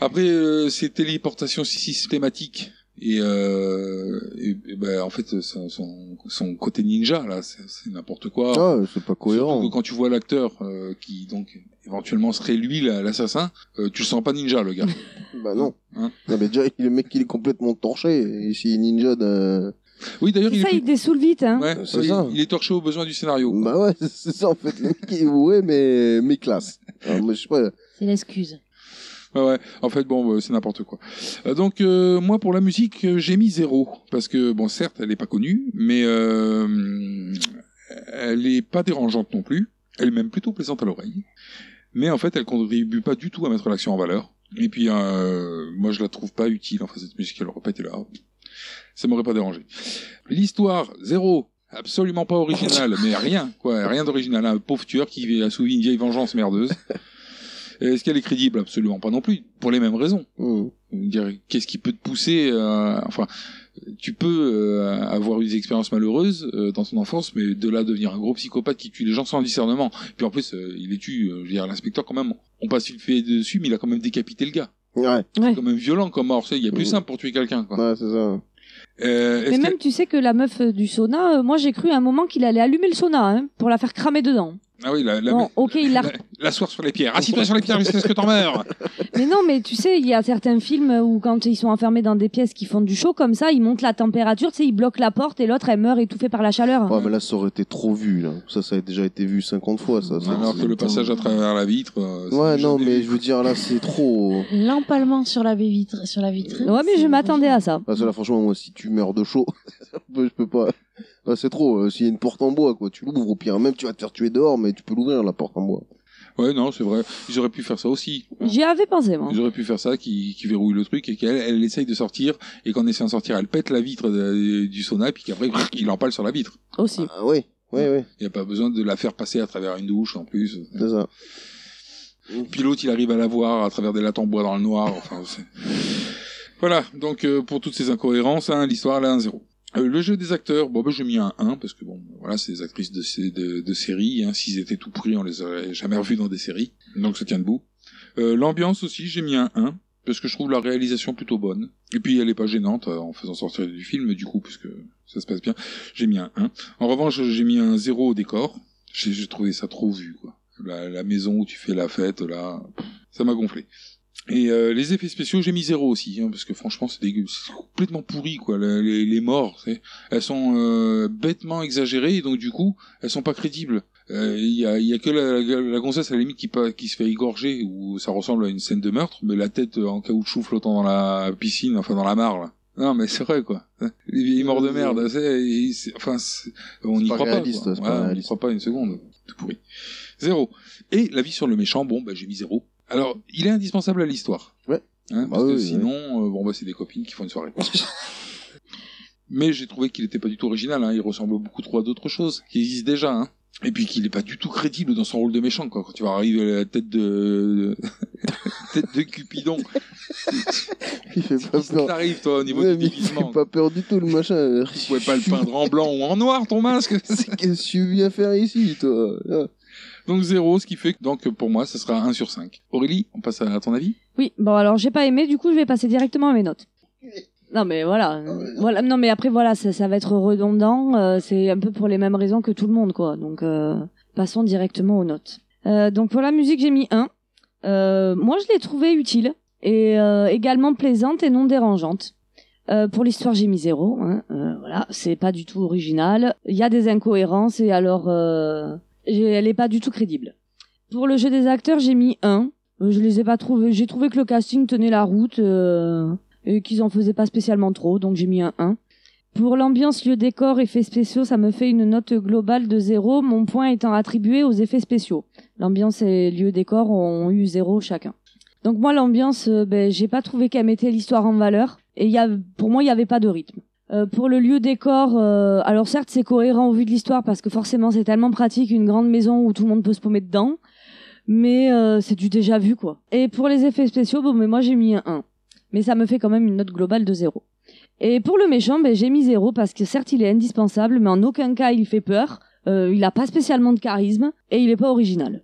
[SPEAKER 6] Après, euh, ces téléportations systématiques. Et, euh, et- et ben, en fait, son, son, son côté ninja, là, c'est c'est n'importe quoi.
[SPEAKER 8] Ah, c'est pas cohérent.
[SPEAKER 6] Surtout que quand tu vois l'acteur euh, qui donc éventuellement serait lui la- l'assassin, euh, tu le sens pas ninja le gars.
[SPEAKER 8] bah non.
[SPEAKER 6] Hein
[SPEAKER 8] Non, mais déjà, le mec, il est complètement torché. Et s'il est ninja d'un.
[SPEAKER 6] Oui, d'ailleurs,
[SPEAKER 7] C'est
[SPEAKER 6] il,
[SPEAKER 7] ça,
[SPEAKER 6] est
[SPEAKER 7] il dessoule vite, hein.
[SPEAKER 6] Ouais,
[SPEAKER 8] C'est
[SPEAKER 6] il-
[SPEAKER 8] ça.
[SPEAKER 6] il est torché aux besoins du scénario.
[SPEAKER 8] Bah ouais, c'est ça, en fait. Le mec, il est bourré, mais, mais classe. Alors, moi, je sais pas.
[SPEAKER 2] C'est l'excuse.
[SPEAKER 6] Ouais, ouais. En fait, bon, euh, c'est n'importe quoi. Euh, donc, euh, moi, pour la musique, euh, j'ai mis zéro. Parce que, bon, certes, elle n'est pas connue, mais euh, elle n'est pas dérangeante non plus. Elle est même plutôt plaisante à l'oreille. Mais en fait, elle contribue pas du tout à mettre l'action en valeur. Et puis, euh, moi, je la trouve pas utile. Enfin, cette musique, elle aurait pas été là. Ça m'aurait pas dérangé. L'histoire, zéro. Absolument pas originale, mais rien, quoi, rien d'original. Un pauvre tueur qui a souvi une vieille vengeance merdeuse. Et Est-ce qu'elle est crédible Absolument pas non plus, pour les mêmes raisons.
[SPEAKER 8] Hmm.
[SPEAKER 6] Dire, Qu'est-ce qui peut te pousser à- Enfin, tu peux euh, avoir eu des expériences malheureuses euh, dans ton enfance, mais de là à devenir un gros psychopathe qui tue les gens sans discernement. Puis en plus, euh, il les tue. euh, je veux dire, l'inspecteur quand même, on passe le fait dessus, mais il a quand même décapité le gars.
[SPEAKER 8] Ouais.
[SPEAKER 6] C'est quand même violent comme mort. tu sais, Il y a plus simple pour tuer quelqu'un. Quoi.
[SPEAKER 8] Ouais, c'est ça.
[SPEAKER 6] Euh, est-ce
[SPEAKER 7] Mais
[SPEAKER 6] qu'elle-
[SPEAKER 7] même, tu sais que la meuf euh, du sauna, euh, moi j'ai cru à un moment qu'il allait allumer le sauna hein, pour la faire cramer dedans.
[SPEAKER 6] Ah oui, la, la,
[SPEAKER 7] Bon, ok, il l'a.
[SPEAKER 6] la, la soirée sur les pierres. Assis-toi sur les pierres jusqu'à ce que t'en meurs.
[SPEAKER 7] Mais non, mais tu sais, il y a certains films où quand ils sont enfermés dans des pièces qui font du chaud comme ça, ils montent la température, tu sais, ils bloquent la porte et l'autre elle meurt étouffée par la chaleur.
[SPEAKER 8] Ouais, mais là, ça aurait été trop vu, là. Ça, ça a déjà été vu 50 fois, ça. ça.
[SPEAKER 6] Alors que le passage à travers la vitre. euh, c'est
[SPEAKER 8] Ouais, non,
[SPEAKER 6] jamais-
[SPEAKER 8] mais je veux dire, là, c'est trop.
[SPEAKER 2] L'empalement sur la baie vitre, sur la vitrine.
[SPEAKER 7] Ouais, mais je m'attendais à ça.
[SPEAKER 8] Parce que Ah, là, franchement, moi, si tu meurs de chaud, je peux pas. Là, c'est trop. Euh, S'il y a une porte en bois, quoi, tu l'ouvres au pire. Même, tu vas te faire tuer dehors, mais tu peux l'ouvrir, la porte en bois.
[SPEAKER 6] Ouais, non, c'est vrai. Ils auraient pu faire ça aussi.
[SPEAKER 7] J'y avais pensé, moi.
[SPEAKER 6] Ils auraient pu faire ça, qui, qui verrouille le truc et qu'elle elle essaye de sortir et qu'en essayant de sortir, elle pète la vitre de- du sauna puis qu'après il empale sur la vitre.
[SPEAKER 7] Aussi.
[SPEAKER 8] Ah oui, oui, oui.
[SPEAKER 6] Il n'y a pas besoin de la faire passer à travers une douche en plus. euh.
[SPEAKER 8] C'est ça.
[SPEAKER 6] Puis l'autre, il arrive à la voir à travers des lattes en bois dans le noir. Enfin, c'est- voilà. Donc euh, pour toutes ces incohérences, hein, l'histoire elle a un zéro. Euh, le jeu des acteurs, bon ben j'ai mis un 1 parce que bon voilà c'est des actrices de, sé- de, de séries, hein, s'ils étaient tout pris on les aurait jamais revus dans des séries, donc ça tient debout. Euh, L'ambiance aussi, j'ai mis un 1, parce que je trouve la réalisation plutôt bonne. Et puis elle est pas gênante euh, en faisant sortir du film, du coup, puisque ça se passe bien, j'ai mis un 1. En revanche, j'ai mis un 0 au décor. J'ai j'ai trouvé ça trop vu, quoi. La, la maison où tu fais la fête, là, pff, ça m'a gonflé. Et euh, les effets spéciaux, j'ai mis 0 aussi, hein, parce que franchement, c'est dégueu. C'est complètement pourri, quoi. La- Les, les morts, c'est- elles sont euh, bêtement exagérées, et donc du coup, elles sont pas crédibles. Euh, Il y, a, il y a que la, la, la gonzesse à la limite qui, pa- qui se fait égorger, où ça ressemble à une scène de meurtre, mais la tête euh, en caoutchouc flottant dans la piscine, enfin dans la mare, là. Non, mais c'est vrai, quoi. Les vieilles morts de merde, c'est, et c'est- enfin, c'est- on
[SPEAKER 8] C'est
[SPEAKER 6] n'y
[SPEAKER 8] pas
[SPEAKER 6] croit
[SPEAKER 8] réaliste,
[SPEAKER 6] pas. quoi.
[SPEAKER 8] c'est pas
[SPEAKER 6] Voilà, on n'y
[SPEAKER 8] réaliste.
[SPEAKER 6] croit pas une seconde. Tout pourri. Zéro. Et l'avis sur le méchant, bon, bah, j'ai mis zéro. Alors, il est indispensable à l'histoire.
[SPEAKER 8] Ouais.
[SPEAKER 6] Hein,
[SPEAKER 8] Bah
[SPEAKER 6] parce que
[SPEAKER 8] oui,
[SPEAKER 6] sinon, euh, bon, bah, c'est des copines qui font une soirée. Mais j'ai trouvé qu'il n'était pas du tout original, hein. il ressemble beaucoup trop à d'autres choses qui existent déjà. Hein. Et puis qu'il n'est pas du tout crédible dans son rôle de méchant, quoi. Quand tu vas arriver à la tête de. tête de Cupidon.
[SPEAKER 8] Il fait pas peur.
[SPEAKER 6] T'arrives, toi, au niveau
[SPEAKER 8] Ouais,
[SPEAKER 6] du
[SPEAKER 8] mais il
[SPEAKER 6] déguisement.
[SPEAKER 8] fait pas peur du tout, le machin.
[SPEAKER 6] Tu pouvais pas le peindre en blanc ou en noir, ton masque
[SPEAKER 8] C'est Qu'est-ce que tu viens faire ici, toi hein
[SPEAKER 6] Donc zéro, ce qui fait que donc, pour moi, ça sera 1 sur 5. Aurélie, on passe à ton avis
[SPEAKER 7] Oui, bon alors j'ai pas aimé, du coup je vais passer directement à mes notes. Non mais voilà, voilà, non mais après voilà, ça, ça va être redondant, euh, c'est un peu pour les mêmes raisons que tout le monde quoi, donc euh, passons directement aux notes. Euh, donc pour la musique j'ai mis 1, Euh, moi je l'ai trouvée utile et euh, également plaisante et non dérangeante. Euh, pour l'histoire, j'ai mis zéro. Hein. Euh, voilà, c'est pas du tout original. Il y a des incohérences et alors, euh, j'ai- elle est pas du tout crédible. Pour le jeu des acteurs, j'ai mis un. Euh, Je les ai pas trouvés. J'ai trouvé que le casting tenait la route euh, et qu'ils en faisaient pas spécialement trop, donc j'ai mis un 1. Pour l'ambiance, lieu décor, effets spéciaux, ça me fait une note globale de zéro, mon point étant attribué aux effets spéciaux. L'ambiance et lieu décor ont eu zéro chacun. Donc moi l'ambiance, euh, ben, j'ai pas trouvé qu'elle mettait l'histoire en valeur et il y a, pour moi il y avait pas de rythme. Euh, pour le lieu décor, euh, alors certes c'est cohérent au vu de l'histoire parce que forcément c'est tellement pratique une grande maison où tout le monde peut se paumer dedans, mais euh, c'est du déjà vu quoi. Et pour les effets spéciaux, bon mais moi j'ai mis un 1, mais ça me fait quand même une note globale de 0. Et pour le méchant, ben, j'ai mis 0 parce que certes il est indispensable, mais en aucun cas il fait peur. Euh, il n'a pas spécialement de charisme et il n'est pas original.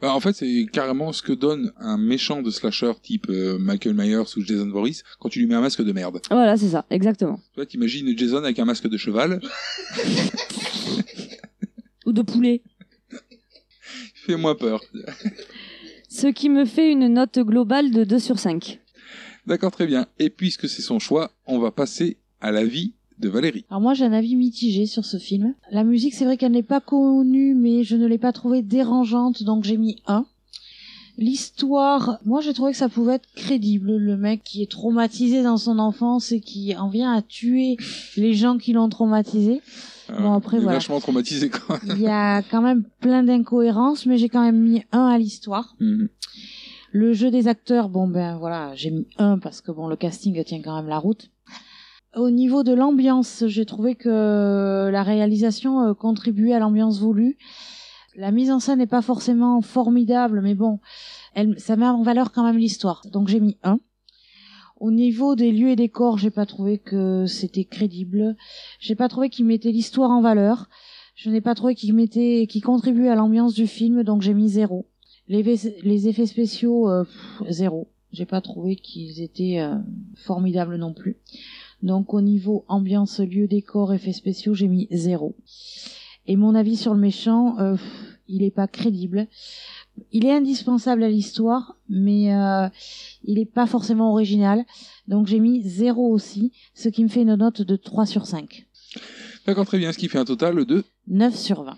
[SPEAKER 6] Bah, en fait, c'est carrément ce que donne un méchant de slasher type euh, Michael Myers ou Jason Voorhees quand tu lui mets un masque de merde.
[SPEAKER 7] Voilà, c'est ça, exactement.
[SPEAKER 6] Toi, t'imagines Jason avec un masque de cheval,
[SPEAKER 7] Ou de poulet.
[SPEAKER 6] il fait moins peur.
[SPEAKER 7] Ce qui me fait une note globale de 2 sur 5.
[SPEAKER 6] D'accord, très bien. Et puisque c'est son choix, on va passer à la vie de Valérie.
[SPEAKER 2] Alors moi j'ai un avis mitigé sur ce film. La musique c'est vrai qu'elle n'est pas connue mais je ne l'ai pas trouvée dérangeante donc j'ai mis un. L'histoire, moi j'ai trouvé que ça pouvait être crédible. Le mec qui est traumatisé dans son enfance et qui en vient à tuer les gens qui l'ont traumatisé. bon après
[SPEAKER 6] il Euh, est
[SPEAKER 2] voilà.
[SPEAKER 6] vachement traumatisé quand même.
[SPEAKER 2] Il y a quand même plein d'incohérences mais j'ai quand même mis un à l'histoire.
[SPEAKER 6] Mhm.
[SPEAKER 2] Le jeu des acteurs, bon ben voilà, j'ai mis un parce que bon le casting tient quand même la route. Au niveau de l'ambiance, j'ai trouvé que la réalisation euh, contribuait à l'ambiance voulue. La mise en scène n'est pas forcément formidable, mais bon, elle, ça met en valeur quand même l'histoire. Donc j'ai mis un. Au niveau des lieux et décors, j'ai pas trouvé que c'était crédible. J'ai pas trouvé qu'il mettait l'histoire en valeur. Je n'ai pas trouvé qu'il mettait, qu'il contribuait à l'ambiance du film, donc j'ai mis zéro. Les, vais- les effets spéciaux, euh, pff, zéro. J'ai pas trouvé qu'ils étaient euh, formidables non plus. Donc au niveau ambiance, lieu, décor, effets spéciaux, j'ai mis zéro. Et mon avis sur le méchant, euh, pff, il est pas crédible. Il est indispensable à l'histoire, mais euh, il est pas forcément original. Donc j'ai mis zéro aussi, ce qui me fait une note de 3 sur 5.
[SPEAKER 6] D'accord, très bien. Ce qui fait un total de
[SPEAKER 2] 9 sur 20.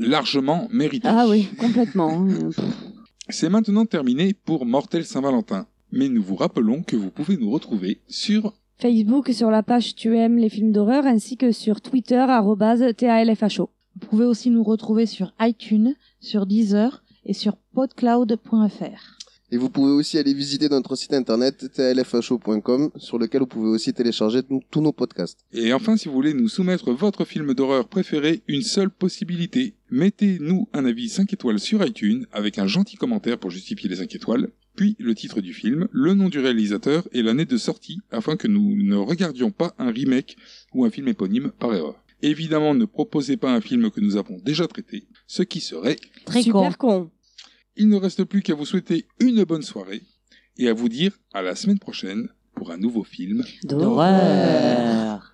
[SPEAKER 6] largement mérité.
[SPEAKER 7] Ah oui, complètement. hein.
[SPEAKER 6] C'est maintenant terminé pour Mortel Saint-Valentin. Mais nous vous rappelons que vous pouvez nous retrouver sur
[SPEAKER 7] Facebook sur la page Tu aimes les films d'horreur ainsi que sur Twitter arrobase TALFHO.
[SPEAKER 2] Vous pouvez aussi nous retrouver sur iTunes, sur Deezer et sur podcloud.fr.
[SPEAKER 8] Et vous pouvez aussi aller visiter notre site internet tlfho.com sur lequel vous pouvez aussi télécharger tous- tous nos podcasts.
[SPEAKER 6] Et enfin, si vous voulez nous soumettre votre film d'horreur préféré, une seule possibilité. Mettez-nous un avis 5 étoiles sur iTunes avec un gentil commentaire pour justifier les 5 étoiles, puis le titre du film, le nom du réalisateur et l'année de sortie afin que nous ne regardions pas un remake ou un film éponyme par erreur. Évidemment, ne proposez pas un film que nous avons déjà traité, ce qui serait
[SPEAKER 2] Très
[SPEAKER 7] Super con.
[SPEAKER 6] Il ne reste plus qu'à vous souhaiter une bonne soirée et à vous dire à la semaine prochaine pour un nouveau film
[SPEAKER 7] D'horreur.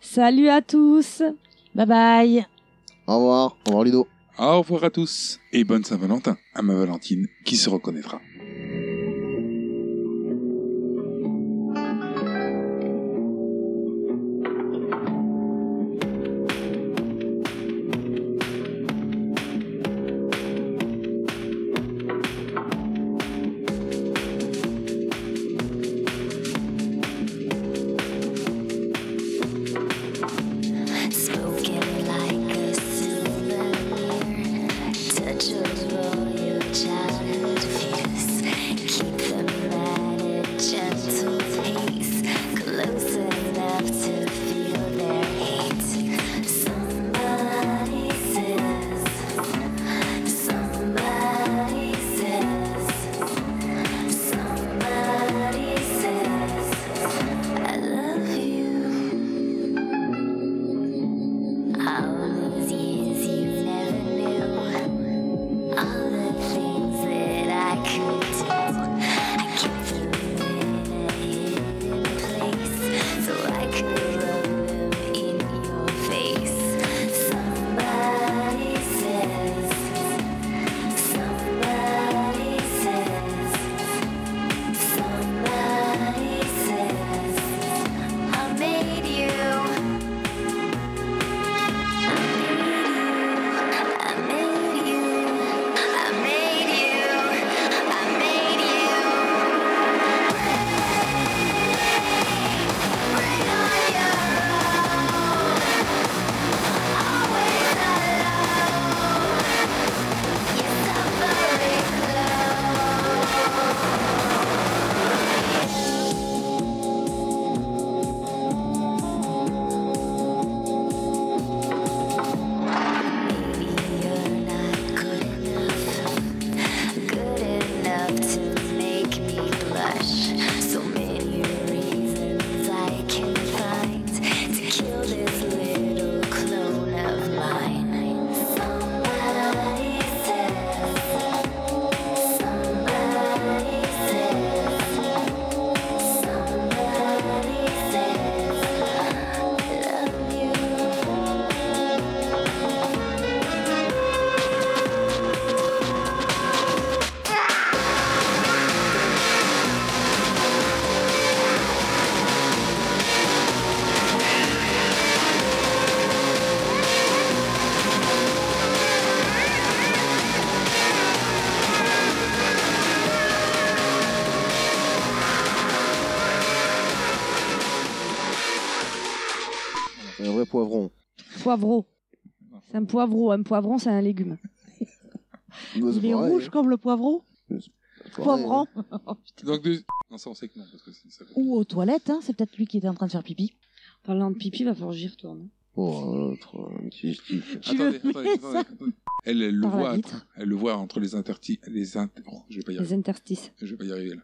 [SPEAKER 7] Salut à tous.
[SPEAKER 2] Bye bye.
[SPEAKER 8] Au revoir, au revoir Ludo.
[SPEAKER 6] Au revoir à tous et bonne Saint-Valentin à ma Valentine qui se reconnaîtra.
[SPEAKER 16] Spoken like a souvenir, touch of all your childhood fears.
[SPEAKER 8] poivrons.
[SPEAKER 7] Poivreau. C'est un poivreau. Un poivron, c'est un légume.
[SPEAKER 2] Il est rouge comme le poivron.
[SPEAKER 8] hein.
[SPEAKER 2] Poivron.
[SPEAKER 6] Donc, deux- non, ça on sait que non, parce que c'est ça.
[SPEAKER 2] Ou aux toilettes, hein, c'est peut-être lui qui était en train de faire pipi.
[SPEAKER 7] Parlant de pipi, va falloir que j'y retourne.
[SPEAKER 8] Oh, l'autre, un petit stiff.
[SPEAKER 6] Attendez,
[SPEAKER 7] veux
[SPEAKER 6] attendez,
[SPEAKER 7] faire
[SPEAKER 6] attendez, attendez. Elle, elle le
[SPEAKER 7] Par la
[SPEAKER 6] voit,
[SPEAKER 7] vitre.
[SPEAKER 6] attends, elle le voit entre les interti, les inter- oh, je vais pas y
[SPEAKER 7] Les
[SPEAKER 6] arriver.
[SPEAKER 7] interstices.
[SPEAKER 6] Je vais pas y arriver là.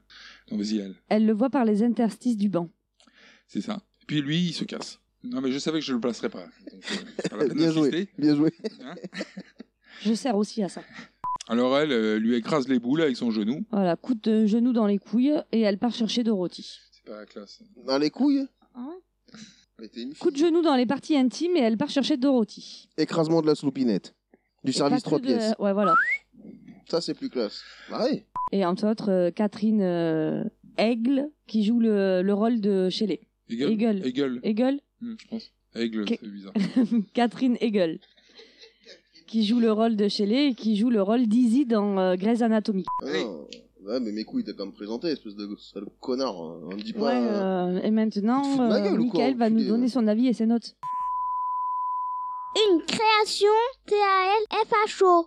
[SPEAKER 6] Non, vas-y, elle.
[SPEAKER 7] Elle le voit par les interstices du banc.
[SPEAKER 6] C'est ça. Puis lui, il se casse. Non, mais je savais que je le placerais pas. Donc, euh, c'est pas la peine
[SPEAKER 8] Bien
[SPEAKER 6] d'insister.
[SPEAKER 8] joué, bien joué.
[SPEAKER 7] Je sers aussi à ça.
[SPEAKER 6] Alors elle euh, lui écrase les boules avec son genou.
[SPEAKER 7] Voilà, coup de genou dans les couilles et elle part chercher Dorothy.
[SPEAKER 6] C'est pas la classe.
[SPEAKER 8] Dans les couilles
[SPEAKER 7] Ah ouais
[SPEAKER 8] Mais t'es une fille.
[SPEAKER 7] Coup de genou dans les parties intimes et elle part chercher Dorothy.
[SPEAKER 8] Écrasement de la sloupinette. Du service
[SPEAKER 7] Pas que
[SPEAKER 8] 3
[SPEAKER 7] de-
[SPEAKER 8] pièces.
[SPEAKER 7] Ouais, voilà.
[SPEAKER 8] Ça, c'est plus classe. Pareil.
[SPEAKER 7] Et entre autres, euh, Catherine euh, Aigle qui joue le, le rôle de Shelley.
[SPEAKER 6] Hegel.
[SPEAKER 7] Hegel.
[SPEAKER 6] Hegel.
[SPEAKER 7] Hegel.
[SPEAKER 6] Hmm, je pense. Aigle,
[SPEAKER 7] Que-
[SPEAKER 6] c'est bizarre.
[SPEAKER 7] Catherine Hegel. Qui joue le rôle de Shelley et qui joue le rôle d'Izzy dans euh, Grey's Anatomy.
[SPEAKER 8] Ah non. Ouais, mais mes couilles, t'as quand même présenté, espèce de sale connard. hein. On me dit pas.
[SPEAKER 7] Ouais, euh, et maintenant,
[SPEAKER 8] tu te fous de ma gueule ou quoi,
[SPEAKER 7] Michael va nous
[SPEAKER 8] enculé, hein.
[SPEAKER 7] donner son avis et ses notes.
[SPEAKER 17] Une création T-A-L-F-H-O.